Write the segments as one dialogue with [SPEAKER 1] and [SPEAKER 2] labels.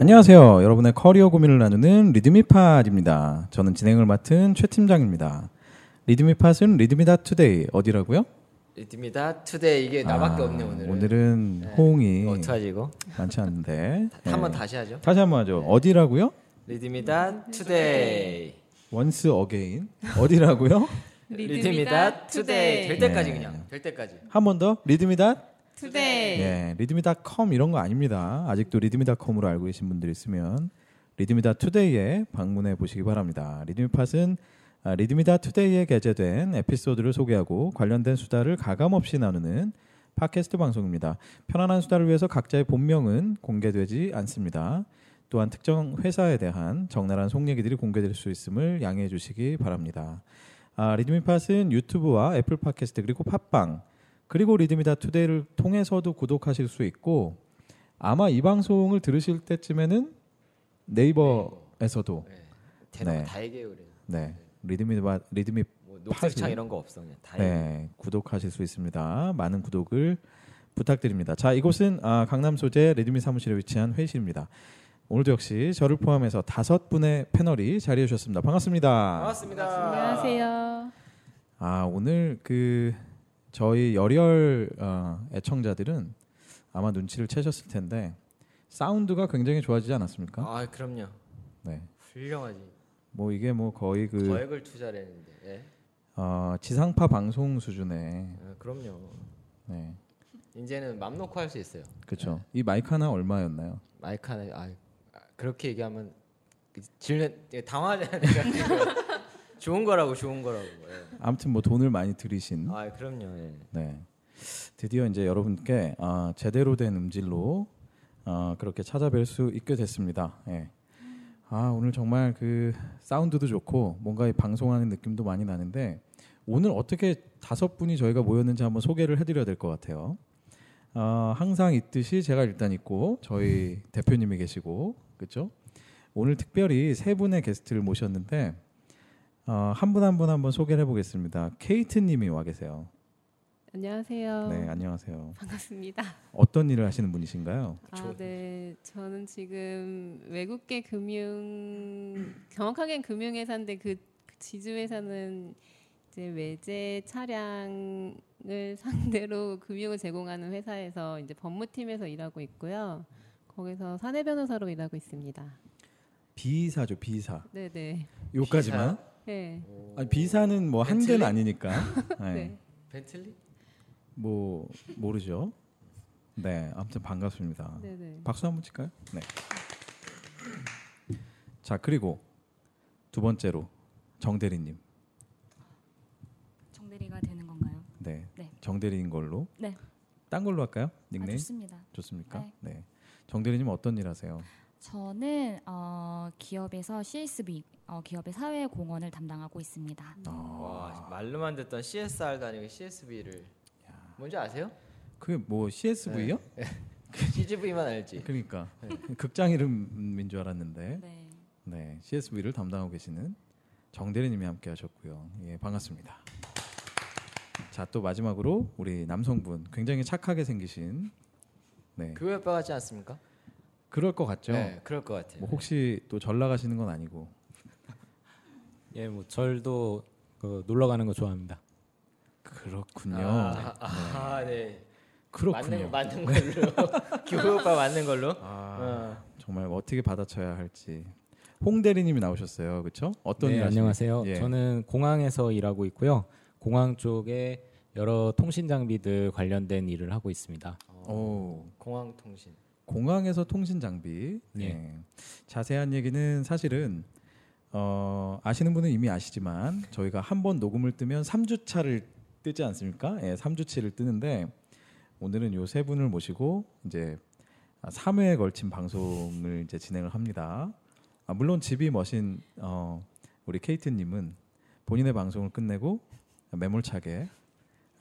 [SPEAKER 1] 안녕하세요. 여러분의 커리어 고민을 나누는 리드미팟입니다. 저는 진행을 맡은 최 팀장입니다. 리드미팟은 리드미다 투데이 어디라고요?
[SPEAKER 2] 리듬이다 투데이 이게 나밖에 없네 오늘은.
[SPEAKER 1] 아, 오늘은
[SPEAKER 2] 네.
[SPEAKER 1] 호응이
[SPEAKER 2] 이거 어떡하지 이거?
[SPEAKER 1] 많지 않은데 네.
[SPEAKER 2] 한번 다시 하죠.
[SPEAKER 1] 다시 한번 하죠. 어디라고요?
[SPEAKER 2] 리듬이다 투데이.
[SPEAKER 1] 원스 어게인 어디라고요?
[SPEAKER 2] 리듬이다 투데이. 될 때까지
[SPEAKER 1] 네.
[SPEAKER 2] 그냥. 될 때까지.
[SPEAKER 1] 한 번 더 리드미다
[SPEAKER 3] 투데이
[SPEAKER 1] 예, 리드미닷컴 이런 거 아닙니다. 아직도 리드미닷컴으로 알고 계신 분들 있으면 리드미닷 투데이에 방문해 보시기 바랍니다. 리드미팟은 아, 리드미닷 투데이에 게재된 에피소드를 소개하고 관련된 수다를 가감 없이 나누는 팟캐스트 방송입니다. 편안한 수다를 위해서 각자의 본명은 공개되지 않습니다. 또한 특정 회사에 대한 적나라한 속 얘기들이 공개될 수 있음을 양해해 주시기 바랍니다. 아, 리드미팟은 유튜브와 애플 팟캐스트 그리고 팟빵 그리고 리드미다 투데이를 통해서도 구독하실 수 있고 아마 이 방송을 들으실 때쯤에는 네이버에서도
[SPEAKER 2] 대놓고
[SPEAKER 1] 네.
[SPEAKER 2] 다 얘기해 그래.
[SPEAKER 1] 네 리드미바 리드미
[SPEAKER 2] 뭐 녹색창
[SPEAKER 1] 파지?
[SPEAKER 2] 이런 거 없어 그냥 다 얘기해.
[SPEAKER 1] 네 구독하실 수 있습니다. 많은 구독을 부탁드립니다. 자 이곳은 아, 강남 소재 리드미 사무실에 위치한 회의실입니다. 오늘도 역시 저를 포함해서 다섯 분의 패널이 자리해 주셨습니다. 반갑습니다.
[SPEAKER 2] 반갑습니다.
[SPEAKER 3] 안녕하세요
[SPEAKER 1] 아 오늘 그 저희 열혈 어, 애청자들은 아마 눈치를 채셨을 텐데 사운드가 굉장히 좋아지지 않았습니까?
[SPEAKER 2] 아 그럼요.
[SPEAKER 1] 네.
[SPEAKER 2] 훌륭하지.
[SPEAKER 1] 뭐 이게 뭐 거의 그
[SPEAKER 2] 거액을 투자했는데. 예.
[SPEAKER 1] 어, 지상파 방송 수준의
[SPEAKER 2] 아, 그럼요.
[SPEAKER 1] 네.
[SPEAKER 2] 이제는 맘 놓고 할 수 있어요.
[SPEAKER 1] 그렇죠. 이 마이크 하나 얼마였나요?
[SPEAKER 2] 마이크 하나 아, 아, 그렇게 얘기하면 질문 예, 당황하잖아요. 좋은 거라고 좋은 거라고. 예.
[SPEAKER 1] 아무튼 뭐 돈을 많이 들이신
[SPEAKER 2] 아 그럼요. 예.
[SPEAKER 1] 네. 드디어 이제 여러분께 아, 제대로 된 음질로 아, 그렇게 찾아뵐 수 있게 됐습니다. 예. 아 오늘 정말 그 사운드도 좋고 뭔가 이 방송하는 느낌도 많이 나는데 오늘 어떻게 다섯 분이 저희가 모였는지 한번 소개를 해드려야 될 것 같아요. 아, 항상 있듯이 제가 일단 있고 저희 대표님이 계시고 그렇죠. 오늘 특별히 세 분의 게스트를 모셨는데 어, 한 분 한 분 한번 소개를 해보겠습니다. 케이트님이 와 계세요.
[SPEAKER 3] 안녕하세요
[SPEAKER 1] 네,
[SPEAKER 4] 어.
[SPEAKER 1] 안녕하세요.
[SPEAKER 3] 반갑습니다
[SPEAKER 1] 어떤 일을 하시는 분이신가요?
[SPEAKER 2] 좋은-
[SPEAKER 3] 아네 저는 지금 외국계 금융 정확하게는 금융회사인데 그 지주회사는 이제 외제 차량을 상대로 금융을 제공하는 회사에서 이제 법무팀에서 일하고 있고요 거기서 사내 변호사로 일하고 있습니다
[SPEAKER 1] 비사죠, 비사.
[SPEAKER 3] 네네
[SPEAKER 1] 요까지만.
[SPEAKER 3] 네.
[SPEAKER 1] 아니 비사는 뭐 한 개는 아니니까. 네.
[SPEAKER 3] 네.
[SPEAKER 2] 벤틀리?
[SPEAKER 1] 뭐 모르죠. 네, 아무튼 반갑습니다.
[SPEAKER 3] 네네
[SPEAKER 1] 박수 한번 칠까요? 네. 자, 그리고 두 번째로 정대리 님.
[SPEAKER 4] 정대리가 되는 건가요?
[SPEAKER 1] 네.
[SPEAKER 4] 네.
[SPEAKER 1] 정대리인 걸로.
[SPEAKER 4] 네.
[SPEAKER 1] 딴 걸로 할까요?
[SPEAKER 4] 아,
[SPEAKER 1] 닉네임?
[SPEAKER 4] 좋습니다.
[SPEAKER 1] 좋습니까?
[SPEAKER 4] 네.
[SPEAKER 1] 네. 정대리 님 어떤 일 하세요?
[SPEAKER 4] 저는 어, 기업에서 CSB 어, 기업의 사회 공헌을 담당하고 있습니다.
[SPEAKER 1] 네? 아.
[SPEAKER 2] 와 말로만 듣던 CSR도 아니고 CSB를 뭔지 아세요?
[SPEAKER 1] 그게 뭐 CSV요?
[SPEAKER 2] CGV만 알지.
[SPEAKER 1] 그러니까 극장 이름인 줄 알았는데
[SPEAKER 4] 네.
[SPEAKER 1] 네, CSV를 담당하고 계시는 정대리님이 함께 하셨고요. 예, 반갑습니다. 자, 또 마지막으로 우리 남성분 굉장히 착하게 생기신 네,
[SPEAKER 2] 그 오빠 같지 않습니까?
[SPEAKER 1] 그, 럴것 같죠?
[SPEAKER 2] 네, 그럴 것 같아요.
[SPEAKER 1] 뭐 혹시 또 절 나가시는 건 아니고
[SPEAKER 5] 예, 뭐 절도 그 놀러 가는 거 좋아합니다.
[SPEAKER 1] 그렇군요.
[SPEAKER 2] 아, 아, 네.
[SPEAKER 1] 그렇군요.
[SPEAKER 2] 맞는, 맞는 걸로. 교회 오빠 맞는 걸로. 아,
[SPEAKER 1] 정말 어떻게 받아쳐야 할지. 홍 대리님이 나오셨어요, 그렇죠? 어떤
[SPEAKER 5] 네,
[SPEAKER 1] 일 하시는-
[SPEAKER 5] 안녕하세요.
[SPEAKER 1] 예.
[SPEAKER 5] 저는 공항에서 일하고 있고요. 공항 쪽에 여러 통신 장비들 관련된 일을 하고 있습니다.
[SPEAKER 1] 오,
[SPEAKER 2] 공항 통신.
[SPEAKER 1] 공항에서 통신 장비.
[SPEAKER 5] 예.
[SPEAKER 1] 예. 자세한 얘기는 사실은 어, 아시는 분은 이미 아시지만 저희가 한 번 녹음을 뜨면 3주차를 뜨지 않습니까? 예, 3주치를 뜨는데 오늘은 요 세 분을 모시고 이제 3회에 걸친 방송을 이제 진행을 합니다. 아, 물론 집이 머신 어, 우리 케이트 님은 본인의 방송을 끝내고 매몰차게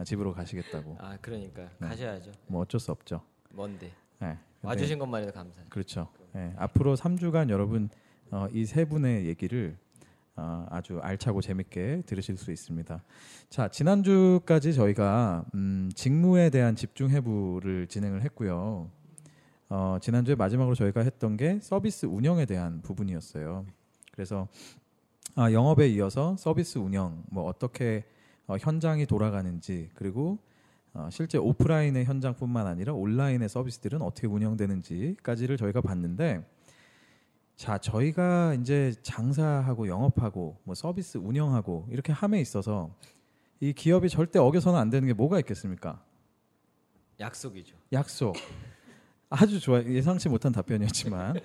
[SPEAKER 1] 집으로 가시겠다고.
[SPEAKER 2] 아, 그러니까
[SPEAKER 1] 네.
[SPEAKER 2] 가셔야죠.
[SPEAKER 1] 뭐 어쩔 수 없죠.
[SPEAKER 2] 뭔데.
[SPEAKER 1] 예. 근데
[SPEAKER 2] 와주신 것만 해도 감사해요.
[SPEAKER 1] 그렇죠. 예, 앞으로 3주간 여러분 어, 이 세 분의 얘기를 어, 아주 알차고 재밌게 들으실 수 있습니다. 자 지난주까지 저희가 음, 직무에 대한 집중 해부를 진행을 했고요. 어, 지난주에 마지막으로 저희가 했던 게 서비스 운영에 대한 부분이었어요. 그래서 아, 영업에 이어서 서비스 운영 뭐 어떻게 어, 현장이 돌아가는지 그리고 어, 실제 오프라인의 현장뿐만 아니라 온라인의 서비스들은 어떻게 운영되는지까지를 저희가 봤는데 자 저희가 이제 장사하고 영업하고 뭐 서비스 운영하고 이렇게 함에 있어서 이 기업이 절대 어겨서는 안 되는 게 뭐가 있겠습니까?
[SPEAKER 6] 약속이죠.
[SPEAKER 1] 약속. 아주 좋아 예상치 못한 답변이었지만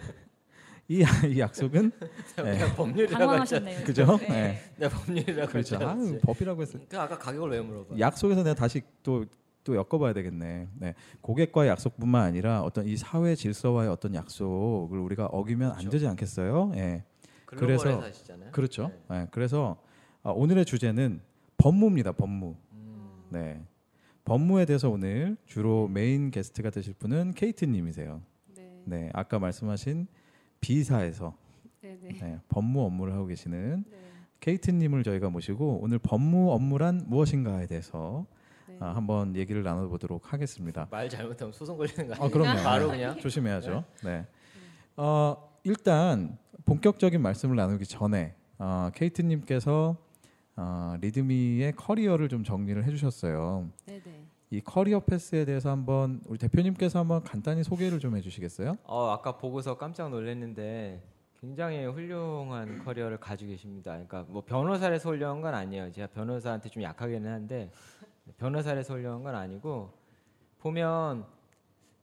[SPEAKER 1] 이, 아, 이 약속은 네.
[SPEAKER 6] 내가 법률이라고 했잖아.
[SPEAKER 4] 당황하셨네요.
[SPEAKER 1] 그죠?
[SPEAKER 4] 네.
[SPEAKER 1] 네.
[SPEAKER 6] 내가 법률이라고
[SPEAKER 1] 그렇죠. 아,
[SPEAKER 6] 했잖아.
[SPEAKER 1] 법이라고 했을
[SPEAKER 6] 그 아까 가격을 왜 물어봐?
[SPEAKER 1] 약속에서 내가 다시 또 또 엮어봐야 되겠네. 네. 고객과의 약속뿐만 아니라 어떤 이 사회 질서와의 어떤 약속을 우리가 어기면 안
[SPEAKER 6] 그렇죠.
[SPEAKER 1] 되지 않겠어요? 예.
[SPEAKER 6] 글로벌
[SPEAKER 1] 그래서-
[SPEAKER 6] 회사시잖아요.
[SPEAKER 1] 그렇죠.
[SPEAKER 6] 네.
[SPEAKER 1] 예, 그래서 아, 오늘의 주제는 법무입니다. 법무.
[SPEAKER 2] 음.
[SPEAKER 3] 음.
[SPEAKER 1] 네. 법무에 대해서 오늘 주로 메인 게스트가 되실 분은 케이트님이세요.
[SPEAKER 3] 네.
[SPEAKER 1] 네. 아까 말씀하신 B사에서
[SPEAKER 3] 네. 네.
[SPEAKER 1] 네, 법무 업무를 하고 계시는
[SPEAKER 3] 네.
[SPEAKER 1] 케이트님을 저희가 모시고 오늘 법무 업무란 무엇인가에 대해서
[SPEAKER 3] 네.
[SPEAKER 1] 아, 한번 얘기를 나눠보도록 하겠습니다.
[SPEAKER 6] 말 잘못하면 소송 걸리는 거
[SPEAKER 1] 아,
[SPEAKER 6] 아니에요?
[SPEAKER 1] 그럼요.
[SPEAKER 6] 바로 그냥
[SPEAKER 1] 조심해야죠. 네. 어, 일단 본격적인 말씀을 나누기 전에 어, 케이트님께서 어, 리드미의 커리어를 좀 정리를 해주셨어요.
[SPEAKER 3] 네. 네.
[SPEAKER 1] 이 커리어 패스에 대해서 한번 우리 대표님께서 한번 간단히 소개를 좀 해주시겠어요?
[SPEAKER 2] 어, 아까 보고서 깜짝 놀랐는데 굉장히 훌륭한 커리어를 가지고 계십니다. 그러니까 뭐 변호사에서 훌륭한 건 아니에요. 제가 변호사한테 좀 약하기는 한데 변호사에서 훌륭한 건 아니고 보면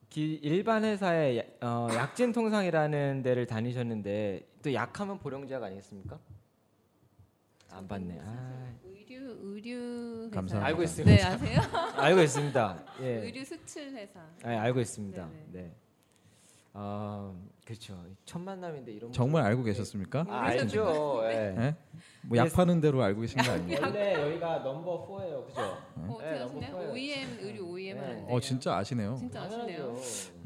[SPEAKER 2] 기- 일반 회사의 야- 어, 약진 통상이라는 데를 다니셨는데 또 약하면 보령제약 아니겠습니까? 안 봤네. 아,
[SPEAKER 3] 의류 의류 회사.
[SPEAKER 1] 감사합니다.
[SPEAKER 6] 알고 있습니다.
[SPEAKER 3] 네 아세요?
[SPEAKER 2] 알고 있습니다. 예.
[SPEAKER 3] 의류 수출 회사.
[SPEAKER 1] 어?
[SPEAKER 2] 네, 알고 있습니다.
[SPEAKER 3] 네네.
[SPEAKER 2] 네. 아, 그렇죠. 첫 만남인데 이런
[SPEAKER 1] 정말
[SPEAKER 2] 분들-
[SPEAKER 1] 알고 계셨습니까?
[SPEAKER 2] 아, 알죠. 예.
[SPEAKER 1] 예? 뭐약 파는 대로 알고 계신 거
[SPEAKER 3] 네.
[SPEAKER 1] 아니에요?
[SPEAKER 2] 원래 여기가 넘버 4예요. 그죠?
[SPEAKER 3] 어, 어떻게
[SPEAKER 2] 네,
[SPEAKER 3] 하시나요?
[SPEAKER 2] 너무 커요.
[SPEAKER 3] OEM 의류 OEM
[SPEAKER 2] 네.
[SPEAKER 3] 하는데.
[SPEAKER 1] 어 진짜 아시네요.
[SPEAKER 3] 진짜 아시네요.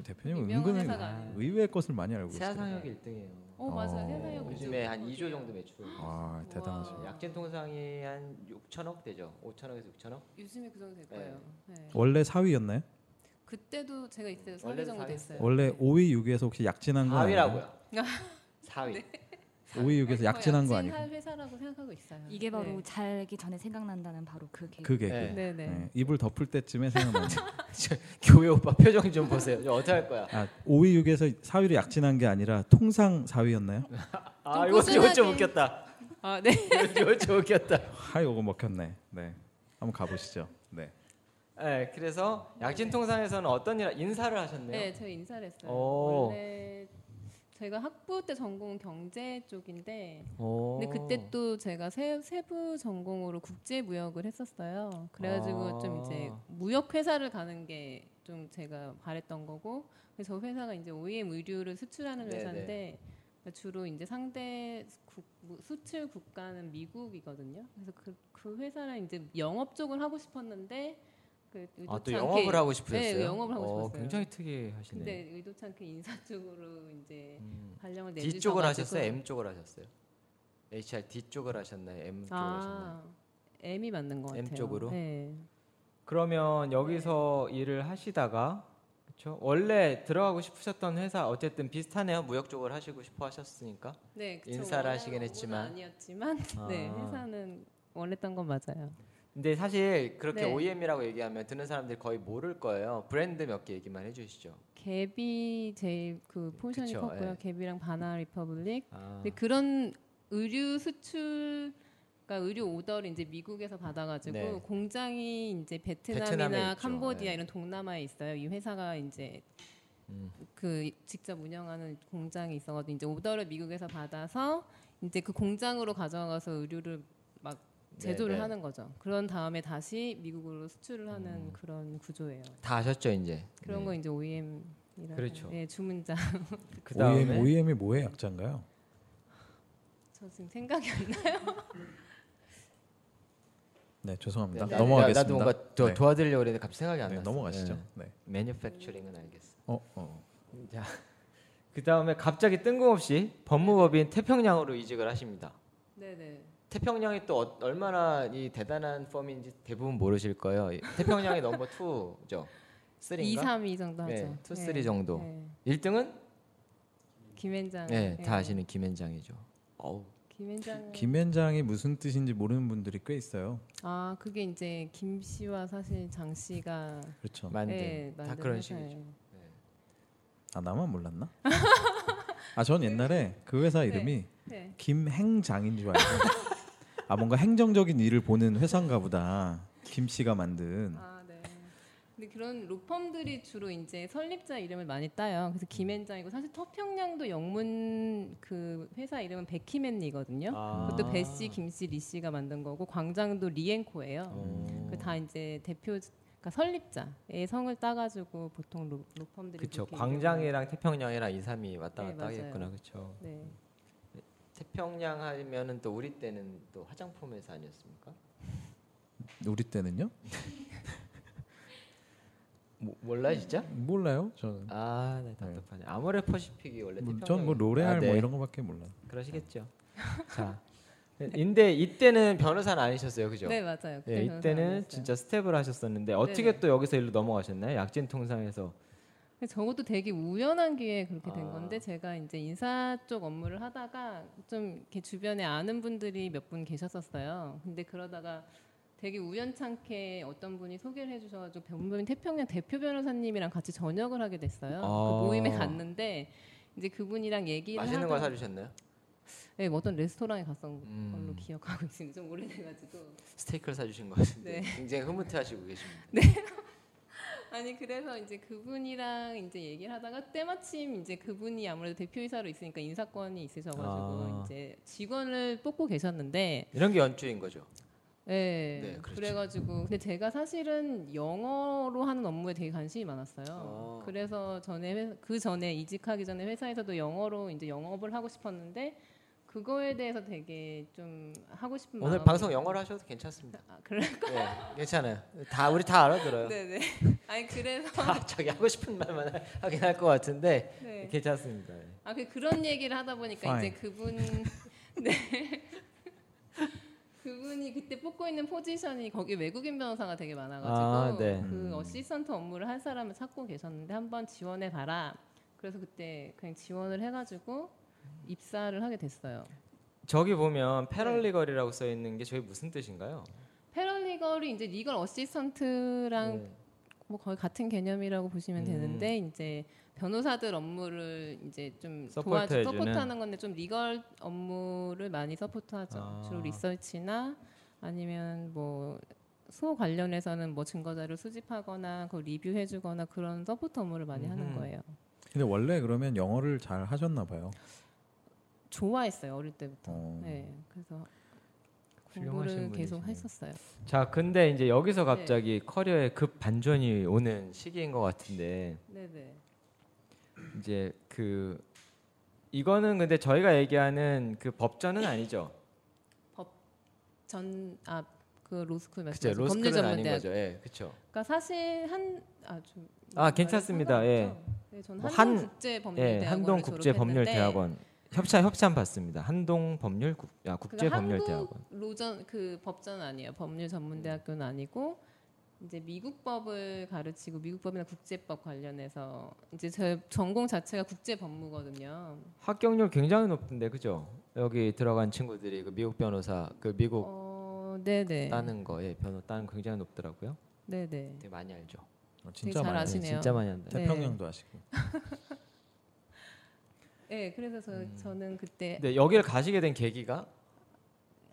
[SPEAKER 1] 대표님
[SPEAKER 3] 유명한
[SPEAKER 1] 은근히
[SPEAKER 3] 회사가 아니에요.
[SPEAKER 1] 의외의 것을 많이 알고
[SPEAKER 2] 세아
[SPEAKER 1] 계시네요.
[SPEAKER 2] 상혁이 1등이에요.
[SPEAKER 3] 어 아. 맞아.
[SPEAKER 1] 어.
[SPEAKER 3] 요 세상에
[SPEAKER 2] 요즘에 한 2조 정도 매출. 네,
[SPEAKER 1] 와 아, 대단하시.
[SPEAKER 3] 와.
[SPEAKER 2] 약진 통상이 한 6천억 되죠. 5천억에서 6천억.
[SPEAKER 3] 요즘에 그 정도 될
[SPEAKER 2] 네.
[SPEAKER 3] 거예요. 네.
[SPEAKER 1] 원래 4위였나요?
[SPEAKER 3] 그때도 제가 있을 때 4위
[SPEAKER 2] 원래도
[SPEAKER 3] 정도
[SPEAKER 2] 사위?
[SPEAKER 3] 됐어요.
[SPEAKER 1] 원래 5위 6위에서 혹시 약진한 거 아니에요?
[SPEAKER 2] 4위라고요. 4위.
[SPEAKER 3] 네.
[SPEAKER 1] 5위 6에서 약진한 거 아니고
[SPEAKER 3] 약진할 회사라고 생각하고 있어요.
[SPEAKER 4] 이게 바로
[SPEAKER 3] 네.
[SPEAKER 4] 잘기 전에 생각난다는 바로 그 계획.
[SPEAKER 1] 그게
[SPEAKER 2] 네.
[SPEAKER 1] 그.
[SPEAKER 3] 네네.
[SPEAKER 1] 네. 입을 덮을 때쯤에 생각나는
[SPEAKER 6] 교회 오빠 표정 좀 보세요. 저 어떻게 할 거야?
[SPEAKER 1] 아 5위 6에서 4위로 약진한 게 아니라 통상 4위였나요?
[SPEAKER 2] 네.
[SPEAKER 6] 아
[SPEAKER 3] 좀
[SPEAKER 6] 이거 이거 좀
[SPEAKER 3] 꾸준하게.
[SPEAKER 6] 웃겼다.
[SPEAKER 3] 아 네.
[SPEAKER 6] 이거 좀 웃겼다.
[SPEAKER 1] 하 요거 먹혔네. 네. 한번 가보시죠. 네.
[SPEAKER 2] 네, 그래서 약진 통상에서는 어떤 일 인사를 하셨네요.
[SPEAKER 3] 네, 저희 인사를 했어요.
[SPEAKER 2] 오.
[SPEAKER 3] 원래 제가 학부 때 전공은 경제 쪽인데
[SPEAKER 2] 오.
[SPEAKER 3] 근데 그때 또 제가 세, 세부 전공으로 국제 무역을 했었어요. 그래가지고
[SPEAKER 2] 아.
[SPEAKER 3] 좀 이제 무역 회사를 가는 게 좀 제가 바랬던 거고 그래서 회사가 이제 OEM 의류를 수출하는
[SPEAKER 2] 네네.
[SPEAKER 3] 회사인데 그러니까 주로 이제 상대 국- 무- 수출 국가는 미국이거든요. 그래서 그, 그 회사랑 이제 영업 쪽을 하고 싶었는데 그
[SPEAKER 2] 아, 또
[SPEAKER 3] 의도치 않게
[SPEAKER 2] 영업을 하고 싶으셨어요?
[SPEAKER 3] 네, 영업을 하고
[SPEAKER 2] 어,
[SPEAKER 3] 싶었어요.
[SPEAKER 2] 굉장히 특이하시네.
[SPEAKER 3] 근데 네, 의도치 않게 인사 쪽으로 이제
[SPEAKER 2] 음.
[SPEAKER 3] 발령을 내주셔
[SPEAKER 2] D 쪽을 하셨어요? M 쪽을 하셨어요? HR D 쪽을 하셨나요? M 쪽을 하셨나요?
[SPEAKER 3] 아, M이 맞는 것 같아요.
[SPEAKER 2] M 쪽으로?
[SPEAKER 3] 네.
[SPEAKER 2] 그러면 여기서 일을 하시다가 그렇죠? 원래 들어가고 싶으셨던 회사 어쨌든 비슷하네요. 무역 쪽을 하시고 싶어 하셨으니까.
[SPEAKER 3] 네, 그쵸.
[SPEAKER 2] 인사를
[SPEAKER 3] 원하는
[SPEAKER 2] 하시긴
[SPEAKER 3] 것보다
[SPEAKER 2] 했지만.
[SPEAKER 3] 아니었지만 네
[SPEAKER 2] 아.
[SPEAKER 3] 회사는 원했던 건 맞아요.
[SPEAKER 2] 근데 사실 그렇게
[SPEAKER 3] 네.
[SPEAKER 2] OEM이라고 얘기하면 듣는 사람들이 거의 모를 거예요. 브랜드 몇 개 얘기만 해주시죠.
[SPEAKER 3] 네, 갭이 제일 그 포션이
[SPEAKER 2] 그쵸, 예.
[SPEAKER 3] 컸고요. 갭이랑 바나 리퍼블릭.
[SPEAKER 2] 아,
[SPEAKER 3] 근데 그런 의류 수출 그러니까 의류 오더를 이제 미국에서 받아가지고
[SPEAKER 2] 네.
[SPEAKER 3] 공장이 이제 베트남이나
[SPEAKER 2] 베트남에 있죠.
[SPEAKER 3] 캄보디아
[SPEAKER 2] 네.
[SPEAKER 3] 이런 동남아에 있어요. 이 회사가 이제
[SPEAKER 2] 음.
[SPEAKER 3] 그 직접 운영하는 공장이 있어가지고 이제 오더를 미국에서 받아서 이제 그 공장으로 가져가서 의류를 막 제조를
[SPEAKER 2] 네, 네.
[SPEAKER 3] 하는 거죠. 그런 다음에 다시 미국으로 수출을
[SPEAKER 2] 음.
[SPEAKER 3] 하는 그런 구조예요.
[SPEAKER 2] 다 하셨죠 이제. 네.
[SPEAKER 3] 그런 거 이제 OEM. 이라고
[SPEAKER 2] 그렇죠.
[SPEAKER 3] 네, 주문자.
[SPEAKER 1] OEM,
[SPEAKER 2] 그다음에
[SPEAKER 1] OEM이 뭐의 약자인가요?
[SPEAKER 3] 저 지금 생각이 안 나요.
[SPEAKER 1] 네, 죄송합니다.
[SPEAKER 2] 네, 나-
[SPEAKER 1] 넘어가겠습니다.
[SPEAKER 2] 나도 뭔가 더
[SPEAKER 1] 네.
[SPEAKER 2] 도와드리려고 했는데 갑자기 생각이 안
[SPEAKER 1] 네,
[SPEAKER 2] 났어.
[SPEAKER 1] 넘어가시죠. 네.
[SPEAKER 2] 매뉴팩처링은 알겠어.
[SPEAKER 1] 어, 어.
[SPEAKER 2] 자, 그 다음에 갑자기 뜬금없이 법무법인 태평양으로 이직을 하십니다.
[SPEAKER 3] 네, 네.
[SPEAKER 2] 태평양이 또 어- 얼마나 이 대단한 펌인지 대부분 모르실 거예요. 태평양이 넘버 2죠. 쓰리인가?
[SPEAKER 3] 2, 3, 2 정도 하죠.
[SPEAKER 2] 네, 투,
[SPEAKER 3] 네,
[SPEAKER 2] 쓰리 정도.
[SPEAKER 3] 네.
[SPEAKER 2] 1등은
[SPEAKER 3] 김현장.
[SPEAKER 2] 네,
[SPEAKER 3] 네.
[SPEAKER 2] 다 아시는 김현장이죠. 어우,
[SPEAKER 3] 김현장.
[SPEAKER 1] 김현장이 무슨 뜻인지 모르는 분들이 꽤 있어요.
[SPEAKER 3] 아 그게 이제 김 씨와 사실 장 씨가
[SPEAKER 1] 그렇죠.
[SPEAKER 2] 만든
[SPEAKER 3] 네,
[SPEAKER 2] 다
[SPEAKER 3] 만든
[SPEAKER 2] 그런
[SPEAKER 3] 회사예요.
[SPEAKER 2] 식이죠.
[SPEAKER 1] 아 나만 몰랐나? 아 전 옛날에 그 회사 이름이
[SPEAKER 3] 네.
[SPEAKER 1] 김행장인 줄 알고 아 뭔가 행정적인 일을 보는 회사인가 보다. 김 씨가
[SPEAKER 2] 음.
[SPEAKER 1] 만든
[SPEAKER 3] 아 네. 근데 그런 로펌들이 주로 이제 설립자 이름을 많이 따요.
[SPEAKER 2] 음.
[SPEAKER 3] 그래서 김현장이고 사실 터평양도 영문 그 회사 이름은 백희맨리거든요.
[SPEAKER 2] 아.
[SPEAKER 3] 그것도 배 씨, 김 씨, 리 씨가 만든 거고 광장도 리앤코예요.
[SPEAKER 2] 어.
[SPEAKER 3] 그 다 이제 대표 그러니까 설립자의 성을 따가지고 보통 로, 로펌들이
[SPEAKER 2] 그쵸
[SPEAKER 3] 그렇게
[SPEAKER 2] 광장이랑 태평양이랑 이삼이 왔다
[SPEAKER 3] 네,
[SPEAKER 2] 갔다
[SPEAKER 3] 맞아요.
[SPEAKER 2] 하겠구나. 그쵸
[SPEAKER 3] 이름을- 네.
[SPEAKER 2] 태평양 하면은 또 우리 때는 또 화장품 회사 아니었습니까?
[SPEAKER 1] 우리 때는요?
[SPEAKER 2] 뭐, 몰라 진짜?
[SPEAKER 1] 몰라요. 저는
[SPEAKER 2] 아, 네, 답답하네. 아모레퍼시픽이 원래 태평양.
[SPEAKER 1] 전뭐 로레알
[SPEAKER 2] 아,
[SPEAKER 1] 뭐
[SPEAKER 2] 네.
[SPEAKER 1] 이런 거밖에 몰라요.
[SPEAKER 2] 그러시겠죠. 자, 근데 이때는 변호사는 아니셨어요, 그죠?
[SPEAKER 3] 네 맞아요.
[SPEAKER 2] 예, 이때는 진짜 스텝을 하셨었는데 어떻게
[SPEAKER 3] 네네.
[SPEAKER 2] 또 여기서 일로 넘어가셨나요? 약진 통상에서
[SPEAKER 3] 저것도 되게 우연한 기회에 그렇게 된
[SPEAKER 2] 아.
[SPEAKER 3] 건데 제가 이제 인사 쪽 업무를 하다가 좀 이렇게 주변에 아는 분들이 몇 분 계셨었어요. 근데 그러다가 되게 우연찮게 어떤 분이 소개를 해주셔가지고 변호인 태평양 대표 변호사님이랑 같이 저녁을 하게 됐어요.
[SPEAKER 2] 아.
[SPEAKER 3] 그 모임에 갔는데 이제 그분이랑 얘기를
[SPEAKER 2] 맛있는 거
[SPEAKER 3] 하다가-
[SPEAKER 2] 사주셨나요?
[SPEAKER 3] 네, 뭐 어떤 레스토랑에 갔던
[SPEAKER 2] 음.
[SPEAKER 3] 걸로 기억하고 있는데 좀 오래돼가지고
[SPEAKER 2] 스테이크를 사주신 거 같은데
[SPEAKER 3] 네.
[SPEAKER 2] 굉장히 흐뭇해하시고 계십니다.
[SPEAKER 3] 아니 그래서 이제 그분이랑 이제 얘기를 하다가 때마침 이제 그분이 아무래도 대표이사로 있으니까 인사권이 있으셔가지고
[SPEAKER 2] 아.
[SPEAKER 3] 이제 직원을 뽑고 계셨는데
[SPEAKER 2] 이런 게 연주인 거죠.
[SPEAKER 3] 예
[SPEAKER 2] 네, 그렇죠.
[SPEAKER 3] 그래가지고 근데 제가 사실은 영어로 하는 업무에 되게 관심이 많았어요
[SPEAKER 2] 아.
[SPEAKER 3] 그래서 전에 회- 그 전에 이직하기 전에 회사에서도 영어로 이제 영업을 하고 싶었는데 그거에 대해서 되게 좀 하고 싶은
[SPEAKER 2] 오늘
[SPEAKER 3] 마음이-
[SPEAKER 2] 방송 영어로 하셔도 괜찮습니다.
[SPEAKER 3] 아, 그래
[SPEAKER 2] 네, 괜찮아요. 다 우리 다 알아들어요.
[SPEAKER 3] 네네 아니 그래서
[SPEAKER 2] 다 저기 하고 싶은 말만 하- 하긴 할 것 같은데
[SPEAKER 3] 네.
[SPEAKER 2] 괜찮습니다. 예.
[SPEAKER 3] 아, 그 그런 얘기를 하다 보니까
[SPEAKER 1] Fine.
[SPEAKER 3] 이제 그분 네. 그분이 그때 뽑고 있는 포지션이 거기 외국인 변호사가 되게 많아 가지고
[SPEAKER 2] 아, 네.
[SPEAKER 3] 그
[SPEAKER 1] 음.
[SPEAKER 3] 어시스턴트 업무를 할 사람을 찾고 계셨는데 한번 지원해 봐라. 그래서 그때 그냥 지원을 해 가지고 입사를 하게 됐어요.
[SPEAKER 2] 저기
[SPEAKER 3] 네.
[SPEAKER 2] 보면 패럴리걸이라고 써 있는 게 저게 무슨 뜻인가요?
[SPEAKER 3] 패럴리걸이 이제 리걸 어시스턴트랑
[SPEAKER 2] 네.
[SPEAKER 3] 뭐 거의 같은 개념이라고 보시면
[SPEAKER 2] 음.
[SPEAKER 3] 되는데 이제 변호사들 업무를 이제 좀
[SPEAKER 2] 서포트 해주는.
[SPEAKER 3] 도와주 서포트하는 건데 좀 리걸 업무를 많이 서포트하죠.
[SPEAKER 2] 아.
[SPEAKER 3] 주로 리서치나 아니면 뭐 소 관련해서는 뭐 증거자료 수집하거나 그 리뷰해주거나 그런 서포트 업무를 많이 하는
[SPEAKER 2] 음흠.
[SPEAKER 3] 거예요.
[SPEAKER 1] 근데 원래 그러면 영어를 잘 하셨나 봐요.
[SPEAKER 3] 좋아했어요 어릴 때부터.
[SPEAKER 1] 어.
[SPEAKER 3] 네, 그래서
[SPEAKER 2] 음. 훌륭하신
[SPEAKER 3] 공부를 계속 네.
[SPEAKER 2] 분이시네요.
[SPEAKER 3] 했었어요.
[SPEAKER 2] 자, 근데 이제 여기서 갑자기 커리어에 급 반전이 오는 시기인 것 같은데
[SPEAKER 3] 네네.
[SPEAKER 2] 이제 그 이거는 근데 저희가 얘기하는 그 법전은 아니죠.
[SPEAKER 3] 전아그 로스쿨
[SPEAKER 2] 그죠.
[SPEAKER 3] 말씀
[SPEAKER 2] 로스쿨은 아닌 거죠. 예, 그렇죠.
[SPEAKER 3] 그러니까 사실 한아좀
[SPEAKER 2] 아, 괜찮습니다. 예.
[SPEAKER 3] 네, 전
[SPEAKER 2] 뭐
[SPEAKER 3] 한동
[SPEAKER 2] 한-
[SPEAKER 3] 국제
[SPEAKER 2] 예,
[SPEAKER 3] 법률대학원
[SPEAKER 2] 한동 국제 법률 대학원 협찬 협찬 받습니다. 한동 법률 국, 아, 국제 법률 대학원.
[SPEAKER 3] 로전 그 법전 아니에요. 법률 전문 대학교는 아니고 이제 미국 법을 가르치고 미국 법이나 국제법 관련해서 이제 제 전공 자체가 국제 법무거든요.
[SPEAKER 2] 합격률 굉장히 높던데 그죠? 여기 들어간 친구들이 그 미국 변호사 그 미국
[SPEAKER 3] 어, 네네.
[SPEAKER 2] 따는 거에 예, 변호 따는 거 굉장히 높더라고요.
[SPEAKER 3] 네네.
[SPEAKER 2] 되게 많이 알죠.
[SPEAKER 1] 어, 진짜
[SPEAKER 3] 되게 잘
[SPEAKER 1] 많이
[SPEAKER 2] 네,
[SPEAKER 3] 아시네요.
[SPEAKER 2] 진짜 많이 한다.
[SPEAKER 3] 네.
[SPEAKER 1] 태평양도 아시고.
[SPEAKER 3] 네, 그래서 저,
[SPEAKER 2] 음.
[SPEAKER 3] 저는 그때
[SPEAKER 2] 근데 여기를 가시게 된 계기가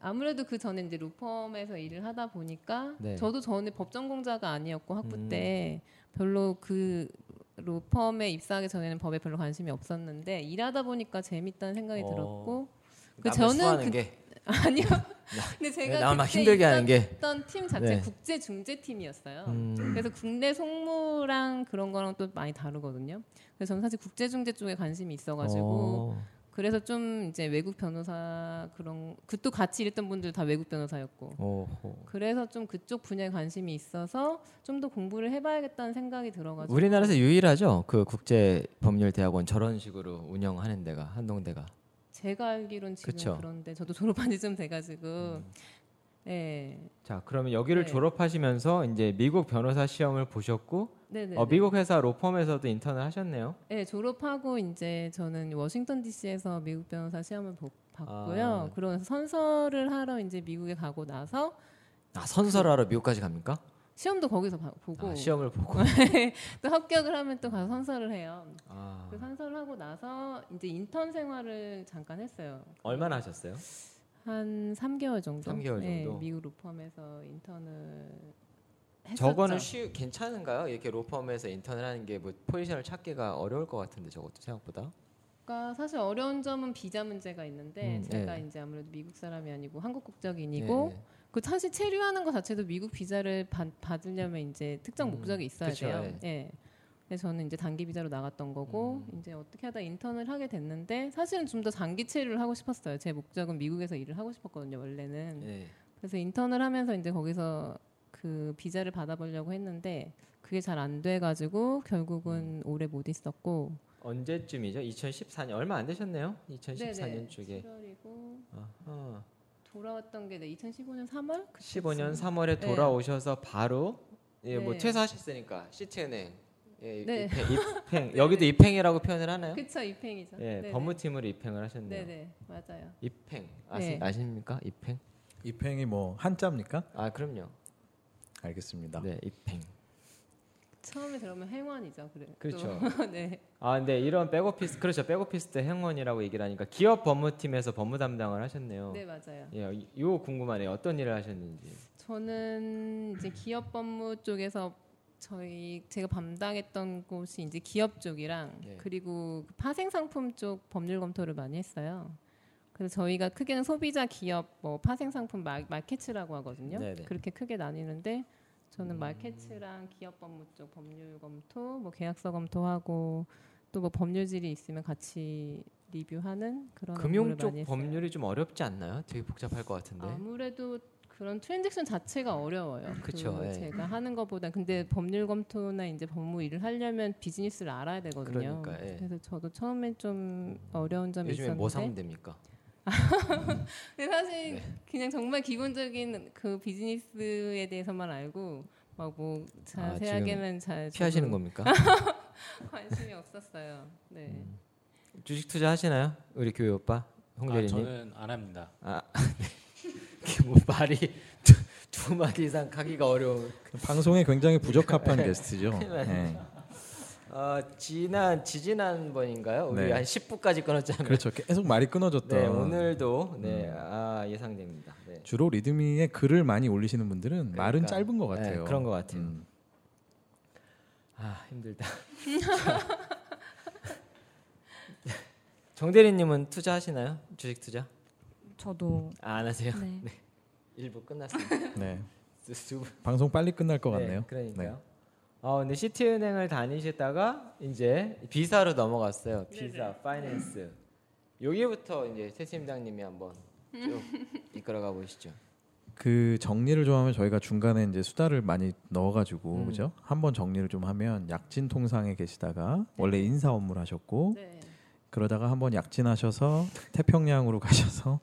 [SPEAKER 3] 아무래도 그 전에 이제 로펌에서 일을 하다 보니까
[SPEAKER 2] 네.
[SPEAKER 3] 저도 전에 법전공자가 아니었고 학부
[SPEAKER 2] 음.
[SPEAKER 3] 때 별로 그 로펌에 입사하기 전에는 법에 별로 관심이 없었는데 일하다 보니까 재밌다는 생각이
[SPEAKER 2] 어.
[SPEAKER 3] 들었고 그
[SPEAKER 2] 남을
[SPEAKER 3] 저는
[SPEAKER 2] 수하는
[SPEAKER 3] 그-
[SPEAKER 2] 게 네,
[SPEAKER 3] 아니요. 근데 제가
[SPEAKER 2] 남을 막
[SPEAKER 3] 그때
[SPEAKER 2] 힘들게 하는 게
[SPEAKER 3] 있었던 팀 자체
[SPEAKER 2] 네.
[SPEAKER 3] 가 국제 중재 팀이었어요.
[SPEAKER 2] 음.
[SPEAKER 3] 그래서 국내 송무랑 그런 거랑 또 많이 다르거든요. 그래서 저는 사실 국제 중재 쪽에 관심이 있어가지고
[SPEAKER 2] 어.
[SPEAKER 3] 그래서 좀 이제 외국 변호사 그런 그 또 같이 일했던 분들 다 외국 변호사였고
[SPEAKER 2] 오호.
[SPEAKER 3] 그래서 좀 그쪽 분야에 관심이 있어서 좀 더 공부를 해봐야겠다는 생각이 들어가지고
[SPEAKER 2] 우리나라에서 유일하죠. 그 국제 법률 대학원 저런 식으로 운영하는 데가 한동대가.
[SPEAKER 3] 제가 알기론 지금
[SPEAKER 2] 그쵸. 음.
[SPEAKER 3] 그런데 저도 졸업한 지 좀 돼가지고 네.
[SPEAKER 7] 자, 그러면 여기를
[SPEAKER 3] 네.
[SPEAKER 7] 졸업하시면서 이제 미국 변호사 시험을 보셨고
[SPEAKER 3] 네네.
[SPEAKER 7] 어, 미국 회사 로펌에서도 인턴을 하셨네요.
[SPEAKER 3] 네, 졸업하고 이제 저는 워싱턴 DC에서 미국 변호사 시험을 보- 봤고요.
[SPEAKER 2] 아.
[SPEAKER 3] 그런 선서를 하러 이제 미국에 가고 나서
[SPEAKER 2] 아, 선서하러 미국까지 갑니까?
[SPEAKER 3] 시험도 거기서 봐- 보고
[SPEAKER 2] 아, 시험을 보고.
[SPEAKER 3] 또 합격을 하면 또 가서 선서를 해요.
[SPEAKER 7] 아,
[SPEAKER 3] 그 선서를 하고 나서 이제 인턴 생활을 잠깐 했어요.
[SPEAKER 7] 얼마나 하셨어요?
[SPEAKER 3] 한 3개월 정도.
[SPEAKER 2] 3개월
[SPEAKER 3] 네,
[SPEAKER 2] 정도?
[SPEAKER 3] 미국 로펌에서 인턴을 했었죠.
[SPEAKER 2] 저거는 쉬 괜찮은가요? 이렇게 로펌에서 인턴을 하는 게 뭐 포지션을 찾기가 어려울 것 같은데 저것도 생각보다.
[SPEAKER 3] 그러니까 사실 어려운 점은 비자 문제가 있는데
[SPEAKER 2] 음,
[SPEAKER 3] 제가
[SPEAKER 2] 네.
[SPEAKER 3] 이제 아무래도 미국 사람이 아니고 한국 국적인이고
[SPEAKER 2] 예,
[SPEAKER 3] 그 사실 체류하는 것 자체도 미국 비자를 받, 받으려면 이제 특정
[SPEAKER 2] 음,
[SPEAKER 3] 목적이 있어야
[SPEAKER 2] 그쵸,
[SPEAKER 3] 돼요.
[SPEAKER 2] 예.
[SPEAKER 3] 예. 근데 저는 이제 단기 비자로 나갔던 거고
[SPEAKER 2] 음.
[SPEAKER 3] 이제 어떻게 하다 인턴을 하게 됐는데 사실은 좀 더 장기 체류를 하고 싶었어요. 제 목적은 미국에서 일을 하고 싶었거든요, 원래는.
[SPEAKER 2] 예. 예.
[SPEAKER 3] 그래서 인턴을 하면서 이제 거기서 그 비자를 받아보려고 했는데 그게 잘 안 돼가지고
[SPEAKER 7] 음.
[SPEAKER 3] 결국은 오래 못 있었고
[SPEAKER 7] 언제쯤이죠? 2014년 얼마 안 되셨네요. 2014년 쪽에
[SPEAKER 3] 7월이고
[SPEAKER 7] 아하.
[SPEAKER 3] 돌아왔던 게 네, 2015년 3월?
[SPEAKER 7] 15년 3월에
[SPEAKER 3] 그 네.
[SPEAKER 7] 돌아오셔서 바로 예, 뭐
[SPEAKER 3] 네.
[SPEAKER 2] 퇴사하셨으니까 시티은행. 예,
[SPEAKER 3] 네.
[SPEAKER 2] 입행, 입행. 여기도 입행이라고 표현을 하나요?
[SPEAKER 3] 그쵸 입행이죠.
[SPEAKER 7] 예,
[SPEAKER 3] 네네.
[SPEAKER 7] 법무팀으로 입행을 하셨네요.
[SPEAKER 3] 네네 맞아요.
[SPEAKER 7] 입행
[SPEAKER 2] 아시,
[SPEAKER 3] 네.
[SPEAKER 2] 아십니까? 입행?
[SPEAKER 1] 입행이 뭐 한자입니까?
[SPEAKER 2] 아, 그럼요.
[SPEAKER 1] 알겠습니다.
[SPEAKER 7] 네, 입행.
[SPEAKER 3] 처음에 들으면 행원이죠. 그래.
[SPEAKER 7] 그렇죠.
[SPEAKER 3] 또. 네.
[SPEAKER 7] 아, 근데 이런 백오피스 그렇죠. 백오피스 때 행원이라고 얘기를 하니까 기업 법무팀에서 법무 담당을 하셨네요.
[SPEAKER 3] 네 맞아요.
[SPEAKER 7] 예, 이- 이거 궁금하네요. 어떤 일을 하셨는지.
[SPEAKER 3] 저는 이제 기업 법무 쪽에서 저희 제가 담당했던 곳이 이제 기업 쪽이랑
[SPEAKER 2] 네.
[SPEAKER 3] 그리고 그 파생 상품 쪽 법률 검토를 많이 했어요. 그래서 저희가 크게는 소비자 기업 뭐 파생 상품 마, 마케츠라고 하거든요.
[SPEAKER 2] 네네. 음.
[SPEAKER 3] 그렇게 크게 나뉘는데 저는 마케츠랑 기업 법무 쪽 법률 검토, 뭐 계약서 검토하고 또 뭐 법률 질이 있으면 같이 리뷰하는 그런
[SPEAKER 2] 금융
[SPEAKER 3] 업무를
[SPEAKER 2] 쪽
[SPEAKER 3] 많이 했어요.
[SPEAKER 2] 법률이 좀 어렵지 않나요? 되게 복잡할 것 같은데.
[SPEAKER 3] 아무래도 그런 트랜잭션 자체가 어려워요.
[SPEAKER 2] 그쵸,
[SPEAKER 3] 그
[SPEAKER 2] 예.
[SPEAKER 3] 제가 하는 것보다 근데 법률 검토나 이제 법무 일을 하려면 비즈니스를 알아야 되거든요.
[SPEAKER 2] 그러니까, 예.
[SPEAKER 3] 래서 저도 처음엔 좀 어려운 점이
[SPEAKER 2] 요즘에
[SPEAKER 3] 있었는데 네,
[SPEAKER 2] 뭐 사면 됩니까?
[SPEAKER 3] 근데 사실
[SPEAKER 2] 네.
[SPEAKER 3] 그냥 정말 기본적인 그 비즈니스에 대해서만 알고 막 뭐
[SPEAKER 2] 아,
[SPEAKER 3] 자세하게는 잘 저도
[SPEAKER 2] 피하시는 겁니까?
[SPEAKER 3] 관심이 없었어요. 네.
[SPEAKER 2] 음. 주식 투자 하시나요? 우리 교회 오빠
[SPEAKER 5] 아,
[SPEAKER 2] 홍재리님.
[SPEAKER 5] 저는 안 합니다.
[SPEAKER 2] 뭐 말이 두, 두 마디 이상 가기가 어려운.
[SPEAKER 1] 그 방송에 굉장히 부적합한 게스트죠. 네.
[SPEAKER 2] 아 지난 지지난 번인가요? 우리
[SPEAKER 1] 네.
[SPEAKER 2] 한 10부까지 끊었잖아요.
[SPEAKER 1] 그렇죠. 계속 말이 끊어졌던.
[SPEAKER 7] 네, 오늘도 네,
[SPEAKER 2] 음.
[SPEAKER 7] 아, 예상됩니다. 네.
[SPEAKER 1] 주로 리드미의 글을 많이 올리시는 분들은 말은
[SPEAKER 2] 그러니까.
[SPEAKER 1] 짧은 것 같아요.
[SPEAKER 7] 네, 그런 것 같아요.
[SPEAKER 1] 음.
[SPEAKER 7] 아, 힘들다.
[SPEAKER 2] 정대리님은 투자하시나요? 주식 투자?
[SPEAKER 4] 저도
[SPEAKER 2] 아, 안 하세요?
[SPEAKER 4] 네.
[SPEAKER 2] 일부 끝났습니다.
[SPEAKER 1] 네.
[SPEAKER 2] 두- 두 분.
[SPEAKER 1] 방송 빨리 끝날 것 같네요.
[SPEAKER 7] 네, 그러니까요.
[SPEAKER 2] 아,
[SPEAKER 7] 어, 근데 시티은행을 다니시다가 이제
[SPEAKER 2] 비사로 넘어갔어요.
[SPEAKER 7] 비자, 파이낸스.
[SPEAKER 2] 여기부터 이제 최팀장님이 한번 쭉 이끌어가 보시죠.
[SPEAKER 1] 그 정리를 좀 하면 저희가 중간에 이제 수다를 많이 넣어가지고
[SPEAKER 3] 음.
[SPEAKER 1] 그죠? 한번 정리를 좀 하면 약진 통상에 계시다가 원래 인사 업무를 하셨고
[SPEAKER 3] 네.
[SPEAKER 1] 그러다가 한번 약진하셔서 태평양으로 가셔서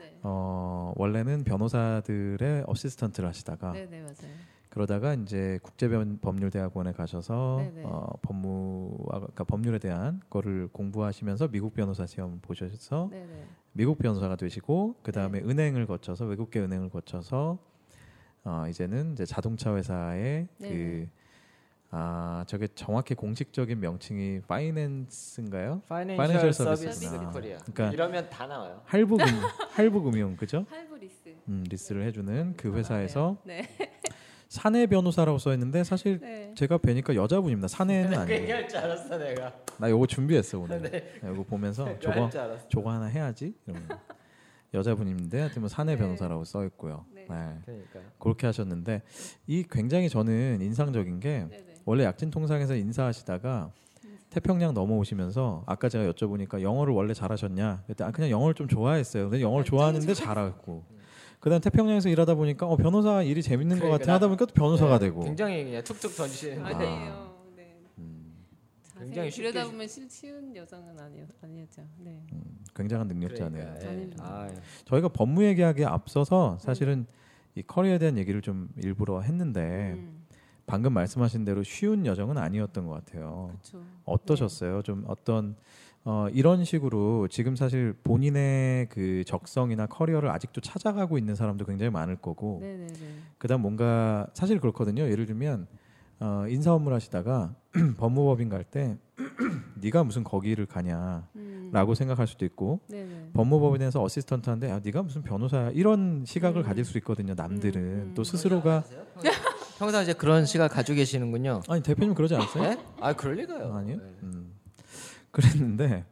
[SPEAKER 3] 네.
[SPEAKER 1] 어 원래는 변호사들의 어시스턴트를 하시다가
[SPEAKER 3] 네, 네, 맞아요.
[SPEAKER 1] 그러다가 이제 국제법률대학원에 가셔서
[SPEAKER 3] 네네.
[SPEAKER 1] 어, 법무 그러니까 법률에 대한 거를 공부하시면서 미국 변호사 시험 보셔서
[SPEAKER 3] 네, 네.
[SPEAKER 1] 미국 변호사가 되시고 그 다음에 은행을 거쳐서 외국계 은행을 거쳐서 어, 이제는 이제 자동차 회사의
[SPEAKER 3] 네네.
[SPEAKER 1] 그 아 저게 정확히 공식적인 명칭이 파이낸스인가요?
[SPEAKER 7] 파이낸셜
[SPEAKER 1] 서비스구나.
[SPEAKER 7] 서비스 코리아.
[SPEAKER 1] 그러니까
[SPEAKER 2] 이러면 다 나와요.
[SPEAKER 1] 할부금 할부금융 그죠?
[SPEAKER 3] 할브리스.
[SPEAKER 1] 음, 리스를 해주는 그 회사에서
[SPEAKER 3] 네.
[SPEAKER 1] 사내 변호사라고 써 있는데 사실
[SPEAKER 3] 네.
[SPEAKER 1] 제가 뵈니까 여자분입니다. 사내는
[SPEAKER 2] 그
[SPEAKER 1] 아니에요.
[SPEAKER 2] 얘기할 줄 알았어 내가.
[SPEAKER 1] 나 요거 준비했어 오늘.
[SPEAKER 3] 네.
[SPEAKER 1] 나 요거 보면서 저거
[SPEAKER 2] 할줄 알았어.
[SPEAKER 1] 저거 하나 해야지. 이러면. 여자분인데 하여튼 뭐 사내
[SPEAKER 3] 네.
[SPEAKER 1] 변호사라고 써 있고요.
[SPEAKER 3] 네.
[SPEAKER 1] 네.
[SPEAKER 7] 그러니까요.
[SPEAKER 1] 그렇게 하셨는데 이 굉장히 저는 인상적인 게
[SPEAKER 3] 네, 네.
[SPEAKER 1] 원래 약진 통상에서 인사하시다가 태평양 넘어오시면서 아까 제가 여쭤보니까 영어를 원래 잘하셨냐? 그때 아 그냥 영어를 좀 좋아했어요. 근데 영어를 좋아하는데 잘하고 그다음 태평양에서 일하다 보니까 어 변호사 일이 재밌는 것
[SPEAKER 2] 그러니까
[SPEAKER 1] 같아 하다 보니까 또 변호사가 되고
[SPEAKER 2] 굉장히 그냥 툭툭 던지시는. 데
[SPEAKER 3] 아니에요. 네.
[SPEAKER 1] 음,
[SPEAKER 2] 굉장히
[SPEAKER 3] 굉장히
[SPEAKER 2] 쉽게
[SPEAKER 3] 들여다보면 실 쉬운 여정은 아니었, 아니었죠. 네.
[SPEAKER 1] 굉장한 능력자네요.
[SPEAKER 7] 그러니까, 예.
[SPEAKER 3] 아닙니다.
[SPEAKER 7] 아유.
[SPEAKER 1] 저희가 법무 얘기하기에 앞서서 사실은 이 커리어에 대한 얘기를 좀 일부러
[SPEAKER 2] 네.
[SPEAKER 1] 했는데
[SPEAKER 3] 음,
[SPEAKER 1] 방금 말씀하신 대로 쉬운 여정은 아니었던 것
[SPEAKER 2] 어.
[SPEAKER 1] 같아요.
[SPEAKER 3] 그렇죠.
[SPEAKER 1] 어떠셨어요? 좀 어떤 어, 이런 식으로 지금 사실 본인의 그 적성이나 커리어를 아직도 찾아가고 있는 사람도 굉장히 많을
[SPEAKER 2] 어.
[SPEAKER 1] 거고
[SPEAKER 3] 네네네.
[SPEAKER 1] 그다음 뭔가 사실 그렇거든요. 예를 들면 어, 인사 업무를 하시다가 법무법인 갈 때 네가 무슨 거기를 가냐라고
[SPEAKER 3] 음,
[SPEAKER 1] 생각할 수도 있고
[SPEAKER 3] 네네.
[SPEAKER 1] 법무법인에서 어시스턴트한데 아, 네가 무슨 변호사야 이런 시각을
[SPEAKER 3] 음.
[SPEAKER 1] 가질 수 있거든요. 남들은
[SPEAKER 3] 음, 음.
[SPEAKER 1] 또 스스로가
[SPEAKER 2] 평상 이제 그런 시각 가지고 계시는군요.
[SPEAKER 1] 아니 대표님 그러지 않았어요?
[SPEAKER 2] 네? 아 그럴 리가요.
[SPEAKER 1] 아니요.
[SPEAKER 2] 네.
[SPEAKER 1] 음. 그랬는데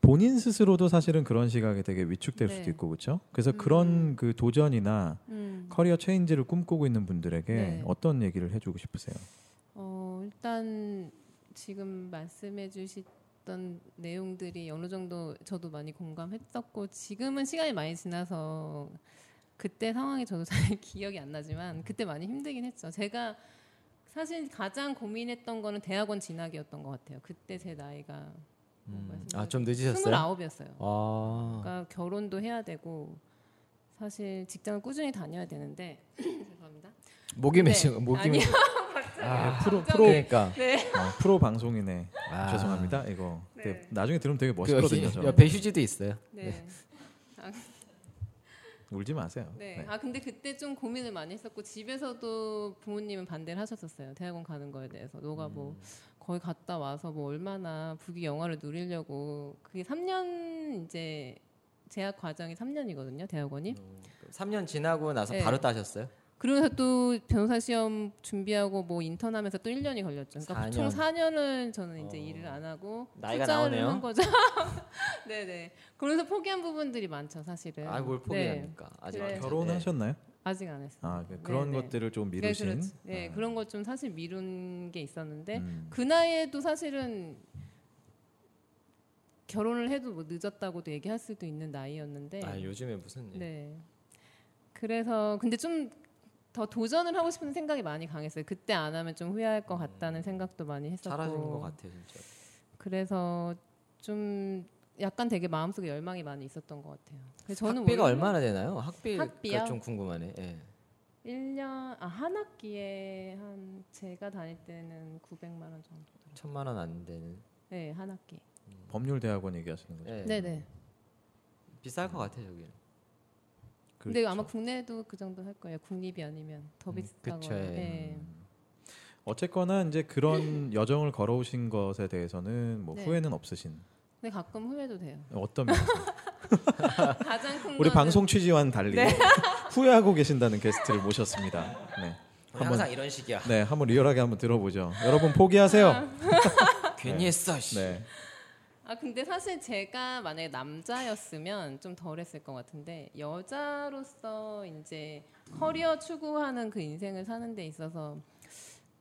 [SPEAKER 1] 본인 스스로도 사실은 그런 시각에 되게 위축될
[SPEAKER 3] 네.
[SPEAKER 1] 수도 있고 그렇죠. 그래서
[SPEAKER 3] 음.
[SPEAKER 1] 그런 그 도전이나
[SPEAKER 3] 음.
[SPEAKER 1] 커리어 체인지를 꿈꾸고 있는 분들에게
[SPEAKER 3] 네.
[SPEAKER 1] 어떤 얘기를 해주고 싶으세요?
[SPEAKER 3] 어, 일단 지금 말씀해 주셨던 내용들이 어느 정도 저도 많이 공감했었고 지금은 시간이 많이 지나서 그때 상황이 저도 잘 기억이 안 나지만 그때 많이 힘들긴 했죠. 제가 사실 가장 고민했던 거는 대학원 진학이었던 것 같아요. 그때 제 나이가 뭐
[SPEAKER 7] 음.
[SPEAKER 2] 아좀 늦으셨어요?
[SPEAKER 3] 29이었어요.
[SPEAKER 2] 아
[SPEAKER 3] 그러니까 결혼도 해야 되고 사실 직장을 꾸준히 다녀야 되는데 죄송합니다.
[SPEAKER 2] 목이
[SPEAKER 3] 네.
[SPEAKER 2] 메신 목이
[SPEAKER 3] 아니요.
[SPEAKER 2] 메신.
[SPEAKER 1] 아, 프로
[SPEAKER 3] 갑자기.
[SPEAKER 1] 프로
[SPEAKER 2] 그러니까
[SPEAKER 3] 네.
[SPEAKER 1] 어, 프로 방송인의
[SPEAKER 2] 아.
[SPEAKER 1] 죄송합니다. 이거
[SPEAKER 3] 네.
[SPEAKER 1] 되게 나중에 들으면 되게
[SPEAKER 2] 그
[SPEAKER 1] 멋있거든요. 저.
[SPEAKER 2] 옆에 휴지도 있어요.
[SPEAKER 3] 네.
[SPEAKER 1] 울지 마세요.
[SPEAKER 3] 네.
[SPEAKER 1] 네.
[SPEAKER 3] 아 근데 그때 좀 고민을 많이 했었고 집에서도 부모님은 반대를 하셨었어요. 대학원 가는 거에 대해서 너가
[SPEAKER 2] 음.
[SPEAKER 3] 뭐 거의 갔다 와서 뭐 얼마나 부귀 영화를 누리려고 그게 3년 이제 재학 과정이 3년이거든요. 대학원이.
[SPEAKER 2] 3년 지나고 나서
[SPEAKER 3] 네.
[SPEAKER 2] 바로 따셨어요?
[SPEAKER 3] 그러면서 또 변호사 시험 준비하고 뭐 인턴하면서 또 1년이 걸렸죠. 그러니까
[SPEAKER 2] 사 년.
[SPEAKER 3] 총 4년은 저는 이제
[SPEAKER 2] 어.
[SPEAKER 3] 일을 안 하고
[SPEAKER 2] 나이가
[SPEAKER 3] 투자를
[SPEAKER 2] 나오네요.
[SPEAKER 3] 한 거죠. 네네. 그러면서 포기한 부분들이 많죠, 사실은.
[SPEAKER 2] 아뭘
[SPEAKER 3] 네.
[SPEAKER 2] 포기합니까? 아직
[SPEAKER 3] 그래요.
[SPEAKER 2] 안
[SPEAKER 1] 결혼하셨나요?
[SPEAKER 3] 아직 안 했어요.
[SPEAKER 1] 아 그- 그런
[SPEAKER 3] 네, 네.
[SPEAKER 1] 것들을 좀
[SPEAKER 3] 네,
[SPEAKER 1] 미루신.
[SPEAKER 3] 그렇지. 네,
[SPEAKER 1] 아.
[SPEAKER 3] 그런 것 좀 사실 미룬 게 있었는데
[SPEAKER 1] 음.
[SPEAKER 3] 그 나이에도 사실은 결혼을 해도 뭐 늦었다고도 얘기할 수도 있는 나이였는데
[SPEAKER 2] 아 요즘에 무슨 일?
[SPEAKER 3] 네. 그래서 근데 좀 더 도전을 하고 싶은 생각이 많이 강했어요. 그때 안 하면 좀 후회할 것 같다는 생각도 많이 했었고.
[SPEAKER 2] 음. 잘하신 것 같아요 진짜.
[SPEAKER 3] 그래서 좀 약간 되게 마음속에 열망이 많이 있었던 것 같아요. 그래서 저는
[SPEAKER 2] 학비가
[SPEAKER 3] 원래
[SPEAKER 2] 얼마나 되나요? 학비가
[SPEAKER 3] 학비요?
[SPEAKER 2] 좀 궁금하네. 예.
[SPEAKER 3] 1년 아 한 학기에 한 제가 다닐 때는 900만 원 정도.
[SPEAKER 2] 천만 원 안 되는.
[SPEAKER 3] 네, 한 학기.
[SPEAKER 1] 법률 대학원 얘기하시는 거죠?
[SPEAKER 2] 예.
[SPEAKER 3] 네, 네.
[SPEAKER 2] 비쌀 것 같아요 저기는.
[SPEAKER 3] 근데
[SPEAKER 1] 그렇죠.
[SPEAKER 3] 아마 국내도 그 정도 할 거예요. 국립이 아니면 더
[SPEAKER 2] 음,
[SPEAKER 3] 비슷하거나.
[SPEAKER 2] 그쵸, 예.
[SPEAKER 3] 네.
[SPEAKER 1] 어쨌거나 이제 그런 여정을 걸어오신 것에 대해서는 뭐
[SPEAKER 3] 네.
[SPEAKER 1] 후회는 없으신
[SPEAKER 3] 근데 가끔 후회도 돼요.
[SPEAKER 1] 어떤 면에서?
[SPEAKER 3] 가장 큰
[SPEAKER 1] 우리
[SPEAKER 3] 거는-
[SPEAKER 1] 방송 취지와는 달리
[SPEAKER 3] 네.
[SPEAKER 1] 후회하고 계신다는 게스트를 모셨습니다. 네. 한번-
[SPEAKER 2] 항상 이런 식이야.
[SPEAKER 1] 네, 한번 리얼하게 한번 들어보죠. 여러분 포기하세요.
[SPEAKER 2] 괜히 했어. 씨.
[SPEAKER 1] 네.
[SPEAKER 3] 아 근데 사실 제가 만약에 남자였으면 좀 덜했을 것 같은데 여자로서 이제 커리어 추구하는 그 인생을 사는 데 있어서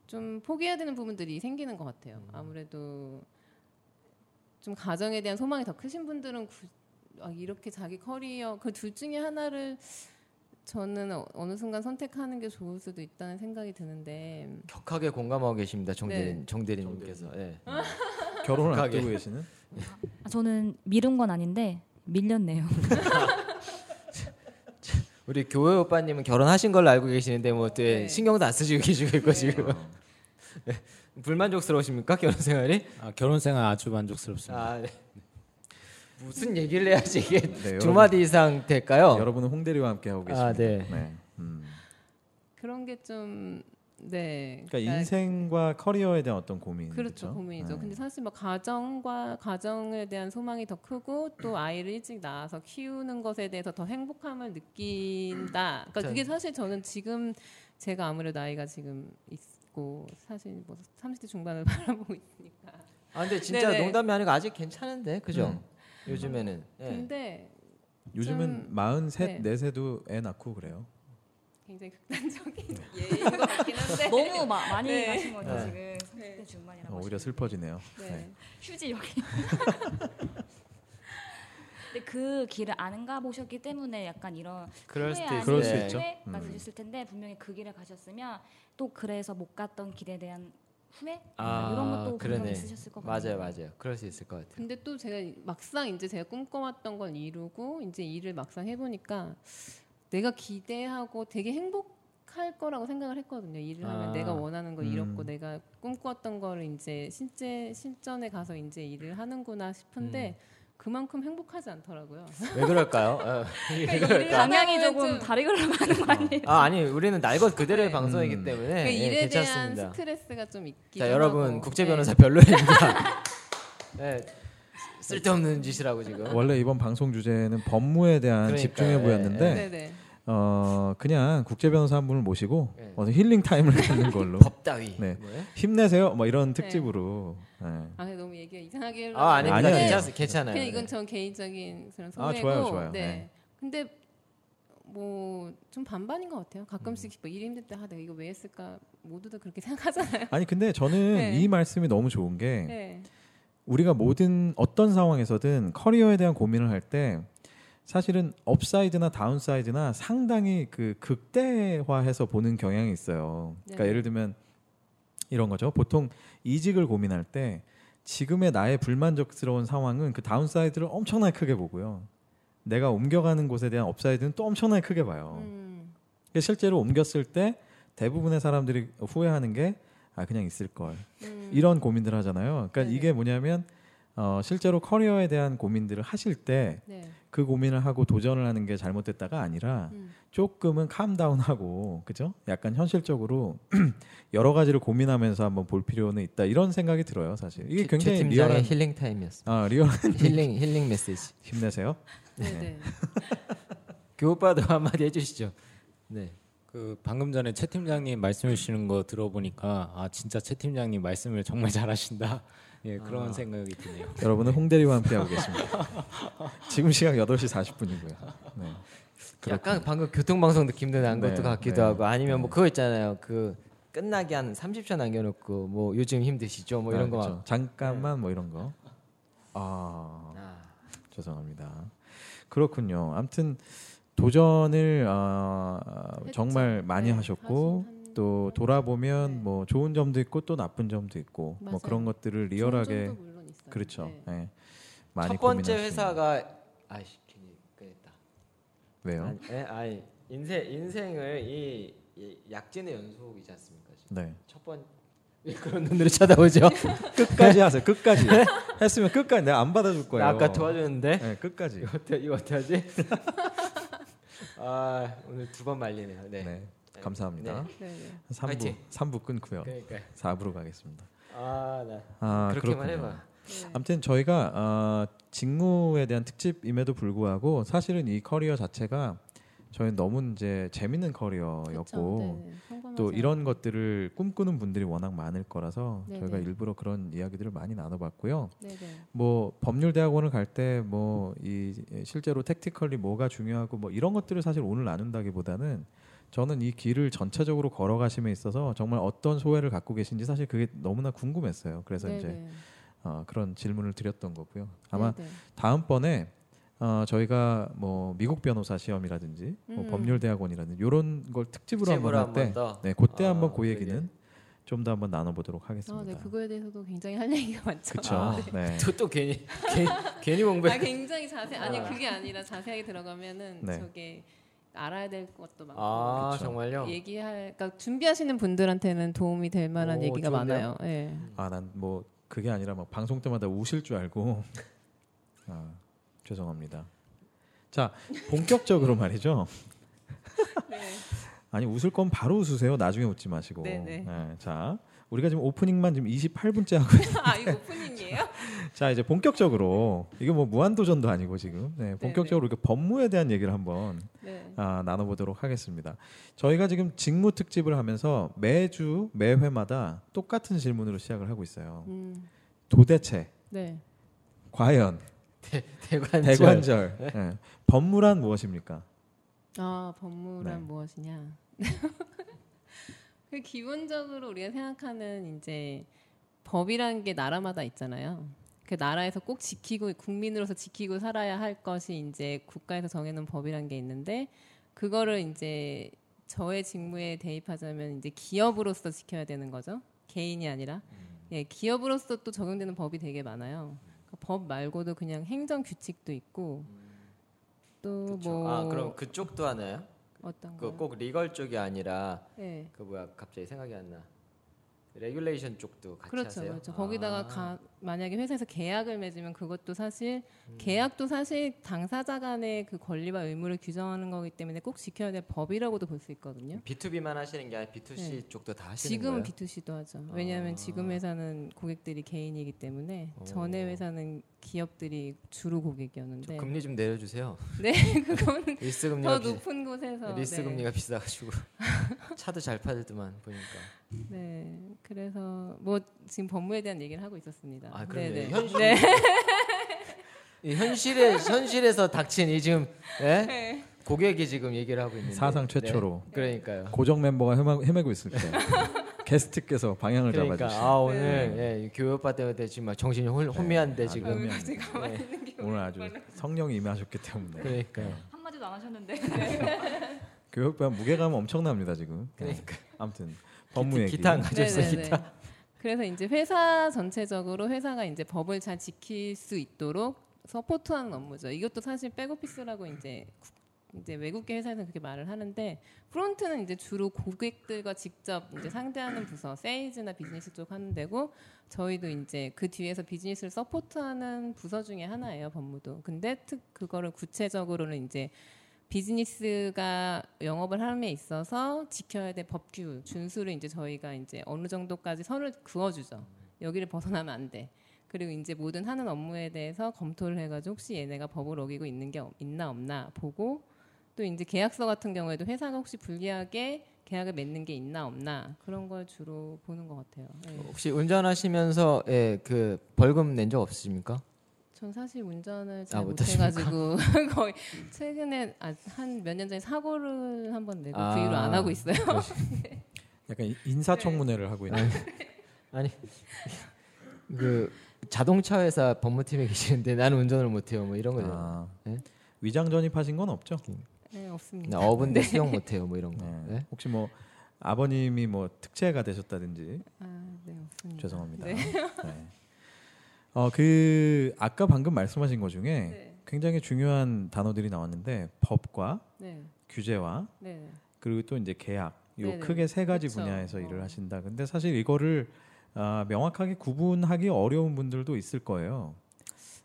[SPEAKER 3] 좀 포기해야 되는 부분들이 생기는 것 같아요.
[SPEAKER 1] 음.
[SPEAKER 3] 아무래도 좀 가정에 대한 소망이 더 크신 분들은 구, 아, 이렇게 자기 커리어 그 둘 중에 하나를 저는 어- 어느 순간 선택하는 게 좋을 수도 있다는 생각이 드는데
[SPEAKER 2] 격하게 공감하고 계십니다 정대린
[SPEAKER 3] 네.
[SPEAKER 2] 정대리님께서. 예.
[SPEAKER 1] 결혼을
[SPEAKER 2] 가게.
[SPEAKER 1] 앞두고 계시는 네,
[SPEAKER 4] 아, 저는 미룬 건 아닌데 밀렸네요.
[SPEAKER 2] 우리 교회 오빠님은 결혼하신 걸로 알고 계시는데 뭐 어때
[SPEAKER 3] 네.
[SPEAKER 2] 신경도 안 쓰시고 계시고 있고
[SPEAKER 3] 네.
[SPEAKER 2] 지금 네. 불만족스러우십니까 결혼 생활이?
[SPEAKER 5] 아, 결혼 생활 아주 만족스럽습니다.
[SPEAKER 2] 아 네. 무슨 얘기를 해야지 이게
[SPEAKER 1] 네,
[SPEAKER 2] 두
[SPEAKER 1] 여러분,
[SPEAKER 2] 마디 이상 될까요?
[SPEAKER 1] 여러분은 홍대리와 함께 하고 계십니다.
[SPEAKER 2] 아, 네.
[SPEAKER 1] 음.
[SPEAKER 3] 그런 게좀네
[SPEAKER 1] 그러니까 인생과 커리어에 대한 어떤 고민.
[SPEAKER 3] 그렇죠 고민이죠.
[SPEAKER 1] 네.
[SPEAKER 3] 근데 사실 막 가정과 가정에 대한 소망이 더 크고 또 아이를 일찍 낳아서 키우는 것에 대해서 더 행복함을 느낀다. 그러니까
[SPEAKER 2] 자.
[SPEAKER 3] 그게 사실 저는 지금 제가 아무래도 나이가 지금 있고 사실 뭐 30대 중반을 바라보고 있으니까.
[SPEAKER 2] 아 근데 진짜
[SPEAKER 3] 네네. 음.
[SPEAKER 2] 농담이 아니고 아직 괜찮은데 그죠?
[SPEAKER 1] 음.
[SPEAKER 2] 요즘에는 예.
[SPEAKER 3] 근데
[SPEAKER 1] 요즘은
[SPEAKER 3] 좀-
[SPEAKER 1] 43,
[SPEAKER 3] 네.
[SPEAKER 1] 네. 4세도 애 낳고 그래요.
[SPEAKER 3] 굉장히 극단적인 예인 것 같긴 한데.
[SPEAKER 4] 너무 마- 많이
[SPEAKER 3] 네.
[SPEAKER 4] 가신 거죠
[SPEAKER 2] 네.
[SPEAKER 4] 지금 30대
[SPEAKER 3] 네.
[SPEAKER 4] 중반이라고.
[SPEAKER 1] 오히려
[SPEAKER 4] 하시는데.
[SPEAKER 1] 슬퍼지네요. 네.
[SPEAKER 3] 네.
[SPEAKER 4] 휴지 여기. 근데 그 길을 안 가보셨기 때문에 약간 이런
[SPEAKER 2] 그럴 수도
[SPEAKER 4] 후회
[SPEAKER 2] 있어요.
[SPEAKER 1] 그럴 수
[SPEAKER 4] 아닌
[SPEAKER 1] 있죠.
[SPEAKER 4] 후회가
[SPEAKER 1] 음.
[SPEAKER 4] 드셨을 텐데 분명히 그 길에 가셨으면 또 그래서 못 갔던 길에 대한 후회
[SPEAKER 2] 아,
[SPEAKER 4] 이런 것도 분명
[SPEAKER 2] 그러네.
[SPEAKER 4] 히 있으셨을 것 같아요.
[SPEAKER 2] 맞아요, 맞아요. 그럴 수 있을 것 같아요.
[SPEAKER 3] 근데 또 제가 막상 이제 제가 꿈꿔왔던 걸 이루고 이제 일을 막상 해보니까 내가 기대하고 되게 행복할 거라고 생각을 했거든요. 일을 하면
[SPEAKER 2] 아.
[SPEAKER 3] 내가 원하는 걸
[SPEAKER 1] 음.
[SPEAKER 3] 이뤘고 내가 꿈꿨던 거를 이제 실제 실전에 가서 이제 일을 하는구나 싶은데
[SPEAKER 2] 음.
[SPEAKER 3] 그만큼 행복하지 않더라고요.
[SPEAKER 2] 왜 그럴까요? 어, 왜 그럴까?
[SPEAKER 4] 그러니까 방향이
[SPEAKER 3] 하다가
[SPEAKER 4] 조금
[SPEAKER 3] 좀-
[SPEAKER 4] 다르게 흘러가는 거 아니에요?
[SPEAKER 2] 아 아니 우리는 날것 그대로의
[SPEAKER 3] 네.
[SPEAKER 2] 방송이기
[SPEAKER 1] 음.
[SPEAKER 2] 때문에
[SPEAKER 3] 그
[SPEAKER 2] 예,
[SPEAKER 3] 일에 대한
[SPEAKER 2] 괜찮습니다.
[SPEAKER 3] 스트레스가 좀 있기도
[SPEAKER 2] 자 여러분
[SPEAKER 3] 하고.
[SPEAKER 2] 국제
[SPEAKER 3] 네.
[SPEAKER 2] 변호사 별로입니다. 네, 쓸데없는 짓이라고 지금.
[SPEAKER 1] 원래 이번 방송 주제는 법무에 대한
[SPEAKER 2] 그러니까요.
[SPEAKER 1] 집중해 보였는데
[SPEAKER 3] 네. 네
[SPEAKER 1] 어 그냥 국제 변호사 한 분을 모시고
[SPEAKER 2] 네.
[SPEAKER 1] 어느 힐링 타임을 갖는 걸로
[SPEAKER 2] 법 따위.
[SPEAKER 1] 네.
[SPEAKER 2] 뭐예요?
[SPEAKER 1] 힘내세요. 뭐 이런
[SPEAKER 3] 네.
[SPEAKER 1] 특집으로. 네.
[SPEAKER 3] 아 너무 얘기 가 이상하게 하려고
[SPEAKER 2] 아 아닙니다.
[SPEAKER 1] 아니요, 아니요.
[SPEAKER 2] 괜찮, 괜찮아요.
[SPEAKER 3] 그냥 이건 전 개인적인 그런
[SPEAKER 1] 네, 아,
[SPEAKER 3] 소외고
[SPEAKER 1] 좋아요, 좋아요.
[SPEAKER 3] 네.
[SPEAKER 1] 네.
[SPEAKER 3] 근데 뭐 좀 반반인 것 같아요. 가끔씩
[SPEAKER 1] 음.
[SPEAKER 3] 뭐 일 힘들 때 아 내가 이거 왜 했을까 모두들 그렇게 생각하잖아요.
[SPEAKER 1] 아니 근데 저는
[SPEAKER 3] 네.
[SPEAKER 1] 이 말씀이 너무 좋은 게
[SPEAKER 3] 네.
[SPEAKER 1] 우리가 모든 어떤 상황에서든 커리어에 대한 고민을 할 때 사실은 업사이드나 다운사이드나 상당히 그 극대화해서 보는 경향이 있어요. 그러니까
[SPEAKER 3] 네.
[SPEAKER 1] 예를 들면 이런 거죠. 보통 이직을 고민할 때 지금의 나의 불만족스러운 상황은 그 다운사이드를 엄청나게 크게 보고요. 내가 옮겨가는 곳에 대한 업사이드는 또 엄청나게 크게 봐요.
[SPEAKER 3] 음.
[SPEAKER 1] 근데 실제로 옮겼을 때 대부분의 사람들이 후회하는 게 아 그냥 있을 걸
[SPEAKER 3] 음.
[SPEAKER 1] 이런 고민들을 하잖아요. 그러니까
[SPEAKER 3] 네네.
[SPEAKER 1] 이게 뭐냐면 어, 실제로 커리어에 대한 고민들을 하실 때 그
[SPEAKER 3] 네.
[SPEAKER 1] 고민을 하고 도전을 하는 게 잘못됐다가 아니라
[SPEAKER 3] 음.
[SPEAKER 1] 조금은 캄다운하고 그죠? 약간 현실적으로 여러 가지를 고민하면서 한번 볼 필요는 있다 이런 생각이 들어요. 사실 이게
[SPEAKER 2] 최
[SPEAKER 1] 굉장히
[SPEAKER 2] 팀장의
[SPEAKER 1] 리얼한
[SPEAKER 2] 힐링 타임이었습니다.
[SPEAKER 1] 아 리얼한
[SPEAKER 2] 힐링 힐링 메시지.
[SPEAKER 1] 힘내세요.
[SPEAKER 3] 네. 네.
[SPEAKER 2] 교오빠도 한마디 해주시죠. 네.
[SPEAKER 5] 그 방금 전에 최 팀장님 말씀해 주시는 거 들어보니까 아 진짜 최 팀장님 말씀을 정말 잘하신다. 예 그런 생각이 드네요.
[SPEAKER 1] 여러분은 홍대리와 함께하고 계십니다. 지금 시각 8시 40분이고요. 네.
[SPEAKER 2] 약간 방금 교통방송 느낌도 난
[SPEAKER 1] 네,
[SPEAKER 2] 것도 같기도
[SPEAKER 1] 네,
[SPEAKER 2] 하고 아니면 뭐 그거 있잖아요. 그 끝나기 한 30초 남겨놓고 뭐 요즘 힘드시죠? 뭐 이런
[SPEAKER 1] 아,
[SPEAKER 2] 거
[SPEAKER 1] 그쵸.
[SPEAKER 2] 막. 네.
[SPEAKER 1] 잠깐만 뭐 이런 거. 아 죄송합니다. 그렇군요. 아무튼 도전을 아,
[SPEAKER 3] 했죠.
[SPEAKER 1] 정말 많이
[SPEAKER 3] 네,
[SPEAKER 1] 하셨고
[SPEAKER 3] 하신-
[SPEAKER 1] 또 돌아보면
[SPEAKER 3] 네.
[SPEAKER 1] 뭐 좋은 점도 있고 또 나쁜 점도 있고 뭐
[SPEAKER 3] 맞아요.
[SPEAKER 1] 그런 것들을
[SPEAKER 3] 좋은 점도
[SPEAKER 1] 리얼하게
[SPEAKER 3] 물론 있어요.
[SPEAKER 1] 그렇죠.
[SPEAKER 3] 네.
[SPEAKER 1] 예. 많이
[SPEAKER 2] 첫 번째
[SPEAKER 1] 고민하신-
[SPEAKER 2] 회사가 아이씨 괜히 그랬다.
[SPEAKER 1] 왜요?
[SPEAKER 2] 아니, 에, 아니 인생 인생을 이, 이 약진의 연속이지 않습니까? 지금?
[SPEAKER 1] 네
[SPEAKER 2] 첫 번. 왜 그런 눈으로 쳐다보죠?
[SPEAKER 1] 끝까지 하세요. 끝까지 했으면 끝까지 내가 안 받아줄 거예요.
[SPEAKER 2] 나 아까 도와줬는데
[SPEAKER 1] 네, 끝까지.
[SPEAKER 2] 이거 어때 이거 어떡하지? 아 오늘 두 번 말리네요. 네.
[SPEAKER 1] 네, 감사합니다.
[SPEAKER 2] 네.
[SPEAKER 3] 네, 네.
[SPEAKER 1] 3부
[SPEAKER 2] 화이팅.
[SPEAKER 1] 3부 끊고요.
[SPEAKER 2] 그러니까
[SPEAKER 1] 4부로 가겠습니다.
[SPEAKER 2] 아나
[SPEAKER 1] 아
[SPEAKER 2] 그렇게만
[SPEAKER 1] 그렇군요.
[SPEAKER 2] 해봐.
[SPEAKER 3] 네.
[SPEAKER 1] 아무튼 저희가 아, 직무에 대한 특집임에도 불구하고 사실은 이 커리어 자체가 저희 는 너무 이제 재밌는 커리어였고
[SPEAKER 3] 그렇죠. 네, 네. 평범하지
[SPEAKER 1] 또 이런
[SPEAKER 3] 않아요.
[SPEAKER 1] 것들을 꿈꾸는 분들이 워낙 많을 거라서
[SPEAKER 3] 네,
[SPEAKER 1] 저희가
[SPEAKER 3] 네.
[SPEAKER 1] 일부러 그런 이야기들을 많이 나눠봤고요.
[SPEAKER 3] 네, 네.
[SPEAKER 1] 뭐 법률대학원을 갈 때 뭐 이 실제로 택티컬리 뭐가 중요하고 뭐 이런 것들을 사실 오늘 나눈다기보다는 저는 이 길을 전체적으로 걸어가심에 있어서 정말 어떤 소회를 갖고 계신지 사실 그게 너무나 궁금했어요. 그래서
[SPEAKER 3] 네,
[SPEAKER 1] 이제
[SPEAKER 3] 네.
[SPEAKER 1] 어, 그런 질문을 드렸던 거고요. 아마
[SPEAKER 3] 네, 네.
[SPEAKER 1] 다음번에 어, 저희가 뭐 미국 변호사 시험이라든지 뭐
[SPEAKER 3] 음.
[SPEAKER 1] 법률대학원이라든지 이런 걸 특집으로 한번 할 때,
[SPEAKER 2] 더.
[SPEAKER 1] 네, 그때
[SPEAKER 2] 아,
[SPEAKER 1] 한번 그
[SPEAKER 2] 되게.
[SPEAKER 1] 얘기는 좀 더 한번 나눠보도록
[SPEAKER 3] 아, 네,
[SPEAKER 1] 하겠습니다.
[SPEAKER 3] 그거에 대해서도 굉장히 할 얘기가 많죠.
[SPEAKER 1] 그쵸.
[SPEAKER 2] 아,
[SPEAKER 1] 네.
[SPEAKER 2] 저 또 괜히 괜히, 괜히
[SPEAKER 3] 아
[SPEAKER 2] 공부해.
[SPEAKER 3] 굉장히 자세 아니
[SPEAKER 2] 아.
[SPEAKER 3] 그게 아니라 자세하게 들어가면은
[SPEAKER 1] 네.
[SPEAKER 3] 저게 알아야 될 것도 많고
[SPEAKER 2] 아
[SPEAKER 1] 그쵸.
[SPEAKER 2] 정말요?
[SPEAKER 3] 얘기할 그러니까 준비하시는 분들한테는 도움이 될 만한
[SPEAKER 2] 오,
[SPEAKER 3] 얘기가
[SPEAKER 2] 좋은데요?
[SPEAKER 3] 많아요. 예.
[SPEAKER 1] 아 난 뭐 그게 아니라 막 방송 때마다 우실 줄 알고 아, 죄송합니다. 자 본격적으로 말이죠.
[SPEAKER 3] 네.
[SPEAKER 1] 아니 웃을 건 바로 웃으세요. 나중에 웃지 마시고.
[SPEAKER 3] 네네.
[SPEAKER 1] 네, 자 우리가 지금 오프닝만 지금 28분째 하고
[SPEAKER 3] 아 이거 오프닝이에요?
[SPEAKER 1] 자 이제 본격적으로 이게 뭐 무한도전도 아니고 지금 네, 본격적으로 이렇게 법무에 대한 얘기를 한번
[SPEAKER 3] 네.
[SPEAKER 1] 아, 나눠보도록 하겠습니다. 저희가 지금 직무 특집을 하면서 매주 매 회마다 똑같은 질문으로 시작을 하고 있어요.
[SPEAKER 3] 음.
[SPEAKER 1] 도대체
[SPEAKER 3] 네.
[SPEAKER 1] 과연
[SPEAKER 2] 대관절.
[SPEAKER 1] 대관절
[SPEAKER 2] 네.
[SPEAKER 1] 예, 법무란 무엇입니까?
[SPEAKER 3] 아 법무란
[SPEAKER 1] 네.
[SPEAKER 3] 무엇이냐? 그 기본적으로 우리가 생각하는 이제 법이라는 게 나라마다 있잖아요. 그 나라에서 꼭 지키고 국민으로서 지키고 살아야 할 것이 이제 국가에서 정해놓은 법이란 게 있는데 그거를 이제 저의 직무에 대입하자면 이제 기업으로서 지켜야 되는 거죠. 개인이 아니라 예 기업으로서 또 적용되는 법이 되게 많아요. 그러니까 법 말고도 그냥 행정 규칙도 있고
[SPEAKER 2] 그쵸.
[SPEAKER 3] 어, 또뭐 네.
[SPEAKER 2] 아 그럼 그쪽도 하나요?
[SPEAKER 3] 어떤 거?
[SPEAKER 2] 그꼭 리걸 쪽이 아니라
[SPEAKER 3] 네.
[SPEAKER 2] 그 뭐야 갑자기 생각이 안 나. 레귤레이션 쪽도 같이
[SPEAKER 3] 그렇죠,
[SPEAKER 2] 하세요.
[SPEAKER 3] 그렇죠.
[SPEAKER 2] 아.
[SPEAKER 3] 거기다가 가- 만약에 회사에서 계약을 맺으면 그것도 사실
[SPEAKER 2] 음.
[SPEAKER 3] 계약도 사실 당사자 간의 그 권리와 의무를 규정하는 거기 때문에 꼭 지켜야 될 법이라고도 볼 수 있거든요. 네.
[SPEAKER 2] B2B만 하시는 게 아니라 B2C 쪽도 다 음, 하시는
[SPEAKER 3] 지금은
[SPEAKER 2] 거예요?
[SPEAKER 3] B2C도 하죠.
[SPEAKER 2] 아.
[SPEAKER 3] 왜냐하면 지금 회사는 고객들이 개인이기 때문에
[SPEAKER 2] 오.
[SPEAKER 3] 전에 회사는 기업들이 주로
[SPEAKER 2] 저
[SPEAKER 3] 고객이었는데
[SPEAKER 2] 금리 좀 내려주세요.
[SPEAKER 3] 네. 그건
[SPEAKER 2] 리스
[SPEAKER 3] 더
[SPEAKER 2] 금리가 비...
[SPEAKER 3] 높은 곳에서
[SPEAKER 2] 리스
[SPEAKER 3] 네.
[SPEAKER 2] 금리가 비싸가지고 차도 잘 팔더만 보니까.
[SPEAKER 3] 네, 그래서 뭐 지금 법무에 대한 얘기를 하고 있었습니다.
[SPEAKER 2] 아 그러네.
[SPEAKER 3] 네, 네.
[SPEAKER 2] 현실.
[SPEAKER 3] 네.
[SPEAKER 2] 이 현실에 현실에서 닥친 이 지금 예?
[SPEAKER 3] 네.
[SPEAKER 2] 고객이 지금 얘기를 하고 있는데
[SPEAKER 1] 사상 최초로
[SPEAKER 2] 네. 그러니까요.
[SPEAKER 1] 고정 멤버가 헤마, 헤매고 있을 때 게스트께서 방향을
[SPEAKER 2] 그러니까
[SPEAKER 1] 잡아주시.
[SPEAKER 2] 아 오늘 예, 이 교육파 때문에 지금 막 정신이 홀, 혼미한데
[SPEAKER 1] 아,
[SPEAKER 3] 네. 아,
[SPEAKER 2] 네, 지금 예.
[SPEAKER 1] 그러면-
[SPEAKER 3] 제가 가만히 있는 게
[SPEAKER 1] 오늘 아주 성령이 임하셨기 때문에
[SPEAKER 2] 그러니까요.
[SPEAKER 4] 한마디도 안 하셨는데.
[SPEAKER 2] 음.
[SPEAKER 1] 교육반 무게감 엄청납니다 지금.
[SPEAKER 2] 그러니까.
[SPEAKER 1] 네. 아무튼 법무 얘기.
[SPEAKER 2] 기타 안 가져있어요
[SPEAKER 3] 네네네.
[SPEAKER 2] 기타.
[SPEAKER 3] 그래서 이제 회사 전체적으로 회사가 이제 법을 잘 지킬 수 있도록 서포트하는 업무죠. 이것도 사실 백오피스라고 이제 국- 이제 외국계 회사에서 그렇게 말을 하는데 프론트는 이제 주로 고객들과 직접 이제 상대하는 부서, 세일즈나 비즈니스 쪽 하는 데고 저희도 이제 그 뒤에서 비즈니스를 서포트하는 부서 중에 하나예요, 법무도. 근데 특 그거를 구체적으로는 이제 비즈니스가 영업을 함에 있어서 지켜야 될 법규 준수를 이제 저희가 이제 어느 정도까지 선을 그어주죠. 여기를 벗어나면 안 돼. 그리고 이제 모든 하는 업무에 대해서 검토를 해가지고 혹시 얘네가 법을 어기고 있는 게 없- 있나 없나 보고 또 이제 계약서 같은 경우에도 회사가 혹시 불리하게 계약을 맺는 게 있나 없나 그런 걸 주로 보는 것 같아요. 네.
[SPEAKER 2] 혹시 운전하시면서 예, 그 벌금 낸 적 없으십니까?
[SPEAKER 3] 전 사실 운전을 잘
[SPEAKER 2] 아,
[SPEAKER 3] 못해가지고 거의 최근에 한 몇 년 전에 사고를 한 번 내고
[SPEAKER 2] 아.
[SPEAKER 3] 그 이후로 안 하고 있어요.
[SPEAKER 1] 약간 이- 인사청문회를 하고 있는.
[SPEAKER 2] 아, 그 자동차 회사 법무팀에 계시는데 나는 운전을 못해요 뭐 이런 거죠.
[SPEAKER 1] 아,
[SPEAKER 2] 네.
[SPEAKER 1] 위장 전입하신 건 없죠?
[SPEAKER 3] 네,
[SPEAKER 2] 나
[SPEAKER 3] 없습니다.
[SPEAKER 2] 어분데 수용 못해요 뭐 이런 거.
[SPEAKER 1] 네.
[SPEAKER 2] 예?
[SPEAKER 1] 혹시 뭐 아버님이 뭐 특채가 되셨다든지
[SPEAKER 3] 아, 네, 없습니다.
[SPEAKER 1] 죄송합니다.
[SPEAKER 3] 네.
[SPEAKER 1] 네. 어, 그 아까 방금 말씀하신 것 중에
[SPEAKER 3] 네.
[SPEAKER 1] 굉장히 중요한 단어들이 나왔는데 법과
[SPEAKER 3] 네,
[SPEAKER 1] 규제와
[SPEAKER 3] 네.
[SPEAKER 1] 그리고 또 이제 계약 요
[SPEAKER 3] 네네.
[SPEAKER 1] 크게 세 가지
[SPEAKER 3] 그쵸.
[SPEAKER 1] 분야에서
[SPEAKER 3] 어.
[SPEAKER 1] 일을 하신다. 근데 사실 이거를 아, 명확하게 구분하기 어려운 분들도 있을 거예요.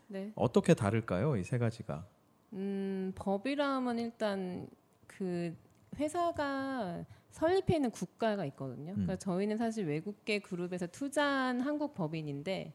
[SPEAKER 3] 네.
[SPEAKER 1] 어떻게 다를까요? 이 세 가지가.
[SPEAKER 3] 음, 법이라면 일단 그 회사가 설립해 있는 국가가 있거든요. 그러니까 저희는 사실 외국계 그룹에서 투자한 한국 법인인데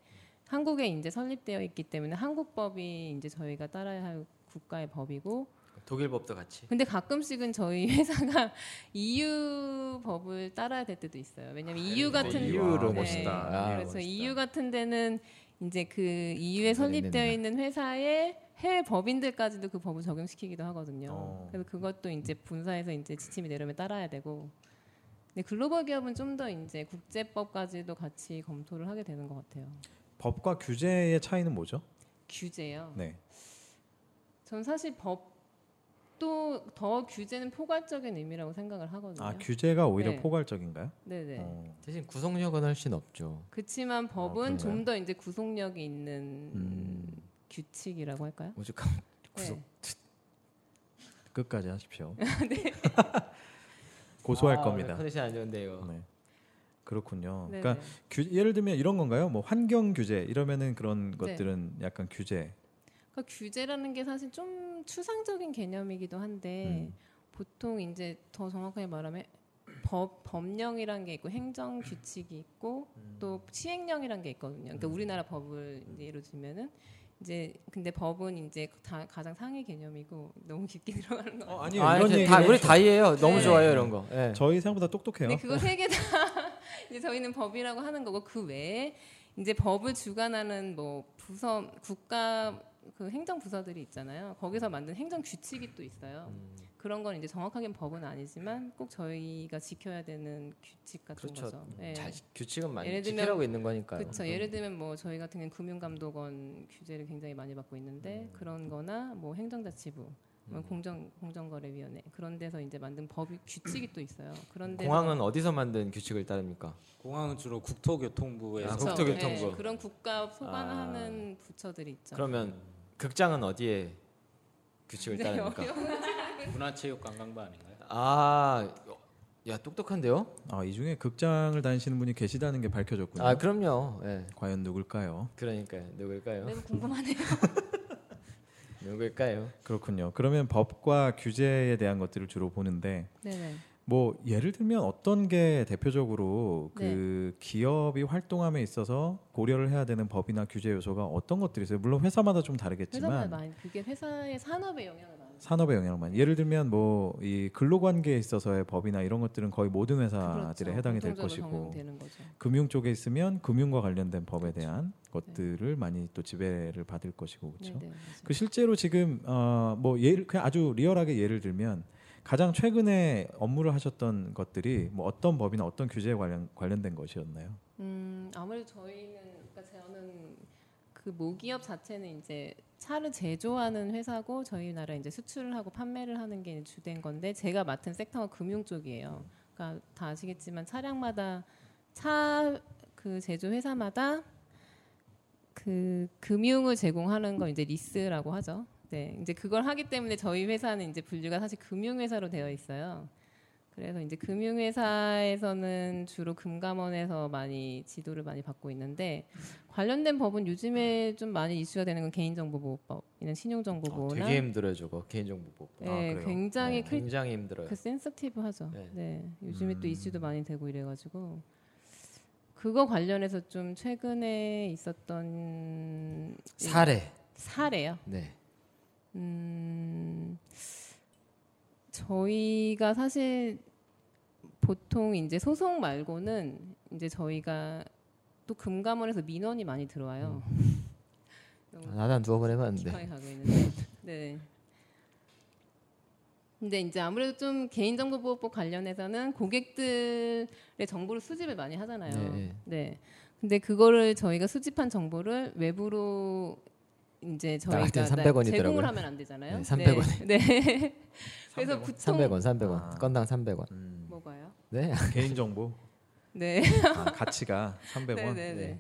[SPEAKER 3] 한국에 이제 설립되어 있기 때문에 한국 법이 이제 저희가 따라야 할 국가의 법이고
[SPEAKER 2] 네. 독일 법도 같이.
[SPEAKER 3] 근데 가끔씩은 저희 회사가 EU 법을 따라야 될 때도 있어요. 왜냐면 EU 같은
[SPEAKER 1] EU로
[SPEAKER 3] 네.
[SPEAKER 1] 멋있다.
[SPEAKER 2] 아,
[SPEAKER 3] 그래서
[SPEAKER 2] 멋있다.
[SPEAKER 3] EU 같은 데는 이제 그 EU에 설립되어
[SPEAKER 2] 잘했네,
[SPEAKER 3] 있는 회사의 해외 법인들까지도 그 법을 적용시키기도 하거든요.
[SPEAKER 1] 어.
[SPEAKER 3] 그래서 그것도 이제 본사에서 이제 지침이 내려면 따라야 되고. 근데 글로벌 기업은 좀 더 이제 국제법까지도 같이 검토를 하게 되는 것 같아요.
[SPEAKER 1] 법과 규제의 차이는 뭐죠?
[SPEAKER 3] 규제요.
[SPEAKER 1] 네.
[SPEAKER 3] 전 사실 법도 더 규제는 포괄적인 의미라고 생각을 하거든요.
[SPEAKER 1] 아, 규제가 오히려
[SPEAKER 3] 네.
[SPEAKER 1] 포괄적인가요?
[SPEAKER 3] 네네.
[SPEAKER 1] 어.
[SPEAKER 2] 대신 구속력은 훨씬 없죠.
[SPEAKER 3] 그렇지만 법은
[SPEAKER 2] 그런가요?
[SPEAKER 3] 좀 더 이제 구속력이 있는
[SPEAKER 1] 음.
[SPEAKER 3] 규칙이라고 할까요?
[SPEAKER 2] 오죽하면 구속.
[SPEAKER 3] 네.
[SPEAKER 1] 끝까지 하십시오. 고소할
[SPEAKER 2] 아, 오늘
[SPEAKER 1] 겁니다.
[SPEAKER 2] 컨디션 안 좋은데 이거.
[SPEAKER 1] 네. 그렇군요.
[SPEAKER 3] 네네.
[SPEAKER 1] 그러니까 규- 예를 들면 이런 건가요? 뭐 환경 규제 이러면은 그런
[SPEAKER 3] 네.
[SPEAKER 1] 것들은 약간 규제.
[SPEAKER 3] 그러니까 규제라는 게 사실 좀 추상적인 개념이기도 한데
[SPEAKER 1] 음.
[SPEAKER 3] 보통 이제 더 정확하게 말하면 법 법령이란 게 있고 행정 규칙이 있고 또 시행령이란 게 있거든요. 그러니까 우리나라 법을 이제 예로 들면은 이제 근데 법은 이제 다 가장 상위 개념이고 너무 깊게 들어가는 거.
[SPEAKER 1] 어,
[SPEAKER 2] 아니,
[SPEAKER 1] 아니요.
[SPEAKER 2] 아,
[SPEAKER 1] 이런
[SPEAKER 2] 이제
[SPEAKER 1] 얘기
[SPEAKER 2] 다, 우리
[SPEAKER 1] 우리
[SPEAKER 2] 다 이해해요. 너무
[SPEAKER 3] 네.
[SPEAKER 2] 좋아요 이런 거. 예.
[SPEAKER 1] 저희 생각보다 똑똑해요.
[SPEAKER 3] 근데 네, 그거 세 개 다 이제 저희는 법이라고 하는 거고 그 외에 이제 법을 주관하는 뭐 부서 국가 그 행정 부서들이 있잖아요.
[SPEAKER 2] 음.
[SPEAKER 3] 거기서 만든 행정 규칙이 또 있어요. 그런 건 이제 정확하게 법은 아니지만 꼭 저희가 지켜야 되는 규칙 같은
[SPEAKER 2] 그렇죠.
[SPEAKER 3] 거죠. 예.
[SPEAKER 2] 잘 규칙은 많이
[SPEAKER 3] 예를 들면-
[SPEAKER 2] 지키라고 있는 거니까요. 음.
[SPEAKER 3] 그렇죠. 예를 들면 뭐 저희 같은 경우는 금융감독원 규제를 굉장히 많이 받고
[SPEAKER 2] 음.
[SPEAKER 3] 있는데 그런거나 뭐 행정자치부, 뭐 공정 공정거래위원회 그런 데서 이제 만든 법 규칙이 또 있어요. 그런 데서
[SPEAKER 2] 공항은 어디서 만든 규칙을 따릅니까?
[SPEAKER 5] 공항은 주로 국토교통부에서
[SPEAKER 2] 아,
[SPEAKER 3] 그렇죠.
[SPEAKER 2] 국토교통부.
[SPEAKER 3] 네, 그런 국가
[SPEAKER 1] 아.
[SPEAKER 3] 소관하는 부처들이 있죠.
[SPEAKER 2] 그러면 극장은 어디에 규칙을
[SPEAKER 3] 네,
[SPEAKER 2] 따릅니까?
[SPEAKER 5] 그- 문화체육관광부 아닌가요?
[SPEAKER 2] 아, 야 똑똑한데요?
[SPEAKER 1] 아, 이 중에 극장을 다니시는 분이 계시다는 게 밝혀졌군요.
[SPEAKER 2] 아 그럼요. 예.
[SPEAKER 1] 과연 누굴까요?
[SPEAKER 2] 그러니까 누굴까요?
[SPEAKER 4] 매우 궁금하네요.
[SPEAKER 2] 누굴까요?
[SPEAKER 1] 그렇군요. 그러면 법과 규제에 대한 것들을 주로 보는데
[SPEAKER 3] 네네.
[SPEAKER 1] 뭐 예를 들면 어떤 게 대표적으로 그
[SPEAKER 3] 네.
[SPEAKER 1] 기업이 활동함에 있어서 고려를 해야 되는 법이나 규제 요소가 어떤 것들이 있어요? 물론 회사마다 좀
[SPEAKER 3] 회사에
[SPEAKER 1] 다르겠지만
[SPEAKER 3] 많이 그게 회사의 산업에 영향을 많이.
[SPEAKER 1] 산업에 영향을 많이. 예를 들면 뭐 이 근로관계에 있어서의 법이나 이런 것들은 거의 모든 회사들에
[SPEAKER 3] 그렇죠.
[SPEAKER 1] 해당이 될
[SPEAKER 3] 공통적으로
[SPEAKER 1] 것이고
[SPEAKER 3] 적용되는 그렇죠. 거죠.
[SPEAKER 1] 금융 쪽에 있으면 금융과 관련된 법에 대한
[SPEAKER 3] 네.
[SPEAKER 1] 것들을 많이 또 지배를 받을 것이고 그렇죠.
[SPEAKER 3] 네네, 맞아요.
[SPEAKER 1] 그 실제로 지금 어뭐 예를 그냥 아주 리얼하게 예를 들면 가장 최근에 업무를 하셨던 것들이 뭐 어떤 법이나 어떤 규제에 관련 관련된 것이었나요?
[SPEAKER 3] 음, 아무래도 저희는 그러니까 저는 그 모기업 자체는 이제 차를 제조하는 회사고 저희 나라 이제 수출을 하고 판매를 하는 게 주된 건데 제가 맡은 섹터가 금융 쪽이에요. 그러니까 다 아시겠지만 차량마다 차 그 제조 회사마다 그 금융을 제공하는 건 이제 리스라고 하죠. 네, 이제 그걸 하기 때문에 저희 회사는 이제 분류가 사실 금융 회사로 되어 있어요. 그래서 이제 금융회사에서는 주로 금감원에서 많이 지도를 많이 받고 있는데 관련된 법은 요즘에 좀 많이 이슈가 되는 건 개인정보보호법, 이런
[SPEAKER 2] 아,
[SPEAKER 3] 신용정보보호나
[SPEAKER 2] 되게 힘들어요 저거 개인정보 보호.
[SPEAKER 3] 예,
[SPEAKER 1] 아, 그래요?
[SPEAKER 3] 굉장히
[SPEAKER 2] 네,
[SPEAKER 3] 클-
[SPEAKER 2] 굉장히 힘들어요.
[SPEAKER 3] 그 센서티브하죠.
[SPEAKER 2] 네.
[SPEAKER 3] 네. 요즘에 또 이슈도 많이 되고 이래가지고 그거 관련해서 좀 최근에 있었던
[SPEAKER 2] 사례.
[SPEAKER 3] 사례요.
[SPEAKER 2] 네.
[SPEAKER 3] 음, 저희가 사실 보통 이제 소송 말고는 이제 저희가 또 금감원에서 민원이 많이 들어와요.
[SPEAKER 2] 음,
[SPEAKER 3] 너무
[SPEAKER 2] 나도 한 두어 번 해봤는데.
[SPEAKER 3] 깊하게 가고 있는데. 네. 근데 이제 아무래도 좀 개인정보보호법 관련해서는 고객들의 정보를 수집을 많이 하잖아요.
[SPEAKER 2] 네.
[SPEAKER 3] 네. 근데 그거를 저희가 수집한 정보를 외부로 이제
[SPEAKER 2] 나갈
[SPEAKER 3] 저희가
[SPEAKER 2] 때는
[SPEAKER 3] 나-
[SPEAKER 2] 300원
[SPEAKER 3] 제공을
[SPEAKER 2] 이더라고요.
[SPEAKER 3] 하면 안 되잖아요.
[SPEAKER 2] 아, 네, 300원
[SPEAKER 3] 네. 네. 그래서 보통
[SPEAKER 2] 300원, 300원.
[SPEAKER 1] 아.
[SPEAKER 2] 건당 300원.
[SPEAKER 1] 음,
[SPEAKER 3] 뭐가요?
[SPEAKER 2] 네.
[SPEAKER 1] 개인 정보
[SPEAKER 3] 네.
[SPEAKER 1] 아, 가치가 300원.
[SPEAKER 3] 네, 네, 네.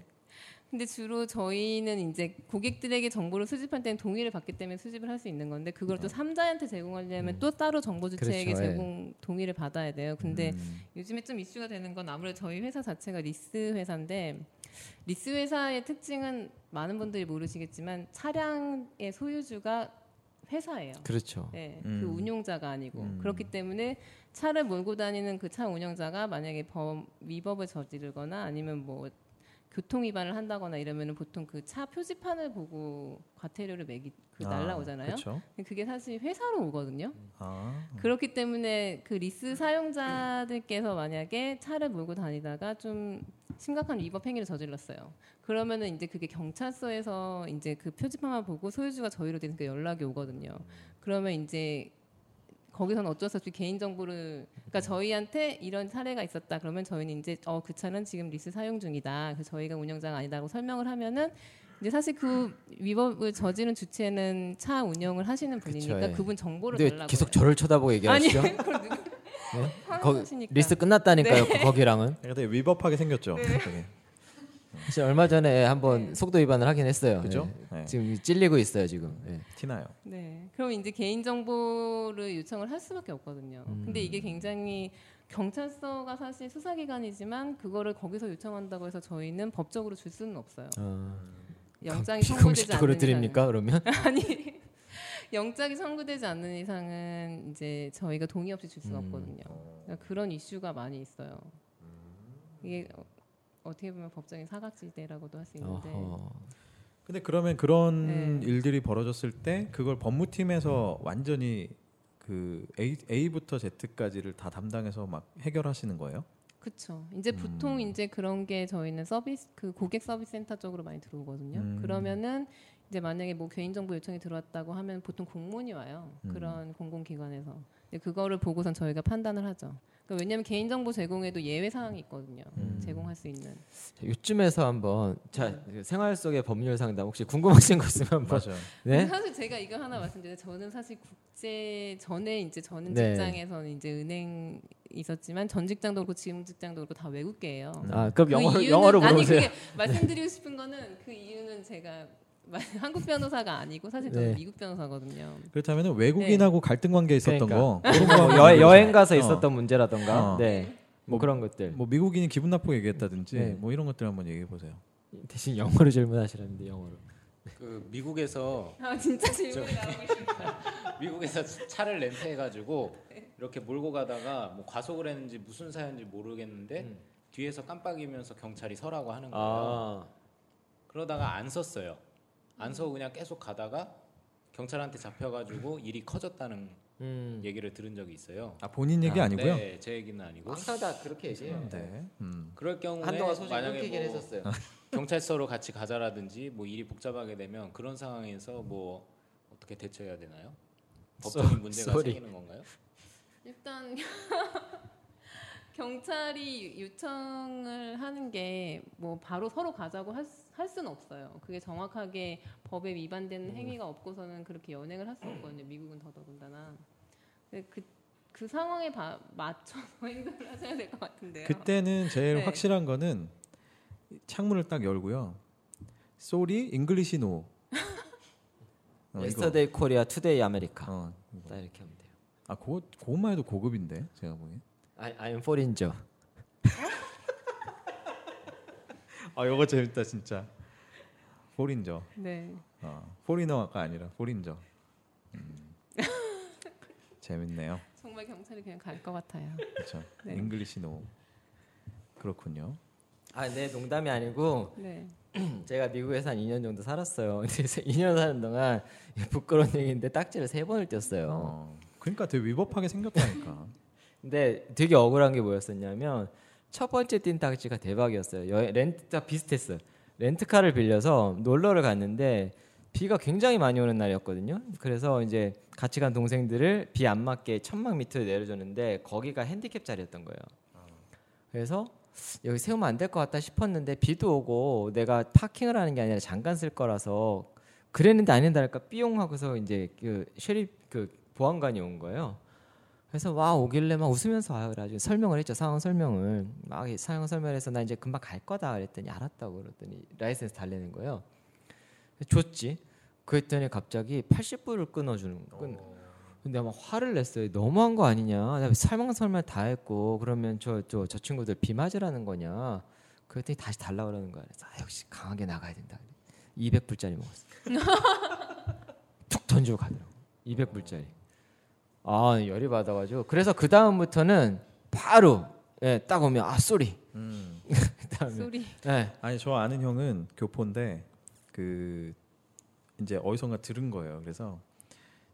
[SPEAKER 3] 근데 주로 저희는 이제 고객들에게 정보를 수집할 때는 동의를 받기 때문에 수집을 할 수 있는 건데 그걸 또 삼자한테 제공하려면 또 따로 정보
[SPEAKER 2] 네. 음.
[SPEAKER 3] 주체에게
[SPEAKER 2] 그렇죠, 예.
[SPEAKER 3] 제공 동의를 받아야 돼요. 근데
[SPEAKER 1] 음,
[SPEAKER 3] 요즘에 좀 이슈가 되는 건 아무래도 저희 회사 자체가 리스 회사인데 리스 회사의 특징은 많은 분들이 모르시겠지만 차량의 소유주가 회사예요.
[SPEAKER 2] 그렇죠.
[SPEAKER 3] 네,
[SPEAKER 1] 음.
[SPEAKER 3] 그 운용자가 아니고
[SPEAKER 1] 음.
[SPEAKER 3] 그렇기 때문에 차를 몰고 다니는 그 차 운영자가 만약에 범 위법을 저지르거나 아니면 뭐 교통 위반을 한다거나 이러면은 보통 그 차 표지판을 보고 과태료를 매기 그
[SPEAKER 1] 아,
[SPEAKER 3] 날라오잖아요.
[SPEAKER 1] 그렇죠.
[SPEAKER 3] 근데 그게 사실 회사로 오거든요.
[SPEAKER 1] 아,
[SPEAKER 2] 어.
[SPEAKER 3] 그렇기 때문에 그 리스
[SPEAKER 2] 음.
[SPEAKER 3] 사용자들께서 만약에 차를 몰고 다니다가 좀 심각한 위법 행위를 저질렀어요. 그러면은 이제 그게 경찰서에서 이제 그 표지판만 보고 소유주가 저희로 되니까 연락이 오거든요. 그러면 이제 거기서는 어쩔 수 없이 개인 정보를 그러니까 저희한테 이런 사례가 있었다 그러면 저희는 이제 어 그 차는 지금 리스 사용 중이다. 그 저희가 운영자가 아니다라고 설명을 하면은 이제 사실 그 위법을 저지른 주체는 차 운영을 하시는 분이니까
[SPEAKER 2] 그쵸, 예.
[SPEAKER 3] 그분 정보를
[SPEAKER 2] 근데
[SPEAKER 3] 달라고
[SPEAKER 2] 계속
[SPEAKER 3] 해요.
[SPEAKER 2] 저를 쳐다보고 얘기하시죠.
[SPEAKER 3] 아니 그걸 누가 하는
[SPEAKER 2] 거-
[SPEAKER 3] 것이니까. 네.
[SPEAKER 2] 리스 끝났다니까요. 거기랑은.
[SPEAKER 1] 근데 위법하게 생겼죠. 갑자기.
[SPEAKER 2] 사실 얼마 전에
[SPEAKER 3] 네.
[SPEAKER 2] 한번 속도 위반을 하긴 했어요.
[SPEAKER 1] 그죠?
[SPEAKER 2] 예.
[SPEAKER 1] 네.
[SPEAKER 2] 지금 찔리고 있어요 지금. 예.
[SPEAKER 1] 티나요.
[SPEAKER 3] 네. 그럼 이제 개인 정보를 요청을 할 수밖에 없거든요.
[SPEAKER 2] 음.
[SPEAKER 3] 근데 이게 굉장히 경찰서가 사실 수사기관이지만 그거를 거기서 요청한다고 해서 저희는 법적으로 줄 수는 없어요.
[SPEAKER 2] 어,
[SPEAKER 3] 영장이 청구되지
[SPEAKER 2] 비공식적으로
[SPEAKER 3] 않는 네.
[SPEAKER 2] 드립니까 그러면?
[SPEAKER 3] 이상은. 아니. 영장이 청구되지 않는 이상은 이제 저희가 동의 없이 줄
[SPEAKER 2] 음.
[SPEAKER 3] 수가 없거든요. 그러니까 그런 이슈가 많이 있어요. 이게 어, 어떻게 보면 법적인 사각지대라고도 할 수 있는데.
[SPEAKER 2] 어허.
[SPEAKER 1] 근데 그러면 그런
[SPEAKER 3] 네.
[SPEAKER 1] 일들이 벌어졌을 때 그걸 법무팀에서 완전히 그 A, A부터 Z까지를 다 담당해서 막 해결하시는 거예요?
[SPEAKER 3] 그렇죠.
[SPEAKER 1] 음.
[SPEAKER 3] 이제 보통 이제 그런 게 저희는 서비스 그 고객 서비스 센터 쪽으로 많이 들어오거든요.
[SPEAKER 1] 음.
[SPEAKER 3] 그러면은 이제 만약에 뭐 개인정보 요청이 들어왔다고 하면 보통 공문이 와요.
[SPEAKER 1] 음.
[SPEAKER 3] 그런 공공기관에서. 근데 그거를 보고선 저희가 판단을 하죠. 그러니까 왜냐하면 개인정보 제공에도 예외 사항이 있거든요.
[SPEAKER 1] 음.
[SPEAKER 3] 제공할 수 있는.
[SPEAKER 2] 자, 요쯤에서 한번 자그 생활 속의 법률 상담 혹시 궁금하신 거 있으면 한번
[SPEAKER 1] 맞아요.
[SPEAKER 3] 근데
[SPEAKER 2] 네.
[SPEAKER 3] 사실 제가 이거 하나 말씀드리면 저는 사실 국제 전에 이제 저는
[SPEAKER 2] 네.
[SPEAKER 3] 직장에서는 이제 은행 있었지만 전 직장도 그렇고 지금 직장도 그렇고 다 외국계예요.
[SPEAKER 2] 아 그럼
[SPEAKER 3] 그
[SPEAKER 2] 영어로
[SPEAKER 3] 이유는-
[SPEAKER 2] 영어로 물어보세요. 네.
[SPEAKER 3] 아니 그게 말씀드리고 싶은 거는 그 이유는 제가 한국 변호사가 아니고 사실 저는
[SPEAKER 5] 네.
[SPEAKER 3] 미국 변호사거든요.
[SPEAKER 1] 그렇다면 외국인하고 갈등 관계에 있었던
[SPEAKER 2] 그러니까.
[SPEAKER 1] 거 그런 거
[SPEAKER 2] 뭐
[SPEAKER 1] 한번
[SPEAKER 2] 여,
[SPEAKER 1] 물어보자.
[SPEAKER 2] 여행 가서
[SPEAKER 1] 어.
[SPEAKER 2] 있었던 문제라던가
[SPEAKER 1] 어.
[SPEAKER 2] 네. 뭐 그런 것들
[SPEAKER 1] 뭐 미국인이 기분 나쁘게 얘기했다든지
[SPEAKER 2] 네.
[SPEAKER 1] 뭐 이런 것들 한번 얘기해 보세요.
[SPEAKER 2] 대신 영어로 질문하시라는데 영어로
[SPEAKER 5] 그 미국에서
[SPEAKER 3] 아 진짜 질문이 나오고 싶
[SPEAKER 5] 미국에서 차를 렌트해가지고 이렇게 몰고 가다가 뭐 과속을 했는지 무슨 사연인지 모르겠는데
[SPEAKER 2] 음.
[SPEAKER 5] 뒤에서 깜빡이면서 경찰이 서라고 하는 거예요.
[SPEAKER 2] 아
[SPEAKER 5] 그러다가 안 섰어요. 안 서고 그냥 계속 가다가 경찰한테 잡혀가지고 일이 커졌다는
[SPEAKER 2] 음.
[SPEAKER 5] 얘기를 들은 적이 있어요.
[SPEAKER 1] 아 본인 얘기
[SPEAKER 2] 아,
[SPEAKER 1] 아니고요.
[SPEAKER 5] 네, 제 얘기는 아니고.
[SPEAKER 2] 항상 다 그렇게 얘기해요
[SPEAKER 1] 네. 음.
[SPEAKER 5] 그럴 경우에
[SPEAKER 2] 한동안 소식
[SPEAKER 5] 만약에
[SPEAKER 2] 끊기긴
[SPEAKER 5] 뭐
[SPEAKER 2] 했었어요
[SPEAKER 5] 경찰서로 같이 가자라든지 뭐 일이 복잡하게 되면 그런 상황에서 뭐 어떻게 대처해야 되나요? 법적인 문제가
[SPEAKER 2] sorry.
[SPEAKER 5] 생기는 건가요?
[SPEAKER 3] 일단 경찰이 요청을 하는 게 뭐 바로 서로 가자고 할, 수- 할 수는 없어요. 그게 정확하게 법에 위반되는
[SPEAKER 2] 음.
[SPEAKER 3] 행위가 없고서는 그렇게 연행을 할 수 없거든요. 미국은 더더군다나. 근데 그, 그 상황에 바- 맞춰서 행동을 하셔야 될 것 같은데요.
[SPEAKER 1] 그때는 제일
[SPEAKER 3] 네.
[SPEAKER 1] 확실한 거는 창문을 딱 열고요. Sorry, English no. 어, 이거.
[SPEAKER 2] Yesterday Korea, Today America
[SPEAKER 1] 어.
[SPEAKER 2] 딱 이렇게 하면 돼요
[SPEAKER 1] 아, 그거 그것만 해도 고급인데 제가 보기엔.
[SPEAKER 2] I, I'm foreign죠
[SPEAKER 1] 아, 이거 재밌다 진짜. 포린저.
[SPEAKER 3] 네.
[SPEAKER 1] 어, 포리너가 아니라 포린저. 음. 재밌네요.
[SPEAKER 3] 정말 경찰이 그냥 갈 것 같아요.
[SPEAKER 1] 그렇죠.
[SPEAKER 3] 네.
[SPEAKER 1] English no. 그렇군요.
[SPEAKER 2] 아네 농담이 아니고
[SPEAKER 3] 네.
[SPEAKER 2] 제가 미국에서 한 2년 정도 살았어요 근데 2년 사는 동안 부끄러운 얘기인데 딱지를 세 번을 뗐어요
[SPEAKER 1] 어. 그러니까 되게 위법하게 생겼다니까.
[SPEAKER 2] 근데 되게 억울한 게 뭐였었냐면 첫 번째 띈 딱지가 대박이었어요. 여- 렌트가 비슷했어요. 렌트카를 빌려서 놀러를 갔는데 비가 굉장히 많이 오는 날이었거든요. 그래서 이제 같이 간 동생들을 비 안 맞게 천막 밑으로 내려줬는데 거기가 핸디캡 자리였던 거예요. 그래서 여기 세우면 안 될 것 같다 싶었는데 비도 오고 내가 파킹을 하는 게 아니라 잠깐 쓸 거라서 그랬는데 안 된다니까 삐용 하고서 이제 그 쉐리 그 보안관이 온 거예요. 그래서 와 오길래 막 웃으면서 와요. 그래가지고 설명을 했죠. 상황 설명을 막 이 상황 설명해서 나 이제 금방 갈 거다 그랬더니 알았다고 그랬더니 라이센스 달래는 거예요. 줬지. 그랬더니 갑자기 80불을 끊어주는 끈. 근데 막 화를 냈어요. 너무한 거 아니냐. 나 설명설명 다 했고 그러면 저 저 저 친구들 비 맞으라는 거냐. 그랬더니 다시 달라 그러는 거야. 그래서 아, 역시 강하게 나가야 된다. 200불짜리 먹었어. 툭 던지고 가더라고. 200불짜리. 아 열이 받아가지고 그래서 그 다음부터는 바로 예, 딱 오면 아 쏘리
[SPEAKER 1] 음.
[SPEAKER 2] 그다음에
[SPEAKER 3] 소리.
[SPEAKER 2] 예.
[SPEAKER 1] 아니 저 아는 형은 교포인데 그 이제 어디선가 들은 거예요. 그래서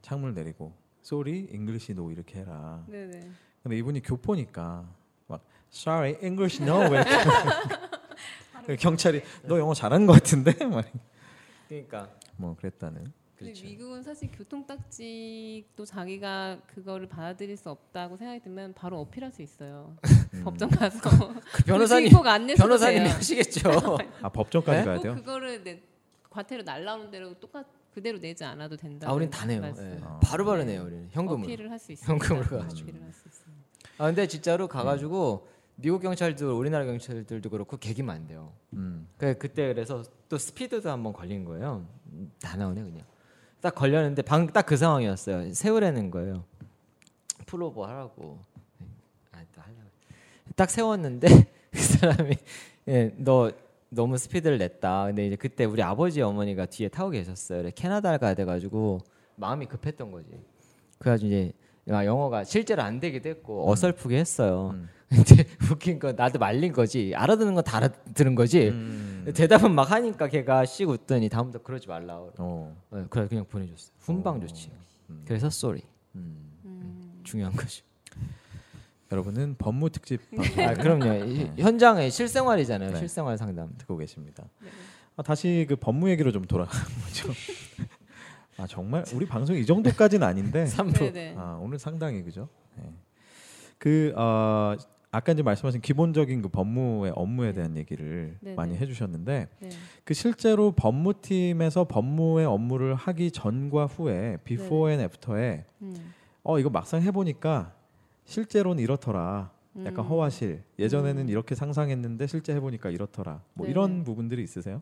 [SPEAKER 1] 창문을 내리고 sorry, English no 이렇게 해라.
[SPEAKER 3] 네네.
[SPEAKER 1] 근데 이분이 교포니까 막 sorry, English no 왜 이렇게 경찰이 너 영어 잘하는 것 같은데 막
[SPEAKER 2] 그러니까
[SPEAKER 1] 뭐 그랬다는.
[SPEAKER 3] 근데
[SPEAKER 2] 그렇죠.
[SPEAKER 3] 미국은 사실 교통딱지도 자기가 그거를 받아들일 수 없다고 생각이 들면 바로 어필할 수 있어요. 법정 가서
[SPEAKER 2] 그 음. 변호사님
[SPEAKER 3] 도시입국 안 내셔도
[SPEAKER 2] 변호사님이
[SPEAKER 3] 돼요.
[SPEAKER 2] 하시겠죠.
[SPEAKER 1] 아 법정까지
[SPEAKER 2] 네?
[SPEAKER 1] 가야
[SPEAKER 3] 꼭
[SPEAKER 1] 돼요?
[SPEAKER 3] 그거를 내 과태료 날라오는 대로 똑같 그대로 내지 않아도 된다.
[SPEAKER 2] 아 우리는 다 내요. 예.
[SPEAKER 3] 말씀.
[SPEAKER 2] 바로 바로 내요 우리는 현금으로.
[SPEAKER 3] 어필을 할 수 있어요.
[SPEAKER 2] 현금으로
[SPEAKER 1] 가지고.
[SPEAKER 3] 어필을 할수 있어요.
[SPEAKER 2] 아 근데 진짜로 가가지고 미국 경찰들 우리나라 경찰들도 그렇고 개기면 안 돼요.
[SPEAKER 1] 음.
[SPEAKER 2] 그 그때 그래서 또 스피드도 한번 걸린 거예요. 음, 다 나오네 그냥. 딱 걸렸는데 방 딱 그 상황이었어요. 세우라는 거예요. 풀오버 하라고. 아또 하려고. 딱 세웠는데 그 사람이 예, 너 너무 스피드를 냈다. 근데 이제 그때 우리 아버지 어머니가 뒤에 타고 계셨어요. 그래서 캐나다를 가야 돼가지고 마음이 급했던 거지. 그래가지고 이제 아, 영어가 실제로 안 되기도 했고 어설프게 했어요.
[SPEAKER 1] 음.
[SPEAKER 2] 근데 웃긴 건 나도 말린 거지. 알아듣는 건 다 알아들은 거지.
[SPEAKER 1] 음.
[SPEAKER 2] 대답은 막 하니까 걔가 씩 웃더니 다음부터 그러지 말라.
[SPEAKER 1] 어.
[SPEAKER 2] 네, 그래 그냥 보내줬어요. 훈방 조치.
[SPEAKER 1] 음.
[SPEAKER 2] 그래서 쏘리
[SPEAKER 1] 음.
[SPEAKER 2] 중요한 거죠.
[SPEAKER 1] 여러분은 법무 특집
[SPEAKER 2] 아
[SPEAKER 3] 네.
[SPEAKER 1] 방송을
[SPEAKER 2] 그럼요. 이- 현장의 실생활이잖아요.
[SPEAKER 1] 네.
[SPEAKER 2] 실생활 상담.
[SPEAKER 1] 듣고 계십니다.
[SPEAKER 3] 네.
[SPEAKER 1] 아, 다시 그 법무 얘기로 좀 돌아가보죠. 아 정말 우리 방송 이 정도까지는 아닌데
[SPEAKER 2] 3부.
[SPEAKER 3] 네네.
[SPEAKER 1] 아, 오늘 상당히 그죠. 네. 그 어, 아까 이제 말씀하신 기본적인 그 법무의 업무에 대한 얘기를
[SPEAKER 3] 네,
[SPEAKER 1] 많이
[SPEAKER 3] 네.
[SPEAKER 1] 해주셨는데
[SPEAKER 3] 네.
[SPEAKER 1] 그 실제로 법무팀에서 법무의 업무를 하기 전과 후에
[SPEAKER 3] 네,
[SPEAKER 1] before and after에
[SPEAKER 3] 음.
[SPEAKER 1] 어 이거 막상 해보니까 실제로는 이렇더라. 약간
[SPEAKER 3] 음.
[SPEAKER 1] 허화실. 예전에는
[SPEAKER 3] 음.
[SPEAKER 1] 이렇게 상상했는데 실제 해보니까 이렇더라. 뭐
[SPEAKER 3] 네네.
[SPEAKER 1] 이런 부분들이 있으세요?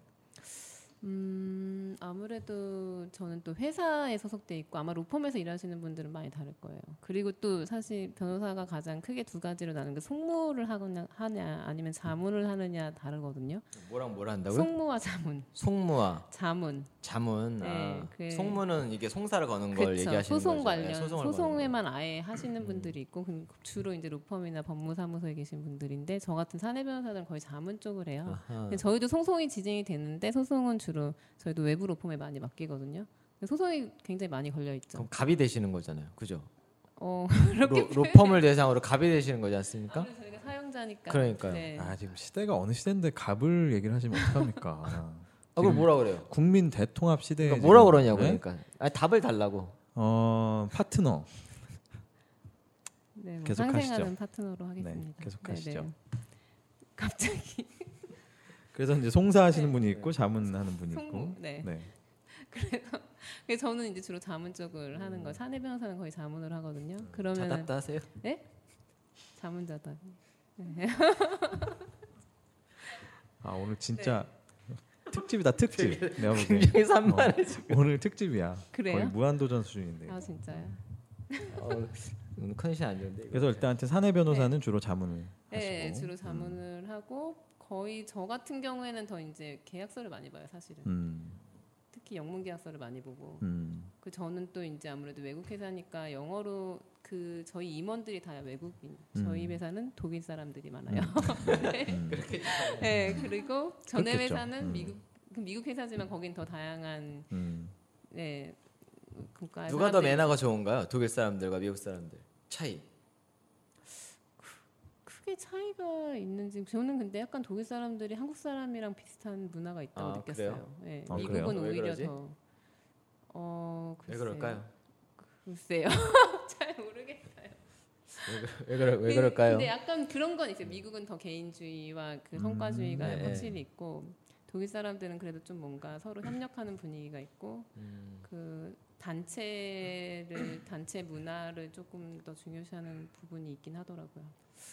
[SPEAKER 3] 음, 아무래도 저는 또 회사에 소속돼 있고 아마 로펌에서 일하시는 분들은 많이 다를 거예요. 그리고 또 사실 변호사가 가장 크게 두 가지로 나는 게 송무를 하거나 하냐 아니면 자문을 하느냐 다르거든요.
[SPEAKER 2] 뭐랑 뭘 한다고요?
[SPEAKER 3] 송무와 자문,
[SPEAKER 2] 송무와
[SPEAKER 3] 자문.
[SPEAKER 2] 자문.
[SPEAKER 3] 네,
[SPEAKER 2] 아,
[SPEAKER 3] 그-
[SPEAKER 2] 송무는 이게 송사를 거는 걸
[SPEAKER 3] 그렇죠.
[SPEAKER 2] 얘기하시는
[SPEAKER 3] 소송
[SPEAKER 2] 거죠.
[SPEAKER 3] 관련
[SPEAKER 2] 네, 소송을 거는 거.
[SPEAKER 3] 소송에만 아예 하시는 분들이 있고 그 주로 이제 로펌이나 법무사무소에 계신 분들인데 저 같은 사내 변호사들은 거의 자문 쪽을 해요.
[SPEAKER 2] 아하.
[SPEAKER 3] 근데 저희도 소송이 지정이 되는데 소송은 주로 저희도 외부 로펌에 많이 맡기거든요. 근데 소송이 굉장히 많이 걸려 있죠.
[SPEAKER 2] 그럼 갑이 되시는 거잖아요. 그죠?
[SPEAKER 3] 어,
[SPEAKER 2] 로, 로펌을 대상으로 갑이 되시는 거지 않습니까?
[SPEAKER 3] 아무래도 저희가 사용자니까.
[SPEAKER 2] 그러니까? 그러니까요.
[SPEAKER 3] 네.
[SPEAKER 1] 아 지금 시대가 어느 시대인데 갑을 얘기를 하시면 어떡합니까?
[SPEAKER 2] 아, 그럼 뭐라 그래요?
[SPEAKER 1] 국민 대통합 시대에
[SPEAKER 2] 그러니까
[SPEAKER 1] 지금,
[SPEAKER 2] 뭐라 그러냐고
[SPEAKER 1] 네?
[SPEAKER 2] 그러니까. 아, 답을 달라고.
[SPEAKER 1] 어 파트너
[SPEAKER 3] 네, 뭐
[SPEAKER 1] 계속
[SPEAKER 3] 상생하는
[SPEAKER 1] 하시죠.
[SPEAKER 3] 파트너로 하겠습니다.
[SPEAKER 1] 계속
[SPEAKER 3] 네,
[SPEAKER 1] 하시죠.
[SPEAKER 3] 네. 갑자기
[SPEAKER 1] 그래서 이제 송사하시는 분이 있고 자문하는 분이 있고
[SPEAKER 3] 송무. 네.
[SPEAKER 1] 네.
[SPEAKER 3] 그래서 저는 이제 주로 자문 쪽을 하는 거. 사내 변호사는 거의 자문을 하거든요. 그러면
[SPEAKER 2] 음. 자답다 하세요.
[SPEAKER 3] 자문자답.
[SPEAKER 1] 아 오늘 진짜 특집이다 특집 내가 보기엔
[SPEAKER 2] 굉장히 산만해.
[SPEAKER 1] 어, 오늘 특집이야 거의
[SPEAKER 3] 그래요?
[SPEAKER 1] 무한도전
[SPEAKER 2] 뭐.
[SPEAKER 1] 수준인데
[SPEAKER 3] 아 진짜요.
[SPEAKER 2] 어, 오늘 컨디션 안 좋은데. 이거.
[SPEAKER 1] 그래서 일단 사내 변호사는 주로 자문을
[SPEAKER 3] 네,
[SPEAKER 1] 하시고 음.
[SPEAKER 3] 주로 자문을 하고 거의 저 같은 경우에는 더 이제 계약서를 많이 봐요, 사실은.
[SPEAKER 1] 음,
[SPEAKER 3] 특히 영문 계약서를 많이 보고.
[SPEAKER 1] 음,
[SPEAKER 3] 그 저는 또 이제 아무래도 외국 회사니까 영어로 그 저희 임원들이 다 외국인,
[SPEAKER 1] 음.
[SPEAKER 3] 저희 회사는 독일 사람들이 많아요.
[SPEAKER 1] 음.
[SPEAKER 3] 네, 그리고 전에
[SPEAKER 1] 그렇겠죠.
[SPEAKER 3] 회사는
[SPEAKER 1] 음.
[SPEAKER 3] 미국 그 미국 회사지만 거긴 더 다양한
[SPEAKER 1] 음.
[SPEAKER 3] 네 국가
[SPEAKER 2] 누가 더 매너가 좋은가요? 독일 사람들과 미국 사람들 차이.
[SPEAKER 3] 크게 차이가 있는지 저는 근데 약간 독일 사람들이 한국 사람이랑 비슷한 문화가 있다고
[SPEAKER 2] 아,
[SPEAKER 3] 느꼈어요. 네,
[SPEAKER 1] 아, 그래요?
[SPEAKER 3] 미국은
[SPEAKER 2] 왜
[SPEAKER 3] 오히려
[SPEAKER 2] 그러지?
[SPEAKER 3] 더 어, 글쎄요.
[SPEAKER 2] 왜 그럴까요?
[SPEAKER 3] 글쎄요. 잘 모르겠어요.
[SPEAKER 2] 왜 그럴 왜
[SPEAKER 3] 근데-
[SPEAKER 2] 그럴까요?
[SPEAKER 3] 근데 약간 그런 건 있어요. 미국은 더 개인주의와 그 성과주의가
[SPEAKER 2] 네.
[SPEAKER 3] 확실히 있고 독일 사람들은 그래도 좀 뭔가 서로 협력하는 분위기가 있고 그 단체를 단체 문화를 조금 더 중요시하는 부분이 있긴 하더라고요.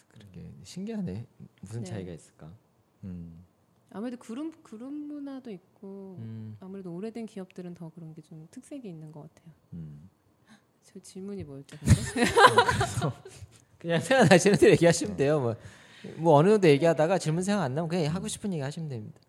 [SPEAKER 2] 그렇게 신기하네. 무슨
[SPEAKER 3] 네.
[SPEAKER 2] 차이가 있을까?
[SPEAKER 1] 음.
[SPEAKER 3] 아무래도 그룹 그룹 문화도
[SPEAKER 2] 음.
[SPEAKER 3] 있고 아무래도 오래된 기업들은 더 그런 게 좀 특색이 있는 것 같아요.
[SPEAKER 1] 음.
[SPEAKER 3] 저 질문이 뭐였죠? 근데?
[SPEAKER 2] 그냥 생각나시는 대로 얘기하시면 돼요. 뭐, 뭐 어느 정도 얘기하다가 질문 생각 안 나면 그냥 하고 싶은 얘기 하시면 됩니다.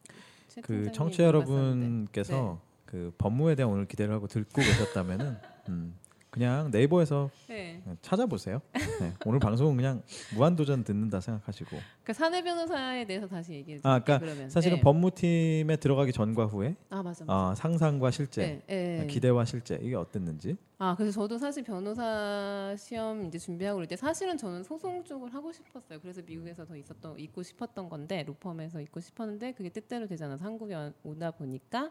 [SPEAKER 3] 채
[SPEAKER 1] 그
[SPEAKER 3] 네, 팀장님
[SPEAKER 1] 청취자
[SPEAKER 3] 물어봤었는데. 네.
[SPEAKER 1] 여러분께서 그 법무에 대한 오늘 기대를 하고 듣고 계셨다면은 음, 그냥 네이버에서
[SPEAKER 3] 네.
[SPEAKER 1] 그냥 찾아보세요. 네, 오늘 방송은 그냥 무한도전 듣는다 생각하시고
[SPEAKER 3] 그러니까 사내 변호사에 대해서 다시 얘기해 주세요.
[SPEAKER 1] 아, 그러니까
[SPEAKER 3] 그러면.
[SPEAKER 1] 사실은
[SPEAKER 3] 네.
[SPEAKER 1] 법무팀에 들어가기 전과 후에
[SPEAKER 3] 아 맞아 맞아.
[SPEAKER 1] 어, 상상과 실제,
[SPEAKER 3] 네, 네.
[SPEAKER 1] 기대와 실제 이게 어땠는지
[SPEAKER 3] 아 그래서 저도 사실 변호사 시험 이제 준비하고 그럴 때 사실은 저는 소송 쪽을 하고 싶었어요. 그래서 미국에서 더 있었던 있고 싶었던 건데 로펌에서 있고 싶었는데 그게 뜻대로 되지 않아서 한국에 와- 오다 보니까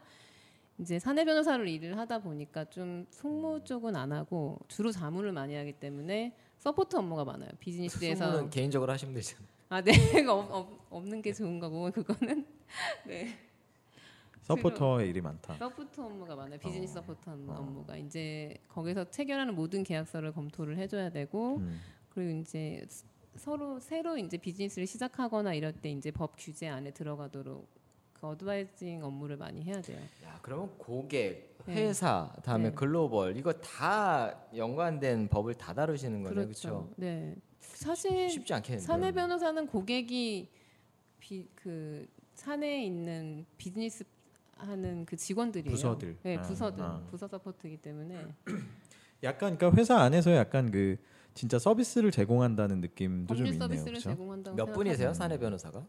[SPEAKER 3] 이제 사내 변호사로 일을 하다 보니까 좀 송무 쪽은 안 하고 주로 자문을 많이 하기 때문에 서포트 업무가 많아요.
[SPEAKER 2] 네,
[SPEAKER 3] 비즈니스에서
[SPEAKER 2] 승부는 개인적으로 하시면 되죠.
[SPEAKER 3] 아 네, 이거 없- 없- 없는 게 좋은 거고 그거는 네.
[SPEAKER 1] 서포터의 일이 많다.
[SPEAKER 3] 서포트 업무가 많아요. 아. 비즈니스 서포트 업무- 업무가 이제 거기서 체결하는 모든 계약서를 검토를 해줘야 되고
[SPEAKER 1] 음,
[SPEAKER 3] 그리고 이제 스- 서로 새로 이제 비즈니스를 시작하거나 이럴 때 이제 법 규제 안에 들어가도록 그 어드바이징 업무를 많이 해야 돼요.
[SPEAKER 2] 야, 그러면 고객,
[SPEAKER 3] 네.
[SPEAKER 2] 회사, 다음에
[SPEAKER 3] 네.
[SPEAKER 2] 글로벌 이거 다 연관된 법을 다 다루시는 거네요. 그렇죠.
[SPEAKER 3] 네. 사실
[SPEAKER 2] 쉽지 않겠는데.
[SPEAKER 3] 사내 변호사는 고객이 비, 그 사내에 있는 비즈니스 하는 그 직원들이에요.
[SPEAKER 1] 부서들.
[SPEAKER 3] 네,
[SPEAKER 1] 아,
[SPEAKER 3] 부서들.
[SPEAKER 1] 아.
[SPEAKER 3] 부서 서포트이기 때문에
[SPEAKER 1] 약간 그러니까 회사 안에서 약간 그 진짜 서비스를 제공한다는 느낌도 좀
[SPEAKER 3] 법률
[SPEAKER 1] 있네요.
[SPEAKER 3] 서비스를
[SPEAKER 1] 그렇죠?
[SPEAKER 3] 제공한다고
[SPEAKER 2] 몇 분이세요,
[SPEAKER 3] 생각하면
[SPEAKER 2] 사내 변호사가?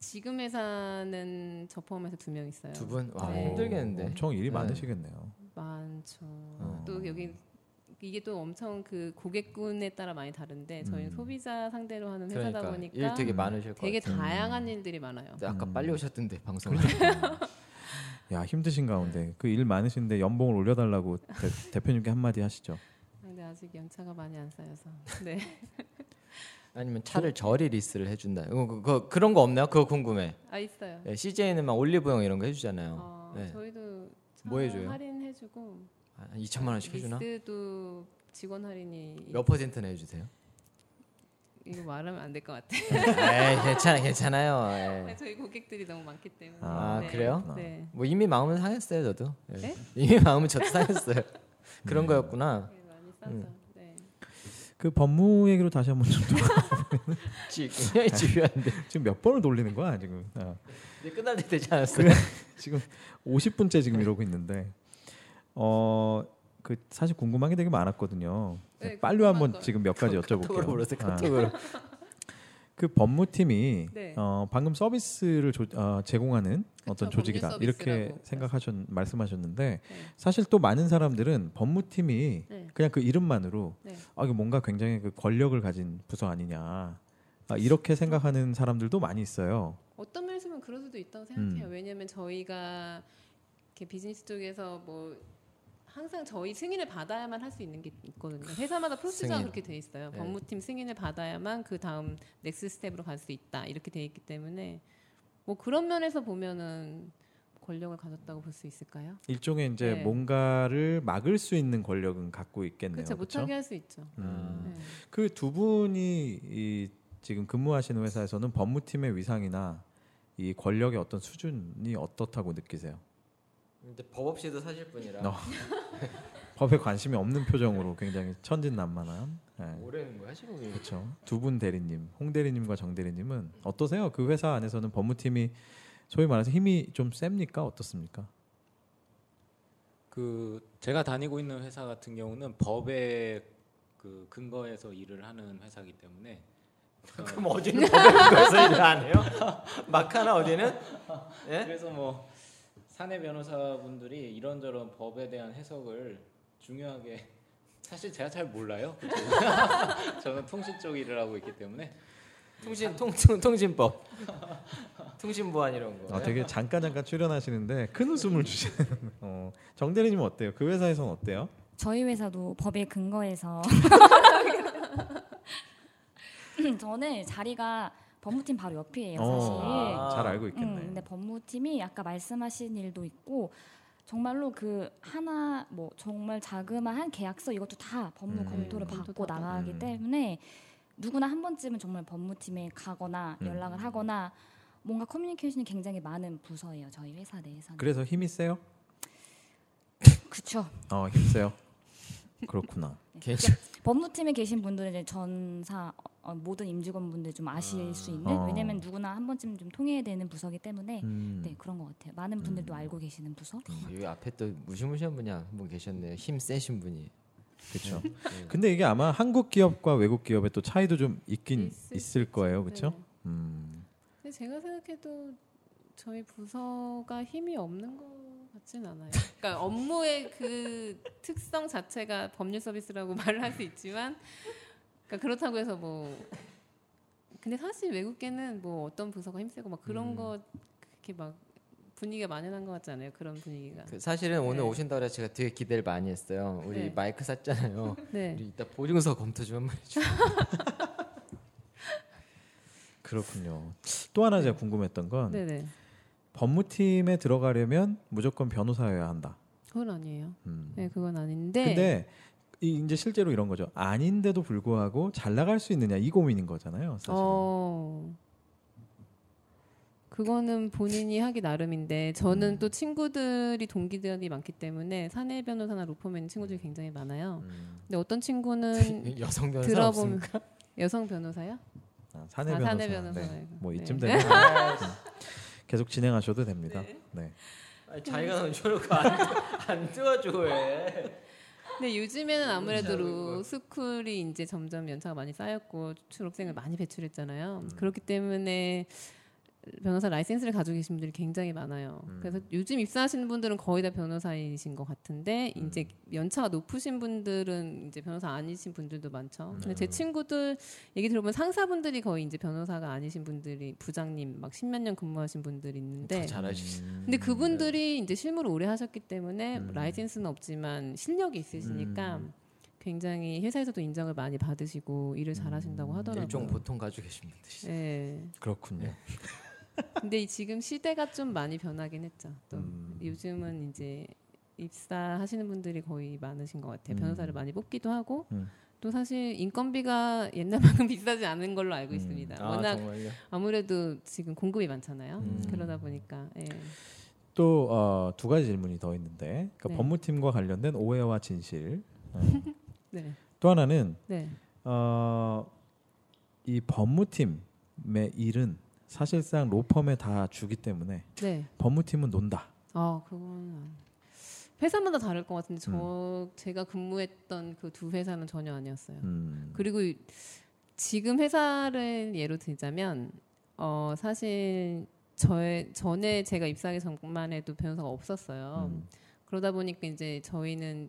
[SPEAKER 3] 지금 회사는 저 포함해서 두 명 있어요.
[SPEAKER 2] 두 분? 와,
[SPEAKER 3] 네.
[SPEAKER 2] 힘들겠는데.
[SPEAKER 1] 아, 엄청 일이
[SPEAKER 2] 네.
[SPEAKER 1] 많으시겠네요.
[SPEAKER 3] 많죠.
[SPEAKER 2] 어.
[SPEAKER 3] 또 여기 이게 또 엄청 그 고객군에 따라 많이 다른데 저희는
[SPEAKER 1] 음.
[SPEAKER 3] 소비자 상대로 하는
[SPEAKER 2] 그러니까
[SPEAKER 3] 회사다
[SPEAKER 2] 일
[SPEAKER 3] 보니까 되게,
[SPEAKER 2] 되게 많으실 것 같아요. 음.
[SPEAKER 3] 다양한 일들이 많아요.
[SPEAKER 2] 근데 아까
[SPEAKER 1] 음.
[SPEAKER 2] 빨리 오셨던데 방송.
[SPEAKER 1] 야 힘드신 가운데 그 일 많으신데 연봉을 올려달라고 대, 대표님께 한마디 하시죠.
[SPEAKER 3] 근데 아직 연차가 많이 안 쌓여서. 네.
[SPEAKER 2] 아니면 차를 저리 리스를 해준다. 그, 그, 그런 거 없나요? 그거 궁금해.
[SPEAKER 3] 아 있어요.
[SPEAKER 2] CJ는 막 올리브영 이런 거 해주잖아요.
[SPEAKER 3] 어,
[SPEAKER 2] 네.
[SPEAKER 3] 저희도 차
[SPEAKER 2] 뭐 해줘요?
[SPEAKER 3] 할인해주고
[SPEAKER 2] 아, 한 2천만 원씩 해주나?
[SPEAKER 3] 리스도 직원 할인이
[SPEAKER 2] 몇 퍼센트나 해주세요?
[SPEAKER 3] 이거 말하면 안 될 것 같아.
[SPEAKER 2] 에이, 괜찮아, 괜찮아요. 예.
[SPEAKER 3] 저희 고객들이 너무 많기 때문에.
[SPEAKER 2] 아, 그래요?
[SPEAKER 3] 네.
[SPEAKER 2] 뭐 이미 마음은 상했어요, 저도. 예.
[SPEAKER 3] 네?
[SPEAKER 2] 이미 마음은 저도 상했어요. 그런 거였구나.
[SPEAKER 3] 네, 많이 싸죠.
[SPEAKER 2] 음.
[SPEAKER 3] 네.
[SPEAKER 1] 그 법무 얘기로 다시 한번 좀 돌아.
[SPEAKER 2] 지- 굉장히 중요한데.
[SPEAKER 1] 지금 몇 번을 돌리는 거야 지금? 아,
[SPEAKER 2] 예, 이제 끝날 때 되지 않았어요?
[SPEAKER 1] 지금 50분째 지금 이러고 있는데 어그 사실 궁금한 게 되게 많았거든요.
[SPEAKER 3] 네,
[SPEAKER 1] 빨리 한번
[SPEAKER 3] 궁금한 거.
[SPEAKER 1] 지금 몇 가지
[SPEAKER 2] 카톡으로 물었어요,
[SPEAKER 1] 여쭤볼게요. 아,
[SPEAKER 2] 카톡으로.
[SPEAKER 1] 그 법무팀이
[SPEAKER 3] 네.
[SPEAKER 1] 어, 방금 서비스를 조- 어, 제공하는 어떤
[SPEAKER 3] 법률
[SPEAKER 1] 조직이다 이렇게
[SPEAKER 3] 서비스라고
[SPEAKER 1] 생각하셨 말씀하셨는데
[SPEAKER 3] 네.
[SPEAKER 1] 사실 또 많은 사람들은 법무팀이
[SPEAKER 3] 네.
[SPEAKER 1] 그냥 그 이름만으로
[SPEAKER 3] 네.
[SPEAKER 1] 아 이거 뭔가 굉장히 그 권력을 가진 부서 아니냐 아, 이렇게 생각하는 사람들도 많이 있어요.
[SPEAKER 3] 어떤 면에서는 그럴 수도 있다고 생각해요.
[SPEAKER 2] 음.
[SPEAKER 3] 왜냐하면 저희가 이렇게 비즈니스 쪽에서 뭐 항상 저희 승인을 받아야만 할 수 있는 게 있거든요. 회사마다 프로세스가
[SPEAKER 2] 승인.
[SPEAKER 3] 그렇게 돼 있어요.
[SPEAKER 2] 네.
[SPEAKER 3] 법무팀 승인을 받아야만 그 다음 넥스 스텝으로 갈 수 있다 이렇게 돼 있기 때문에 뭐 그런 면에서 보면은 권력을 가졌다고 볼 수 있을까요?
[SPEAKER 1] 일종의 이제
[SPEAKER 3] 네.
[SPEAKER 1] 뭔가를 막을 수 있는 권력은 갖고 있겠네요.
[SPEAKER 3] 그렇죠.
[SPEAKER 1] 그렇죠?
[SPEAKER 3] 못하게 할 수 있죠.
[SPEAKER 1] 음.
[SPEAKER 3] 네.
[SPEAKER 1] 그 두 분이 이 지금 근무하시는 회사에서는 법무팀의 위상이나 이 권력의 어떤 수준이 어떻다고 느끼세요?
[SPEAKER 2] 근데 법 없이도 사실 뿐이라.
[SPEAKER 1] 어. 법에 관심이 없는 표정으로 굉장히 천진난만한. 예.
[SPEAKER 2] 오래는 거야, 지금? 이게?
[SPEAKER 1] 그렇죠. 두 분 대리님, 홍 대리님과 정 대리님은 어떠세요? 그 회사 안에서는 법무팀이 소위 말해서 힘이 좀 셉니까? 어떻습니까?
[SPEAKER 5] 그 제가 다니고 있는 회사 같은 경우는 법에 그 근거해서 일을 하는 회사이기 때문에
[SPEAKER 2] 그럼 어디는 법에 거기서 일을 안 해요? 마카나 어디는? 예?
[SPEAKER 5] 그래서 뭐 사내 변호사분들이 이런저런 법에 대한 해석을 중요하게 사실 제가 잘 몰라요. 저는 통신 쪽 일을 하고 있기 때문에
[SPEAKER 2] 통신 통통 통신법. 통신 보안 이런 거.
[SPEAKER 1] 아, 되게 잠깐 잠깐 출연하시는데 큰 웃음을 주시는. 어, 정 대리님은 어때요? 그 회사에서는 어때요?
[SPEAKER 4] 저희 회사도 법에 근거해서 저는 자리가 법무팀 바로 옆이에요 사실.
[SPEAKER 1] 어, 잘 알고 있겠네.
[SPEAKER 4] 네, 음, 근데 법무팀이 아까 말씀하신 일도 있고 정말로 그 하나 뭐 정말 자그마한 계약서 이것도 다 법무
[SPEAKER 1] 음.
[SPEAKER 4] 검토를
[SPEAKER 3] 음,
[SPEAKER 4] 받고
[SPEAKER 3] 검토도 하고.
[SPEAKER 4] 나가기
[SPEAKER 1] 음.
[SPEAKER 4] 때문에 누구나 한 번쯤은 정말 법무팀에 가거나
[SPEAKER 1] 음.
[SPEAKER 4] 연락을 하거나 뭔가 커뮤니케이션이 굉장히 많은 부서예요 저희 회사 내에서는.
[SPEAKER 1] 그래서 힘이 세요?
[SPEAKER 4] 그렇죠.
[SPEAKER 1] 어, 힘 세요. 그렇구나.
[SPEAKER 2] 계속
[SPEAKER 4] 법무팀에 계신 분들은 이제 전사 어, 모든 임직원분들 좀 아실 수 있는
[SPEAKER 1] 어.
[SPEAKER 4] 왜냐면 누구나 한 번쯤 좀 통해야 되는 부서기 때문에
[SPEAKER 1] 음.
[SPEAKER 4] 네 그런 것 같아요. 많은 분들도 알고 계시는 부서.
[SPEAKER 2] 여기 앞에 또 무시무시한 분이 한 분
[SPEAKER 3] 음.
[SPEAKER 2] 계셨네요. 힘 세신 분이.
[SPEAKER 1] 그렇죠.
[SPEAKER 2] 네.
[SPEAKER 1] 근데 이게 아마 한국 기업과 외국 기업의 또 차이도 좀 있긴
[SPEAKER 3] 있을
[SPEAKER 1] 있을 거예요, 그렇죠?
[SPEAKER 3] 네.
[SPEAKER 1] 음.
[SPEAKER 3] 근데 제가 생각해도 저희 부서가 힘이 없는 것 같진 않아요. 그러니까 업무의 그 특성 자체가 법률 서비스라고 말을 할 수 있지만, 그러니까 그렇다고 해서 뭐 근데 사실 외국계는 뭐 어떤 부서가 힘세고
[SPEAKER 1] 음.
[SPEAKER 3] 막 그런 거 그렇게 막 분위기가 만연한 것 같지 않아요? 그런 분위기가.
[SPEAKER 2] 그 사실은 오늘
[SPEAKER 3] 네.
[SPEAKER 2] 오신다 그래 제가 되게 기대를 많이 했어요. 우리
[SPEAKER 3] 네.
[SPEAKER 2] 마이크 샀잖아요.
[SPEAKER 3] 네.
[SPEAKER 2] 우리 이따 보증서 검토 좀 한번 해주세요.
[SPEAKER 1] 그렇군요. 또 하나 제가 궁금했던 건
[SPEAKER 3] 네. 네네.
[SPEAKER 1] 법무팀에 들어가려면 무조건 변호사여야 한다.
[SPEAKER 3] 그건 아니에요.
[SPEAKER 1] 음.
[SPEAKER 3] 네, 그건 아닌데.
[SPEAKER 1] 근데 이- 이제 실제로 이런 거죠. 아닌데도 불구하고 잘 나갈 수 있느냐 이 고민인 거잖아요, 사실은.
[SPEAKER 3] 어. 그거는 본인이 하기 나름인데 저는 또 친구들이 동기들이 많기 때문에 사내 변호사나 로펌에는 친구들이 굉장히 많아요.
[SPEAKER 1] 음.
[SPEAKER 3] 근데 어떤 친구는
[SPEAKER 2] 여성 변호사
[SPEAKER 3] 네. 들어보면
[SPEAKER 2] 없습니까?
[SPEAKER 3] 여성 변호사요?
[SPEAKER 1] 아, 사내
[SPEAKER 3] 아,
[SPEAKER 1] 변호사.
[SPEAKER 3] 사내 변호사
[SPEAKER 1] 네.
[SPEAKER 3] 말고.
[SPEAKER 1] 뭐
[SPEAKER 3] 네.
[SPEAKER 1] 이쯤 되면 음. 계속 진행하셔도 됩니다. 네.
[SPEAKER 2] 아니, 자기가 넣어주려고 안안 도와줘
[SPEAKER 5] 어.
[SPEAKER 2] 왜?
[SPEAKER 3] 근데 요즘에는 아무래도
[SPEAKER 2] 진짜로
[SPEAKER 3] 로- 스쿨이 이제 점점 연차가 많이 쌓였고 졸업생을 많이 배출했잖아요. 그렇기 때문에 변호사 라이센스를 가지고 계신 분들이 굉장히 많아요. 그래서 요즘 입사하시는 분들은 거의 다 변호사이신 것 같은데 이제 연차가 높으신 분들은 이제 변호사 아니신 분들도 많죠. 근데 제 친구들 얘기 들어보면 상사분들이 거의 이제 변호사가 아니신 분들이 부장님 막 십몇 년 근무하신 분들이 있는데
[SPEAKER 2] 잘하시죠.
[SPEAKER 3] 근데
[SPEAKER 7] 네.
[SPEAKER 3] 그분들이 이제 실무를 오래 하셨기 때문에
[SPEAKER 7] 음.
[SPEAKER 3] 라이센스는 없지만 실력이 있으시니까 굉장히 회사에서도 인정을 많이 받으시고 일을
[SPEAKER 7] 음.
[SPEAKER 3] 잘하신다고 하더라고요.
[SPEAKER 2] 일종 보통 가지고 계신 분들이.
[SPEAKER 3] 예.
[SPEAKER 2] 네.
[SPEAKER 1] 그렇군요.
[SPEAKER 3] 근데 이 지금 시대가 좀 많이 변하긴 했죠. 또
[SPEAKER 7] 음. 음.
[SPEAKER 3] 요즘은 이제 입사하시는 분들이 거의 많으신 것 같아요. 변호사를 많이 뽑기도 하고
[SPEAKER 1] 음.
[SPEAKER 3] 또 사실 인건비가 옛날만큼 비싸지 않은 걸로 알고 있습니다.
[SPEAKER 7] 아,
[SPEAKER 3] 워낙
[SPEAKER 7] 정말요?
[SPEAKER 3] 아무래도 지금 공급이 많잖아요.
[SPEAKER 7] 음.
[SPEAKER 3] 그러다 보니까 예.
[SPEAKER 1] 또 어, 두 가지 질문이 더 있는데 그러니까
[SPEAKER 3] 네.
[SPEAKER 1] 법무팀과 관련된 오해와 진실. 어.
[SPEAKER 3] 네,
[SPEAKER 1] 또 하나는
[SPEAKER 3] 네,
[SPEAKER 1] 어, 이 법무팀의 일은 사실상 로펌에 다 주기 때문에
[SPEAKER 3] 네.
[SPEAKER 1] 법무팀은 논다.
[SPEAKER 3] 아 그건 아니- 회사마다 다를 것 같은데 저 제가 근무했던 그 두 회사는 전혀 아니었어요.
[SPEAKER 1] 음,
[SPEAKER 3] 그리고 이- 지금 회사를 예로 들자면 어 사실 저의 전에 제가 입사하기 전만 해도 변호사가 없었어요.
[SPEAKER 1] 음.
[SPEAKER 3] 그러다 보니까 이제 저희는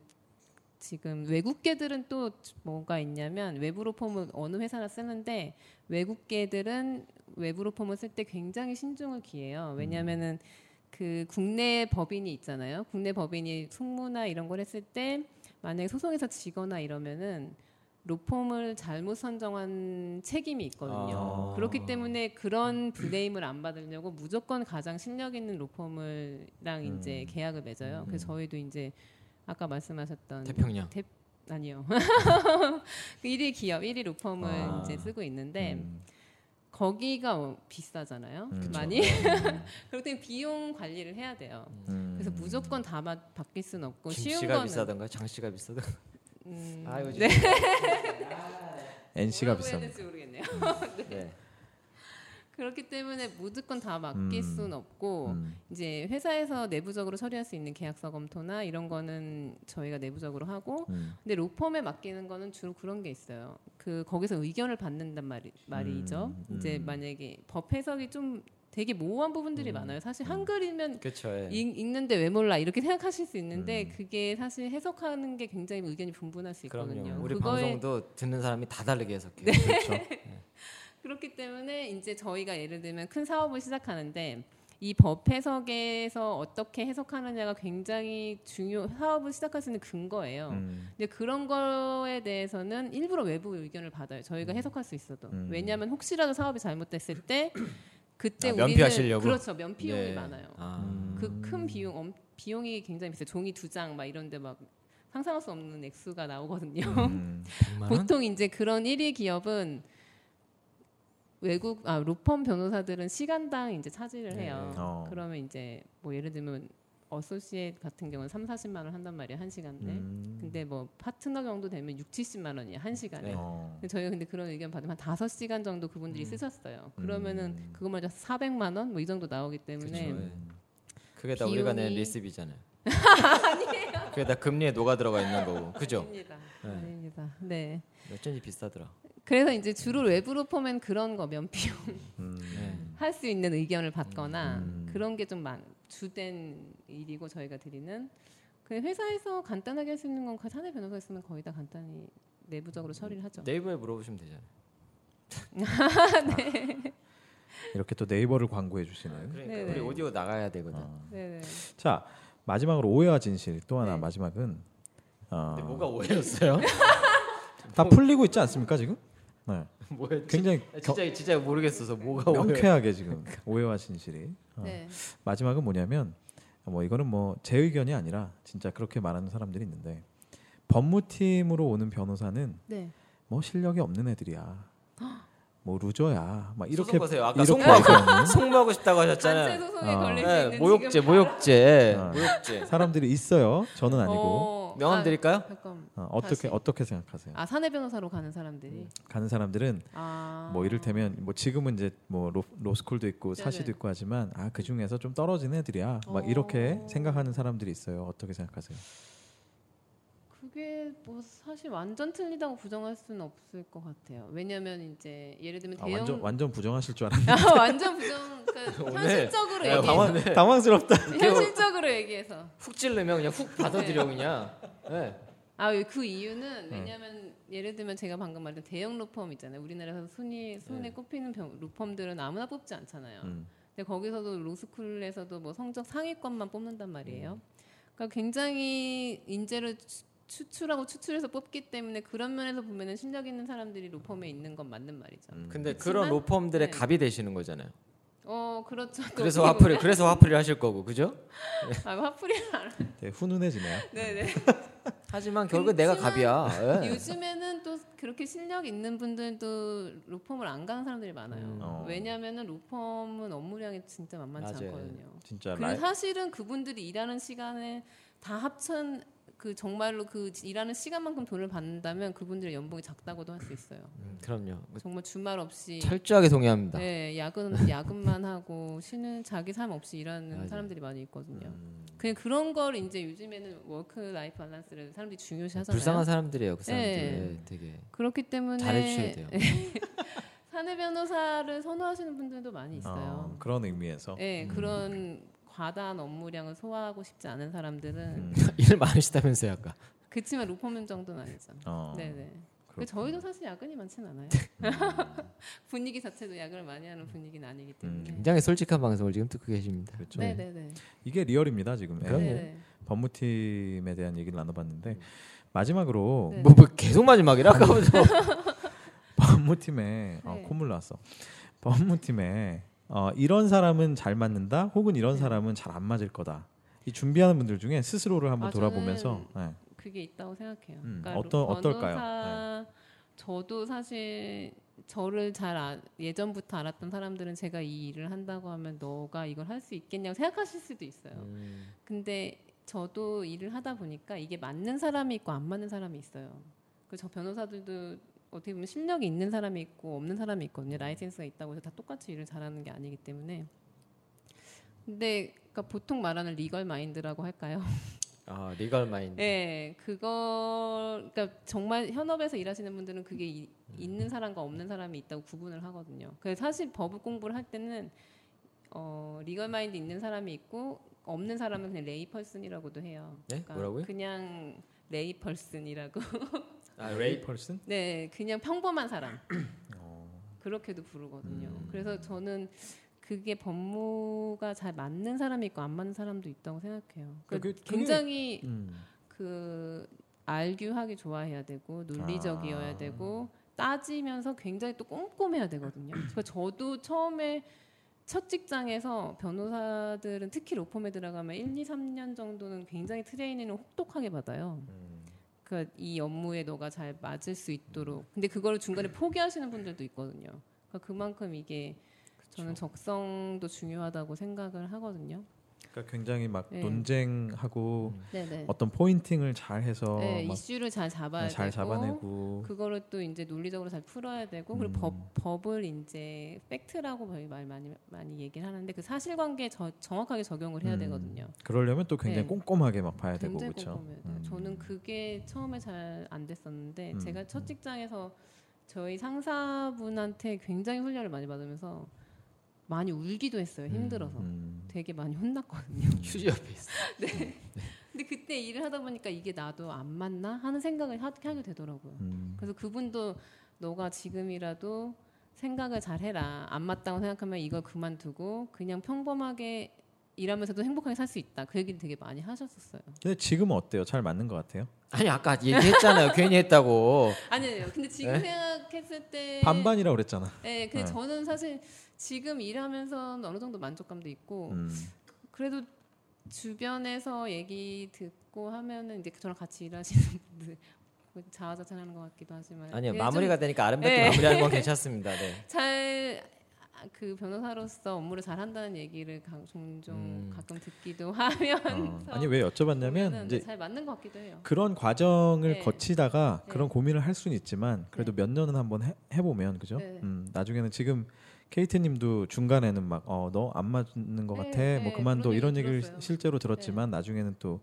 [SPEAKER 3] 지금 외국계들은 또 뭐가 있냐면 외부로 폼을 어느 회사나 쓰는데 외국계들은 외부로 폼을 쓸 때 굉장히 신중을 기해요. 왜냐하면은 그 국내 법인이 있잖아요. 국내 법인이 송무나 이런 걸 했을 때 만약에 소송에서 지거나 이러면은 로펌을 잘못 선정한 책임이 있거든요.
[SPEAKER 7] 아.
[SPEAKER 3] 그렇기 때문에 그런 블레임을 안 받으려고 무조건 가장 실력 있는 로펌을랑 이제 계약을 맺어요. 그래서 저희도 이제 아까 말씀하셨던
[SPEAKER 2] 태평양.
[SPEAKER 3] 아니요. 1위 기업, 1위 로펌을
[SPEAKER 1] 아.
[SPEAKER 3] 이제 쓰고 있는데
[SPEAKER 1] 음,
[SPEAKER 3] 거기가 어, 비싸잖아요.
[SPEAKER 1] 음,
[SPEAKER 3] 그 많이. 그렇기 때문에 비용 관리를 해야 돼요.
[SPEAKER 1] 음.
[SPEAKER 3] 그래서 무조건 다 받, 바뀔 순 없고 그 쉬운
[SPEAKER 2] 김씨가
[SPEAKER 3] 거는
[SPEAKER 2] 비싸던가요? 장씨가 비싸던가? 요
[SPEAKER 3] 음,
[SPEAKER 7] 아, 이거
[SPEAKER 3] 네.
[SPEAKER 1] NC가
[SPEAKER 3] 뭐라고
[SPEAKER 1] 비싼.
[SPEAKER 3] 해야 될지 모르겠네요.
[SPEAKER 7] 네.
[SPEAKER 3] 그렇기 때문에 무조건 다 맡길
[SPEAKER 1] 음.
[SPEAKER 3] 순 없고
[SPEAKER 1] 음.
[SPEAKER 3] 이제 회사에서 내부적으로 처리할 수 있는 계약서 검토나 이런 거는 저희가 내부적으로 하고
[SPEAKER 1] 음.
[SPEAKER 3] 근데 로펌에 맡기는 거는 주로 그런 게 있어요. 그 거기서 의견을 받는단 말이 말이죠.
[SPEAKER 1] 음.
[SPEAKER 3] 이제 만약에 법 해석이 좀 되게 모호한 부분들이 많아요. 사실 한글이면
[SPEAKER 2] 그렇죠. 예.
[SPEAKER 3] 읽, 읽는데 왜 몰라 이렇게 생각하실 수 있는데
[SPEAKER 1] 음.
[SPEAKER 3] 그게 사실 해석하는 게 굉장히 의견이 분분할 수 있거든요.
[SPEAKER 2] 그럼요. 우리
[SPEAKER 3] 그거에- 네.
[SPEAKER 2] 방송도 듣는 사람이 다 다르게 해석해요. 그렇죠?
[SPEAKER 3] 그렇기 때문에 이제 저희가 예를 들면 큰 사업을 시작하는데 이 법 해석에서 어떻게 해석하느냐가 굉장히 중요 사업을 시작할 수 있는 근거예요.
[SPEAKER 1] 음.
[SPEAKER 3] 근데 그런 거에 대해서는 일부러 외부 의견을 받아요. 저희가 해석할 수 있어도
[SPEAKER 1] 음.
[SPEAKER 3] 왜냐하면 혹시라도 사업이 잘못됐을 때 그때
[SPEAKER 2] 아,
[SPEAKER 3] 우리는
[SPEAKER 2] 면피하시려고?
[SPEAKER 3] 그렇죠 면피용이
[SPEAKER 2] 네.
[SPEAKER 3] 많아요.
[SPEAKER 2] 아,
[SPEAKER 1] 음.
[SPEAKER 3] 그 큰 비용 엄- 비용이 굉장히 비싸요. 종이 두 장 막 이런데 막 상상할 수 없는 액수가 나오거든요.
[SPEAKER 1] 음.
[SPEAKER 2] 100만 원?
[SPEAKER 3] 보통 이제 그런 1위 기업은 외국 아 로펌 변호사들은 시간당 이제 차지를
[SPEAKER 2] 네.
[SPEAKER 3] 해요.
[SPEAKER 1] 어.
[SPEAKER 3] 그러면 이제 뭐 예를 들면 어소시에이트 같은 경우는 3, 40만 원 한단 말이에요. 한 시간에.
[SPEAKER 1] 음.
[SPEAKER 3] 근데 뭐 파트너 정도 되면 6, 70만 원이에요. 한
[SPEAKER 2] 네.
[SPEAKER 3] 시간에.
[SPEAKER 1] 어.
[SPEAKER 3] 근데 저희가 근데 네. 그런 의견 받으면 한 5시간 정도
[SPEAKER 2] 음.
[SPEAKER 3] 그분들이 쓰셨어요. 그러면은
[SPEAKER 1] 음.
[SPEAKER 3] 그것만 해도 400만 원 뭐 이 정도 나오기 때문에
[SPEAKER 2] 그쵸, 예. 그게 다
[SPEAKER 3] 네. 비용이-
[SPEAKER 2] 우리가 낸 리스비잖아요. 그게 다 금리에 녹아 들어가 있는 거고. 그죠?
[SPEAKER 3] 아닙니다.
[SPEAKER 2] 네.
[SPEAKER 3] 아닙니다. 네.
[SPEAKER 2] 어쩐지 비싸더라.
[SPEAKER 3] 그래서 이제 주로 외부로 포면 그런 거 면피용
[SPEAKER 1] 음.
[SPEAKER 2] 예.
[SPEAKER 3] 할 수 있는 의견을 받거나
[SPEAKER 1] 음.
[SPEAKER 3] 그런 게 좀 주된 일이고 저희가 드리는 그 회사에서 간단하게 할 수 있는 건 거의 사내 변호사 있으면 거의 다 간단히
[SPEAKER 2] 음.
[SPEAKER 3] 내부적으로 처리를 하죠.
[SPEAKER 2] 네이버에 물어보시면 되잖아요.
[SPEAKER 1] 이렇게 또 네이버를 광고해
[SPEAKER 3] 아,
[SPEAKER 1] 주시는.
[SPEAKER 2] 그러니까
[SPEAKER 3] 네네.
[SPEAKER 2] 우리 오디오 나가야 되거든.
[SPEAKER 1] 어.
[SPEAKER 3] 네, 네.
[SPEAKER 1] 자 마지막으로 오해와 진실 또 하나
[SPEAKER 3] 네.
[SPEAKER 1] 마지막은 어,
[SPEAKER 2] 근데 뭐가 오해였어요?
[SPEAKER 1] 다 풀리고 있지 않습니까 지금? 네.
[SPEAKER 2] 뭐였지?
[SPEAKER 1] 굉장히 겨-
[SPEAKER 2] 진짜 진짜 모르겠어서 뭐가 오해.
[SPEAKER 1] 명쾌하게 지금 오해와 진실이
[SPEAKER 2] 아.
[SPEAKER 1] 어.
[SPEAKER 3] 네.
[SPEAKER 1] 마지막은 뭐냐면 뭐 이거는 뭐 제 의견이 아니라 진짜 그렇게 말하는 사람들이 있는데 법무팀으로 오는 변호사는
[SPEAKER 3] 네.
[SPEAKER 1] 뭐 실력이 없는 애들이야 뭐 루저야 막 이렇게
[SPEAKER 2] 소송 거세요. 아까
[SPEAKER 1] 이렇게
[SPEAKER 2] 송박
[SPEAKER 1] 얘기하는
[SPEAKER 2] 송모하고 싶다고
[SPEAKER 3] 단체
[SPEAKER 2] 하셨잖아요.
[SPEAKER 3] 소송에
[SPEAKER 1] 어.
[SPEAKER 3] 걸릴 수
[SPEAKER 2] 예,
[SPEAKER 3] 있는
[SPEAKER 2] 모욕죄,
[SPEAKER 3] 지금
[SPEAKER 2] 모욕죄,
[SPEAKER 1] 아.
[SPEAKER 2] 모욕죄.
[SPEAKER 1] 사람들이 있어요 저는 아니고
[SPEAKER 3] 어,
[SPEAKER 2] 명함 드릴까요?
[SPEAKER 3] 아, 잠깐.
[SPEAKER 1] 어, 어떻게
[SPEAKER 3] 다시.
[SPEAKER 1] 어떻게 생각하세요?
[SPEAKER 3] 아 사내 변호사로 가는 사람들이.
[SPEAKER 2] 음.
[SPEAKER 1] 가는 사람들은
[SPEAKER 3] 아.
[SPEAKER 1] 뭐 이를테면 뭐 지금은 이제 뭐 로, 로스쿨도 있고 사시도
[SPEAKER 3] 네네.
[SPEAKER 1] 있고 하지만 아 그 중에서 좀 떨어진 애들이야 막
[SPEAKER 3] 어.
[SPEAKER 1] 이렇게 생각하는 사람들이 있어요 어떻게 생각하세요?
[SPEAKER 3] 그게 뭐 사실 완전 틀리다고 부정할 수는 없을 것 같아요. 왜냐면 이제 예를 들면
[SPEAKER 1] 아,
[SPEAKER 3] 대형
[SPEAKER 1] 완전 완전 부정하실 줄 알았는데
[SPEAKER 3] 아, 완전 부정 그러니까
[SPEAKER 2] 오늘-
[SPEAKER 3] 현실적으로
[SPEAKER 2] 야,
[SPEAKER 3] 얘기해서
[SPEAKER 2] 당황-
[SPEAKER 1] 당황스럽다.
[SPEAKER 3] 현실적으로 얘기해서
[SPEAKER 2] 네, 훅 찔르면 그냥 훅 받아들여
[SPEAKER 3] 네.
[SPEAKER 2] 그냥. 예.
[SPEAKER 3] 아 그
[SPEAKER 2] 네.
[SPEAKER 3] 이유는 왜냐면 예를 들면 제가 방금 말했던 대형 로펌 있잖아요 우리나라에서 손이
[SPEAKER 2] 네.
[SPEAKER 3] 손에 꼽히는 병- 로펌들은 아무나 뽑지 않잖아요
[SPEAKER 1] 음.
[SPEAKER 3] 근데 거기서도 로스쿨에서도 뭐 성적 상위권만 뽑는단 말이에요
[SPEAKER 2] 음.
[SPEAKER 3] 그러니까 굉장히 인재를 추- 추출하고 추출해서 뽑기 때문에 그런 면에서 보면은 실력 있는 사람들이 로펌에 있는 건 맞는 말이죠
[SPEAKER 2] 근데
[SPEAKER 3] 그치만-
[SPEAKER 2] 그런 로펌들의
[SPEAKER 3] 네.
[SPEAKER 2] 갑이 되시는 거잖아요.
[SPEAKER 3] 어 그렇죠 또
[SPEAKER 2] 그래서
[SPEAKER 3] 어떻게
[SPEAKER 2] 화풀이 그래서 화풀이 하실 거고 그죠?
[SPEAKER 3] 보면- 아 화풀이는 안
[SPEAKER 1] 되게 훈훈해지네요.
[SPEAKER 3] 네네 그
[SPEAKER 2] 하지만 결국 내가 갑이야. 예.
[SPEAKER 3] 요즘에는 또 그렇게 실력 있는 분들도 로펌을 안 가는 사람들이 많아요.
[SPEAKER 7] 음.
[SPEAKER 1] 어.
[SPEAKER 3] 왜냐하면은 로펌은 업무량이 진짜 만만치
[SPEAKER 2] 맞아요. 네,
[SPEAKER 3] 않거든요.
[SPEAKER 1] 진짜
[SPEAKER 3] 그리고
[SPEAKER 1] 라이
[SPEAKER 3] 사실은 그분들이 일하는 시간에 다 합천 그 정말로 그 일하는 시간만큼 돈을 받는다면 그분들의 연봉이 작다고도 할 수 있어요.
[SPEAKER 7] 음,
[SPEAKER 2] 그럼요.
[SPEAKER 3] 정말 주말 없이
[SPEAKER 2] 철저하게 동의합니다.
[SPEAKER 3] 네, 야근 야근만 하고 쉬는 자기 삶 없이 일하는
[SPEAKER 2] 맞아요. 음.
[SPEAKER 3] 사람들이 많이 있거든요. 그냥 그런 걸 이제 요즘에는 워크 라이프 밸런스를 사람들이 중요시 하잖아요.
[SPEAKER 2] 음, 불쌍한 사람들이에요. 그 사람들
[SPEAKER 3] 네.
[SPEAKER 2] 네, 되게
[SPEAKER 3] 그렇기 때문에
[SPEAKER 2] 잘해주셔야 돼요.
[SPEAKER 3] 사내 변호사를 선호하시는 분들도 많이 있어요.
[SPEAKER 1] 아, 그런 의미에서
[SPEAKER 3] 네, 그런 과다한 업무량을 소화하고 싶지 않은 사람들은
[SPEAKER 1] 음.
[SPEAKER 2] 일 많으시다면서요 아까.
[SPEAKER 3] 그치만 로펌 정도는 아니죠.
[SPEAKER 1] 어,
[SPEAKER 3] 네네.
[SPEAKER 1] 그렇군요.
[SPEAKER 3] 저희도 사실 야근이 많지는 않아요. 분위기 자체도 야근을 많이 하는 분위기는 아니기 때문에. 네,
[SPEAKER 1] 음.
[SPEAKER 2] 굉장히 솔직한 방송을 지금 듣고 계십니다.
[SPEAKER 1] 그렇죠.
[SPEAKER 3] 네네네. 네,
[SPEAKER 1] 이게 리얼입니다 지금.
[SPEAKER 2] 그럼요.
[SPEAKER 1] 예. 법무팀에 대한 얘기를 나눠봤는데 마지막으로
[SPEAKER 3] 음. 네.
[SPEAKER 2] 뭐, 뭐 계속 마지막이라 아까부터.
[SPEAKER 1] 법무팀에 어,
[SPEAKER 3] 네.
[SPEAKER 1] 콧물 나왔어. 법무팀에 어, 이런 사람은 잘 맞는다, 혹은 이런
[SPEAKER 3] 네.
[SPEAKER 1] 사람은 잘 안 맞을 거다. 이 준비하는 분들 중에 스스로를 한번
[SPEAKER 3] 아,
[SPEAKER 1] 돌아보면서 네.
[SPEAKER 3] 그게 있다고 생각해요.
[SPEAKER 1] 음,
[SPEAKER 3] 그러니까
[SPEAKER 1] 어떤-
[SPEAKER 3] 로-
[SPEAKER 1] 어떨까요? 네.
[SPEAKER 3] 변호사- 저도 사실 저를 잘 아- 예전부터 알았던 사람들은 제가 이 일을 한다고 하면 너가 이걸 할 수 있겠냐고 생각하실 수도 있어요.
[SPEAKER 1] 음.
[SPEAKER 3] 근데 저도 일을 하다 보니까 이게 맞는 사람이 있고 안 맞는 사람이 있어요. 그저 변호사들도 어떻게 보면 실력이 있는 사람이 있고 없는 사람이
[SPEAKER 1] 음.
[SPEAKER 3] 있거든요. 라이센스가 있다고 해서 다 똑같이 일을 잘하는 게 아니기 때문에. 근데 그러니까 보통 말하는 리걸 마인드라고 할까요?
[SPEAKER 2] 아 리걸 마인드.
[SPEAKER 3] 네, 그거 그러니까 정말 현업에서 일하시는 분들은 그게 이- 있는 사람과 없는 사람이 있다고 구분을 하거든요. 그래서 사실 법 공부를 할 때는 어, 리걸 마인드 있는 사람이 있고 없는 사람은 그냥 레이 펄슨이라고도 해요. 그러니까
[SPEAKER 2] 네? 뭐라고요?
[SPEAKER 3] 그냥 레이 펄슨이라고.
[SPEAKER 2] 아 레이.
[SPEAKER 1] 펄슨?
[SPEAKER 3] 네, 그냥 평범한 사람.
[SPEAKER 2] 어.
[SPEAKER 3] 그렇게도 부르거든요.
[SPEAKER 2] 음.
[SPEAKER 3] 그래서 저는 그게 법무가 잘 맞는 사람이 있고 안 맞는 사람도 있다고 생각해요.
[SPEAKER 1] 그게-
[SPEAKER 3] 그러니까
[SPEAKER 1] 그게-
[SPEAKER 3] 굉장히
[SPEAKER 1] 음.
[SPEAKER 3] 그 알규하기 좋아해야 되고 논리적이어야
[SPEAKER 1] 아.
[SPEAKER 3] 되고 따지면서 굉장히 또 꼼꼼해야 되거든요. 그러니까 저도 처음에 첫 직장에서 변호사들은 특히 로펌에 들어가면 1, 2, 3년 정도는 굉장히 트레이닝을 혹독하게 받아요. 그러니까 이 업무에 너가 잘 맞을 수 있도록. 근데 그거를 중간에 포기하시는 분들도 있거든요. 그러니까 그만큼 이게 저는 적성도 중요하다고 생각을 하거든요.
[SPEAKER 1] 그러니까 굉장히 막
[SPEAKER 3] 네.
[SPEAKER 1] 논쟁하고
[SPEAKER 3] 네네.
[SPEAKER 1] 어떤 포인팅을 잘 해서
[SPEAKER 3] 네,
[SPEAKER 1] 막
[SPEAKER 3] 이슈를 잘 잡아야
[SPEAKER 1] 잘
[SPEAKER 3] 되고
[SPEAKER 1] 잡아내고
[SPEAKER 3] 그거를 또 이제 논리적으로 잘 풀어야 되고 그리고
[SPEAKER 1] 음.
[SPEAKER 3] 법, 법을 이제 팩트라고 거의 말 많이 많이 얘기를 하는데 그 사실관계에 저- 정확하게 적용을 해야
[SPEAKER 1] 음.
[SPEAKER 3] 되거든요.
[SPEAKER 1] 그러려면 또 굉장히
[SPEAKER 3] 네.
[SPEAKER 1] 꼼꼼하게 막 봐야 되고
[SPEAKER 3] 굉장히
[SPEAKER 1] 그렇죠.
[SPEAKER 3] 꼼꼼해요. 저는 그게 처음에 잘 안 됐었는데
[SPEAKER 1] 음.
[SPEAKER 3] 제가 첫 직장에서 저희 상사분한테 굉장히 훈련을 많이 받으면서 많이 울기도 했어요. 힘들어서.
[SPEAKER 1] 음.
[SPEAKER 3] 되게 많이 혼났거든요.
[SPEAKER 2] 그 휴지 옆에 있어.
[SPEAKER 3] 근데 그때 일을 하다 보니까 이게 나도 안 맞나 하는 생각을 하- 하게 되더라고요.
[SPEAKER 1] 음.
[SPEAKER 3] 그래서 그분도 너가 지금이라도 생각을 잘 해라. 안 맞다고 생각하면 이걸 그만두고 그냥 평범하게 일하면서도 행복하게 살 수 있다. 그 얘기를 되게 많이 하셨었어요.
[SPEAKER 1] 근데 지금은 어때요? 잘 맞는 것 같아요?
[SPEAKER 2] 아니 아까 얘기했잖아요. 괜히 했다고.
[SPEAKER 3] 아니, 아니요. 근데 지금
[SPEAKER 2] 네?
[SPEAKER 3] 생각했을 때
[SPEAKER 1] 반반이라고 그랬잖아.
[SPEAKER 3] 네, 근데
[SPEAKER 1] 네.
[SPEAKER 3] 저는 사실 지금 일하면서 어느 정도 만족감도 있고
[SPEAKER 1] 음.
[SPEAKER 3] 그래도 주변에서 얘기 듣고 하면은 이제 저랑 같이 일하시는 분들 그 자화자찬하는 것 같기도 하지만
[SPEAKER 2] 아니요
[SPEAKER 3] 예, 좀
[SPEAKER 2] 마무리가 되니까 아름답게
[SPEAKER 3] 네.
[SPEAKER 2] 마무리하는 건 괜찮습니다. 네.
[SPEAKER 3] 잘 그 변호사로서 업무를 잘 한다는 얘기를 가- 종종
[SPEAKER 2] 음.
[SPEAKER 3] 가끔 듣기도 하면서
[SPEAKER 1] 어. 아니 왜 여쭤봤냐면
[SPEAKER 3] 보면은
[SPEAKER 1] 이제
[SPEAKER 3] 잘 맞는 것 같기도 해요.
[SPEAKER 1] 그런 과정을
[SPEAKER 3] 네.
[SPEAKER 1] 거치다가
[SPEAKER 3] 네.
[SPEAKER 1] 그런 고민을 할 수는 있지만 그래도 몇 년은 한번 해, 해보면 그죠?
[SPEAKER 3] 네.
[SPEAKER 1] 음, 나중에는 지금 케이트님도 중간에는 막 어 너 안 맞는 것
[SPEAKER 3] 네,
[SPEAKER 1] 같아
[SPEAKER 3] 네,
[SPEAKER 1] 뭐
[SPEAKER 3] 그런
[SPEAKER 1] 그만둬 이런
[SPEAKER 3] 얘기
[SPEAKER 1] 얘기를
[SPEAKER 3] 들었어요.
[SPEAKER 1] 실제로 들었지만 나중에는 또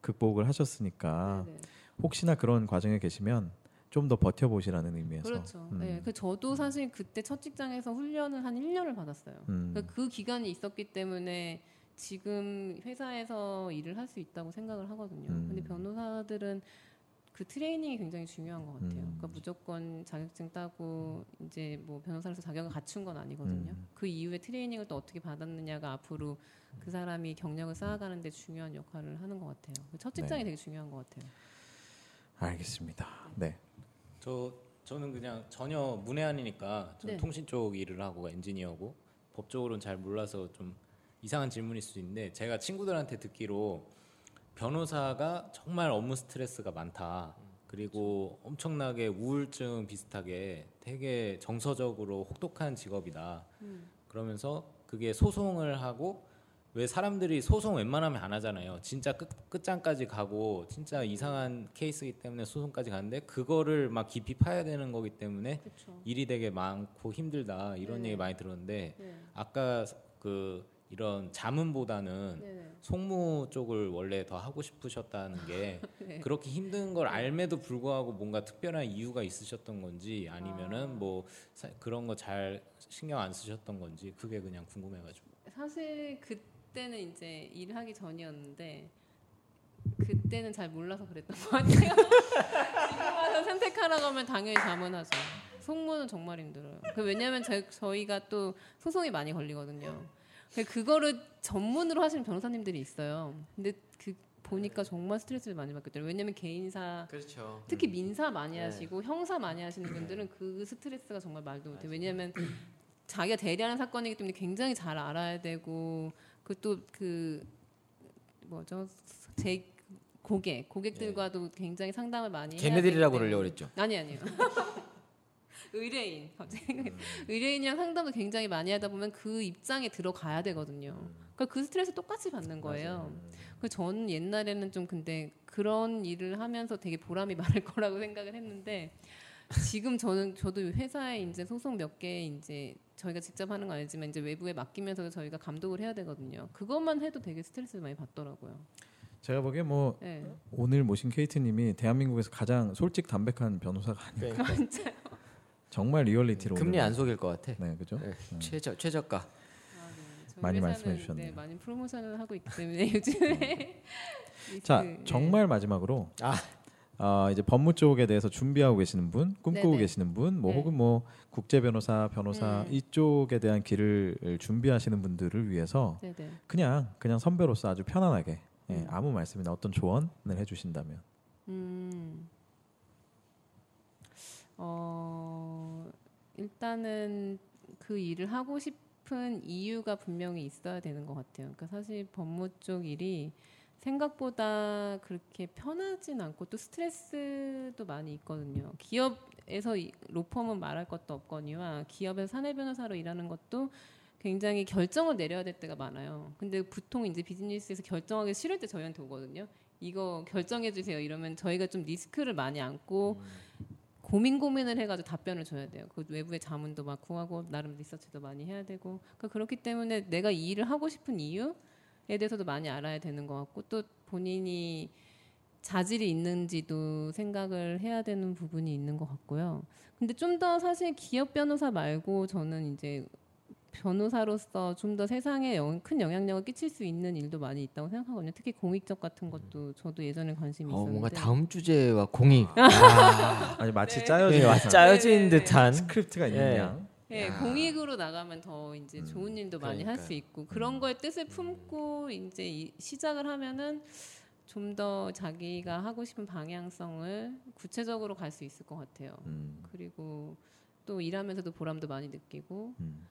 [SPEAKER 1] 극복을 하셨으니까
[SPEAKER 3] 네, 네.
[SPEAKER 1] 혹시나 그런 과정에 계시면 좀 더 버텨보시라는 의미에서
[SPEAKER 3] 그렇죠.
[SPEAKER 1] 음,
[SPEAKER 3] 네, 그 저도 사실 그때 첫 직장에서 훈련을 한 1년을 받았어요.
[SPEAKER 1] 음,
[SPEAKER 3] 그러니까 그 기간이 있었기 때문에 지금 회사에서 일을 할 수 있다고 생각을 하거든요.
[SPEAKER 1] 음.
[SPEAKER 3] 근데 변호사들은 그 트레이닝이 굉장히 중요한 것 같아요.
[SPEAKER 1] 음.
[SPEAKER 3] 그러니까 무조건 자격증 따고 이제 뭐 변호사로서 자격을 갖춘 건 아니거든요.
[SPEAKER 1] 음.
[SPEAKER 3] 그 이후에 트레이닝을 또 어떻게 받았느냐가 앞으로 그 사람이 경력을 쌓아가는데 중요한 역할을 하는 것 같아요. 그 첫 직장이
[SPEAKER 1] 네.
[SPEAKER 3] 되게 중요한 것 같아요.
[SPEAKER 1] 알겠습니다. 네.
[SPEAKER 5] 저 저는 그냥 전혀 문외한이니까 저는
[SPEAKER 3] 네.
[SPEAKER 5] 통신 쪽 일을 하고 엔지니어고 법 쪽으로는 잘 몰라서 좀 이상한 질문일 수도 있는데 제가 친구들한테 듣기로 변호사가 정말 업무 스트레스가 많다. 그 그리고 엄청나게 우울증 비슷하게 되게 정서적으로 혹독한 직업이다. 그러면서 그게 소송을 하고 왜 사람들이 소송 웬만하면 안 하잖아요. 진짜 끝, 끝장까지 가고 진짜 이상한 케이스이기 때문에 소송까지 가는데 그거를 막 깊이 파야 되는 거기 때문에
[SPEAKER 3] 그렇죠.
[SPEAKER 5] 일이 되게 많고 힘들다 이런
[SPEAKER 3] 네.
[SPEAKER 5] 얘기 많이 들었는데
[SPEAKER 3] 네.
[SPEAKER 5] 아까 그 이런 자문보다는
[SPEAKER 3] 네.
[SPEAKER 5] 송무 쪽을 원래 더 하고 싶으셨다는 게
[SPEAKER 3] 네.
[SPEAKER 5] 그렇게 힘든 걸 알매도 불구하고 뭔가 특별한 이유가 있으셨던 건지 아니면은 뭐 사- 그런 거 잘 신경 안 쓰셨던 건지 그게 그냥 궁금해가지고
[SPEAKER 3] 사실 그때는 이제 일하기 전이었는데 그때는 잘 몰라서 그랬던 것 같아요. 지금 와서 선택하라고 하면 당연히 자문하죠. 송무는 정말 힘들어요. 그 왜냐하면 제- 저희가 또 소송이 많이 걸리거든요. 근데 그거를 전문으로 하시는 변호사님들이 있어요. 근데 그 보니까 정말 스트레스를 많이 받거든요. 왜냐하면 개인사
[SPEAKER 2] 그렇죠.
[SPEAKER 3] 특히 민사 많이
[SPEAKER 2] 네.
[SPEAKER 3] 하시고 형사 많이 하시는 분들은 그 스트레스가 정말 말도 못해요. 왜냐하면 자기가 대리하는 사건이기 때문에 굉장히 잘 알아야 되고 그또그 뭐죠 제 고객 고객들과도 굉장히 상담을 많이 해야
[SPEAKER 2] 네. 걔네들이라고
[SPEAKER 3] 되기 때문에.
[SPEAKER 2] 그러려고 그랬죠.
[SPEAKER 3] 아니 아니요. 의뢰인 갑자기 생각이- 의뢰인이랑 상담도 굉장히 많이 하다 보면 그 입장에 들어가야 되거든요. 그러니까 그 스트레스 똑같이 받는 거예요. 그 저는 옛날에는 좀 근데 그런 일을 하면서 되게 보람이 많을 거라고 생각을 했는데 지금 저는 저도 회사에 이제 소송 몇 개 이제 저희가 직접 하는 건 아니지만 이제 외부에 맡기면서 저희가 감독을 해야 되거든요. 그것만 해도 되게 스트레스를 많이 받더라고요.
[SPEAKER 1] 제가 보기에 뭐
[SPEAKER 3] 예.
[SPEAKER 1] 오늘 모신 케이트님이 대한민국에서 가장 솔직 담백한 변호사가 아니
[SPEAKER 2] 그러니까
[SPEAKER 1] 정말 리얼리티로
[SPEAKER 2] 금리
[SPEAKER 1] 오늘
[SPEAKER 2] 안 속일 것 같아.
[SPEAKER 1] 네 그죠?
[SPEAKER 2] 네, 최저 최저가.
[SPEAKER 3] 아, 네. 저희
[SPEAKER 1] 많이
[SPEAKER 3] 회사는,
[SPEAKER 1] 말씀해
[SPEAKER 3] 네,
[SPEAKER 1] 주셨네요.
[SPEAKER 3] 많이 프로모션을 하고 있기 때문에 요즘에
[SPEAKER 1] 자
[SPEAKER 3] 그, 네.
[SPEAKER 1] 정말 마지막으로
[SPEAKER 2] 아.
[SPEAKER 1] 어, 이제 법무 쪽에 대해서 준비하고 계시는 분, 꿈꾸고
[SPEAKER 3] 네네.
[SPEAKER 1] 계시는 분, 뭐
[SPEAKER 3] 네.
[SPEAKER 1] 혹은 뭐 국제 변호사, 변호사
[SPEAKER 3] 음.
[SPEAKER 1] 이쪽에 대한 길을 준비하시는 분들을 위해서
[SPEAKER 3] 네, 네.
[SPEAKER 1] 그냥 그냥 선배로서 아주 편안하게 예,
[SPEAKER 3] 음.
[SPEAKER 1] 아무 말씀이나 어떤 조언을 해주신다면
[SPEAKER 3] 음. 어, 일단은 그 일을 하고 싶은 이유가 분명히 있어야 되는 것 같아요. 그러니까 사실 법무 쪽 일이 생각보다 그렇게 편하진 않고 또 스트레스도 많이 있거든요. 기업에서 이- 로펌은 말할 것도 없거니와 기업에서 사내 변호사로 일하는 것도 굉장히 결정을 내려야 될 때가 많아요. 근데 보통 이제 비즈니스에서 결정하기 싫을 때 저희한테 오거든요. 이거 결정해 주세요. 이러면 저희가 좀 리스크를 많이 안고 고민 고민을 해가지고 답변을 줘야 돼요. 그 외부의 자문도 막 구하고 나름 리서치도 많이 해야 되고 그러니까 그렇기 때문에 내가 이 일을 하고 싶은 이유에 대해서도 많이 알아야 되는 것 같고 또 본인이 자질이 있는지도 생각을 해야 되는 부분이 있는 것 같고요. 근데 좀 더 사실 기업 변호사 말고 저는 이제 변호사로서 좀 더 세상에 영- 큰 영향력을 끼칠 수 있는 일도 많이 있다고 생각하거든요. 특히 공익적 같은 것도 저도 예전에 관심이
[SPEAKER 2] 어,
[SPEAKER 3] 있었는데
[SPEAKER 2] 뭔가 다음 주제와 공익.
[SPEAKER 1] 아니 마치
[SPEAKER 3] 네.
[SPEAKER 1] 짜여진
[SPEAKER 2] 네,
[SPEAKER 1] 듯한
[SPEAKER 2] 짜여진
[SPEAKER 3] 네, 네.
[SPEAKER 2] 듯한.
[SPEAKER 1] 스크립트가 있는
[SPEAKER 2] 예.
[SPEAKER 1] 양
[SPEAKER 3] 예,
[SPEAKER 2] 야.
[SPEAKER 3] 공익으로 나가면 더 이제
[SPEAKER 1] 음,
[SPEAKER 3] 좋은 일도 많이 할 수
[SPEAKER 2] 그러니까요. 음.
[SPEAKER 3] 있고 그런 거에 뜻을 품고 이제 이- 시작을 하면은 좀 더 자기가 하고 싶은 방향성을 구체적으로 갈 수 있을 것 같아요.
[SPEAKER 1] 음,
[SPEAKER 3] 그리고 또 일하면서도 보람도 많이 느끼고
[SPEAKER 1] 음.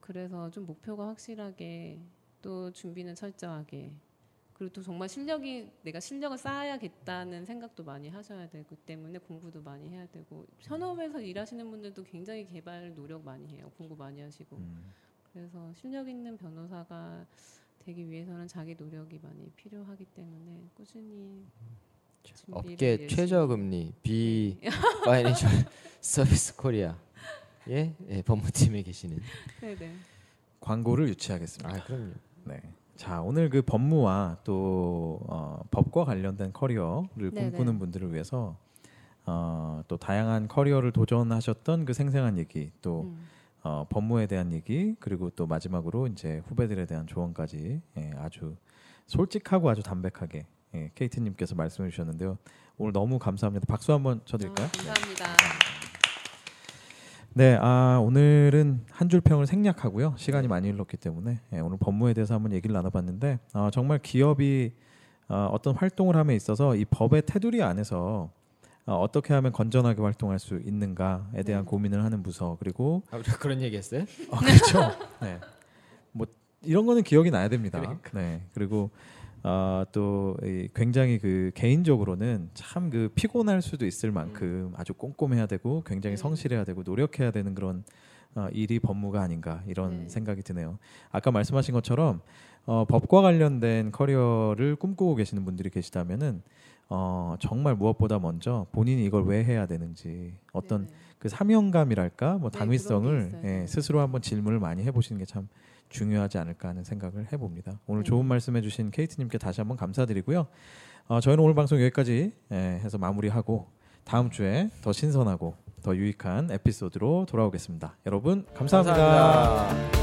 [SPEAKER 3] 그래서 좀 목표가 확실하게 또 준비는 철저하게 그리고 또 정말 실력이 내가 실력을 쌓아야겠다는 생각도 많이 하셔야 되기 때문에 공부도 많이 해야 되고 현업에서 일하시는 분들도 굉장히 개발 노력 많이 해요 공부 많이 하시고
[SPEAKER 1] 음.
[SPEAKER 3] 그래서 실력 있는 변호사가 되기 위해서는 자기 노력이 많이 필요하기 때문에 꾸준히
[SPEAKER 1] 음.
[SPEAKER 3] 준비를
[SPEAKER 2] 업계
[SPEAKER 3] 열심히- 네.
[SPEAKER 2] 최저금리 B 파이낸셜 서비스 코리아 예, 예 법무팀에 계시는
[SPEAKER 3] 네네
[SPEAKER 1] 광고를 유치하겠습니다.
[SPEAKER 2] 아 그럼요
[SPEAKER 1] 네. 자 오늘 그 법무와 또 어, 법과 관련된 커리어를
[SPEAKER 3] 네네.
[SPEAKER 1] 꿈꾸는 분들을 위해서 어, 또 다양한 커리어를 도전하셨던 그 생생한 얘기 또
[SPEAKER 3] 음.
[SPEAKER 1] 어, 법무에 대한 얘기 그리고 또 마지막으로 이제 후배들에 대한 조언까지 예, 아주 솔직하고 아주 담백하게 예, 케이트님께서 말씀해 주셨는데요. 오늘 너무 감사합니다. 박수 한번 쳐드릴까요?
[SPEAKER 3] 아, 감사합니다
[SPEAKER 1] 네, 아, 오늘은 한 줄 평을 생략하고요. 시간이 많이 흘렀기 때문에 예, 오늘 법무에 대해서 한번 얘기를 나눠봤는데 아, 정말 기업이 아, 어떤 활동을 함에 있어서 이 법의 테두리 안에서 아, 어떻게 하면 건전하게 활동할 수 있는가에 대한 고민을 하는 부서 그리고
[SPEAKER 2] 아 우리가 그런 얘기했어요?
[SPEAKER 1] 아, 그렇죠. 네, 뭐 이런 거는 기억이 나야 됩니다.
[SPEAKER 2] 그러니까.
[SPEAKER 1] 네, 그리고 아, 또이 굉장히 그 개인적으로는 참 그 피곤할 수도 있을 만큼 아주 꼼꼼해야 되고 굉장히
[SPEAKER 3] 음.
[SPEAKER 1] 성실해야 되고 노력해야 되는 그런 어, 일이 법무가 아닌가 이런
[SPEAKER 3] 네.
[SPEAKER 1] 생각이 드네요. 아까 말씀하신 것처럼 어, 법과 관련된 커리어를 꿈꾸고 계시는 분들이 계시다면은 어, 정말 무엇보다 먼저 본인이 이걸 왜 해야 되는지 어떤
[SPEAKER 3] 네.
[SPEAKER 1] 그 사명감이랄까 뭐
[SPEAKER 3] 네,
[SPEAKER 1] 당위성을
[SPEAKER 3] 그런 게 있어요. 네.
[SPEAKER 1] 예, 스스로 한번 질문을 많이 해보시는 게 참 중요하지 않을까 하는 생각을 해봅니다. 오늘
[SPEAKER 3] 네.
[SPEAKER 1] 좋은 말씀해주신 케이트님께 다시 한번 감사드리고요. 어, 저희는 오늘 방송 여기까지 예, 해서 마무리하고 다음 주에 더 신선하고 더 유익한 에피소드로 돌아오겠습니다. 여러분 감사합니다.
[SPEAKER 7] 감사합니다.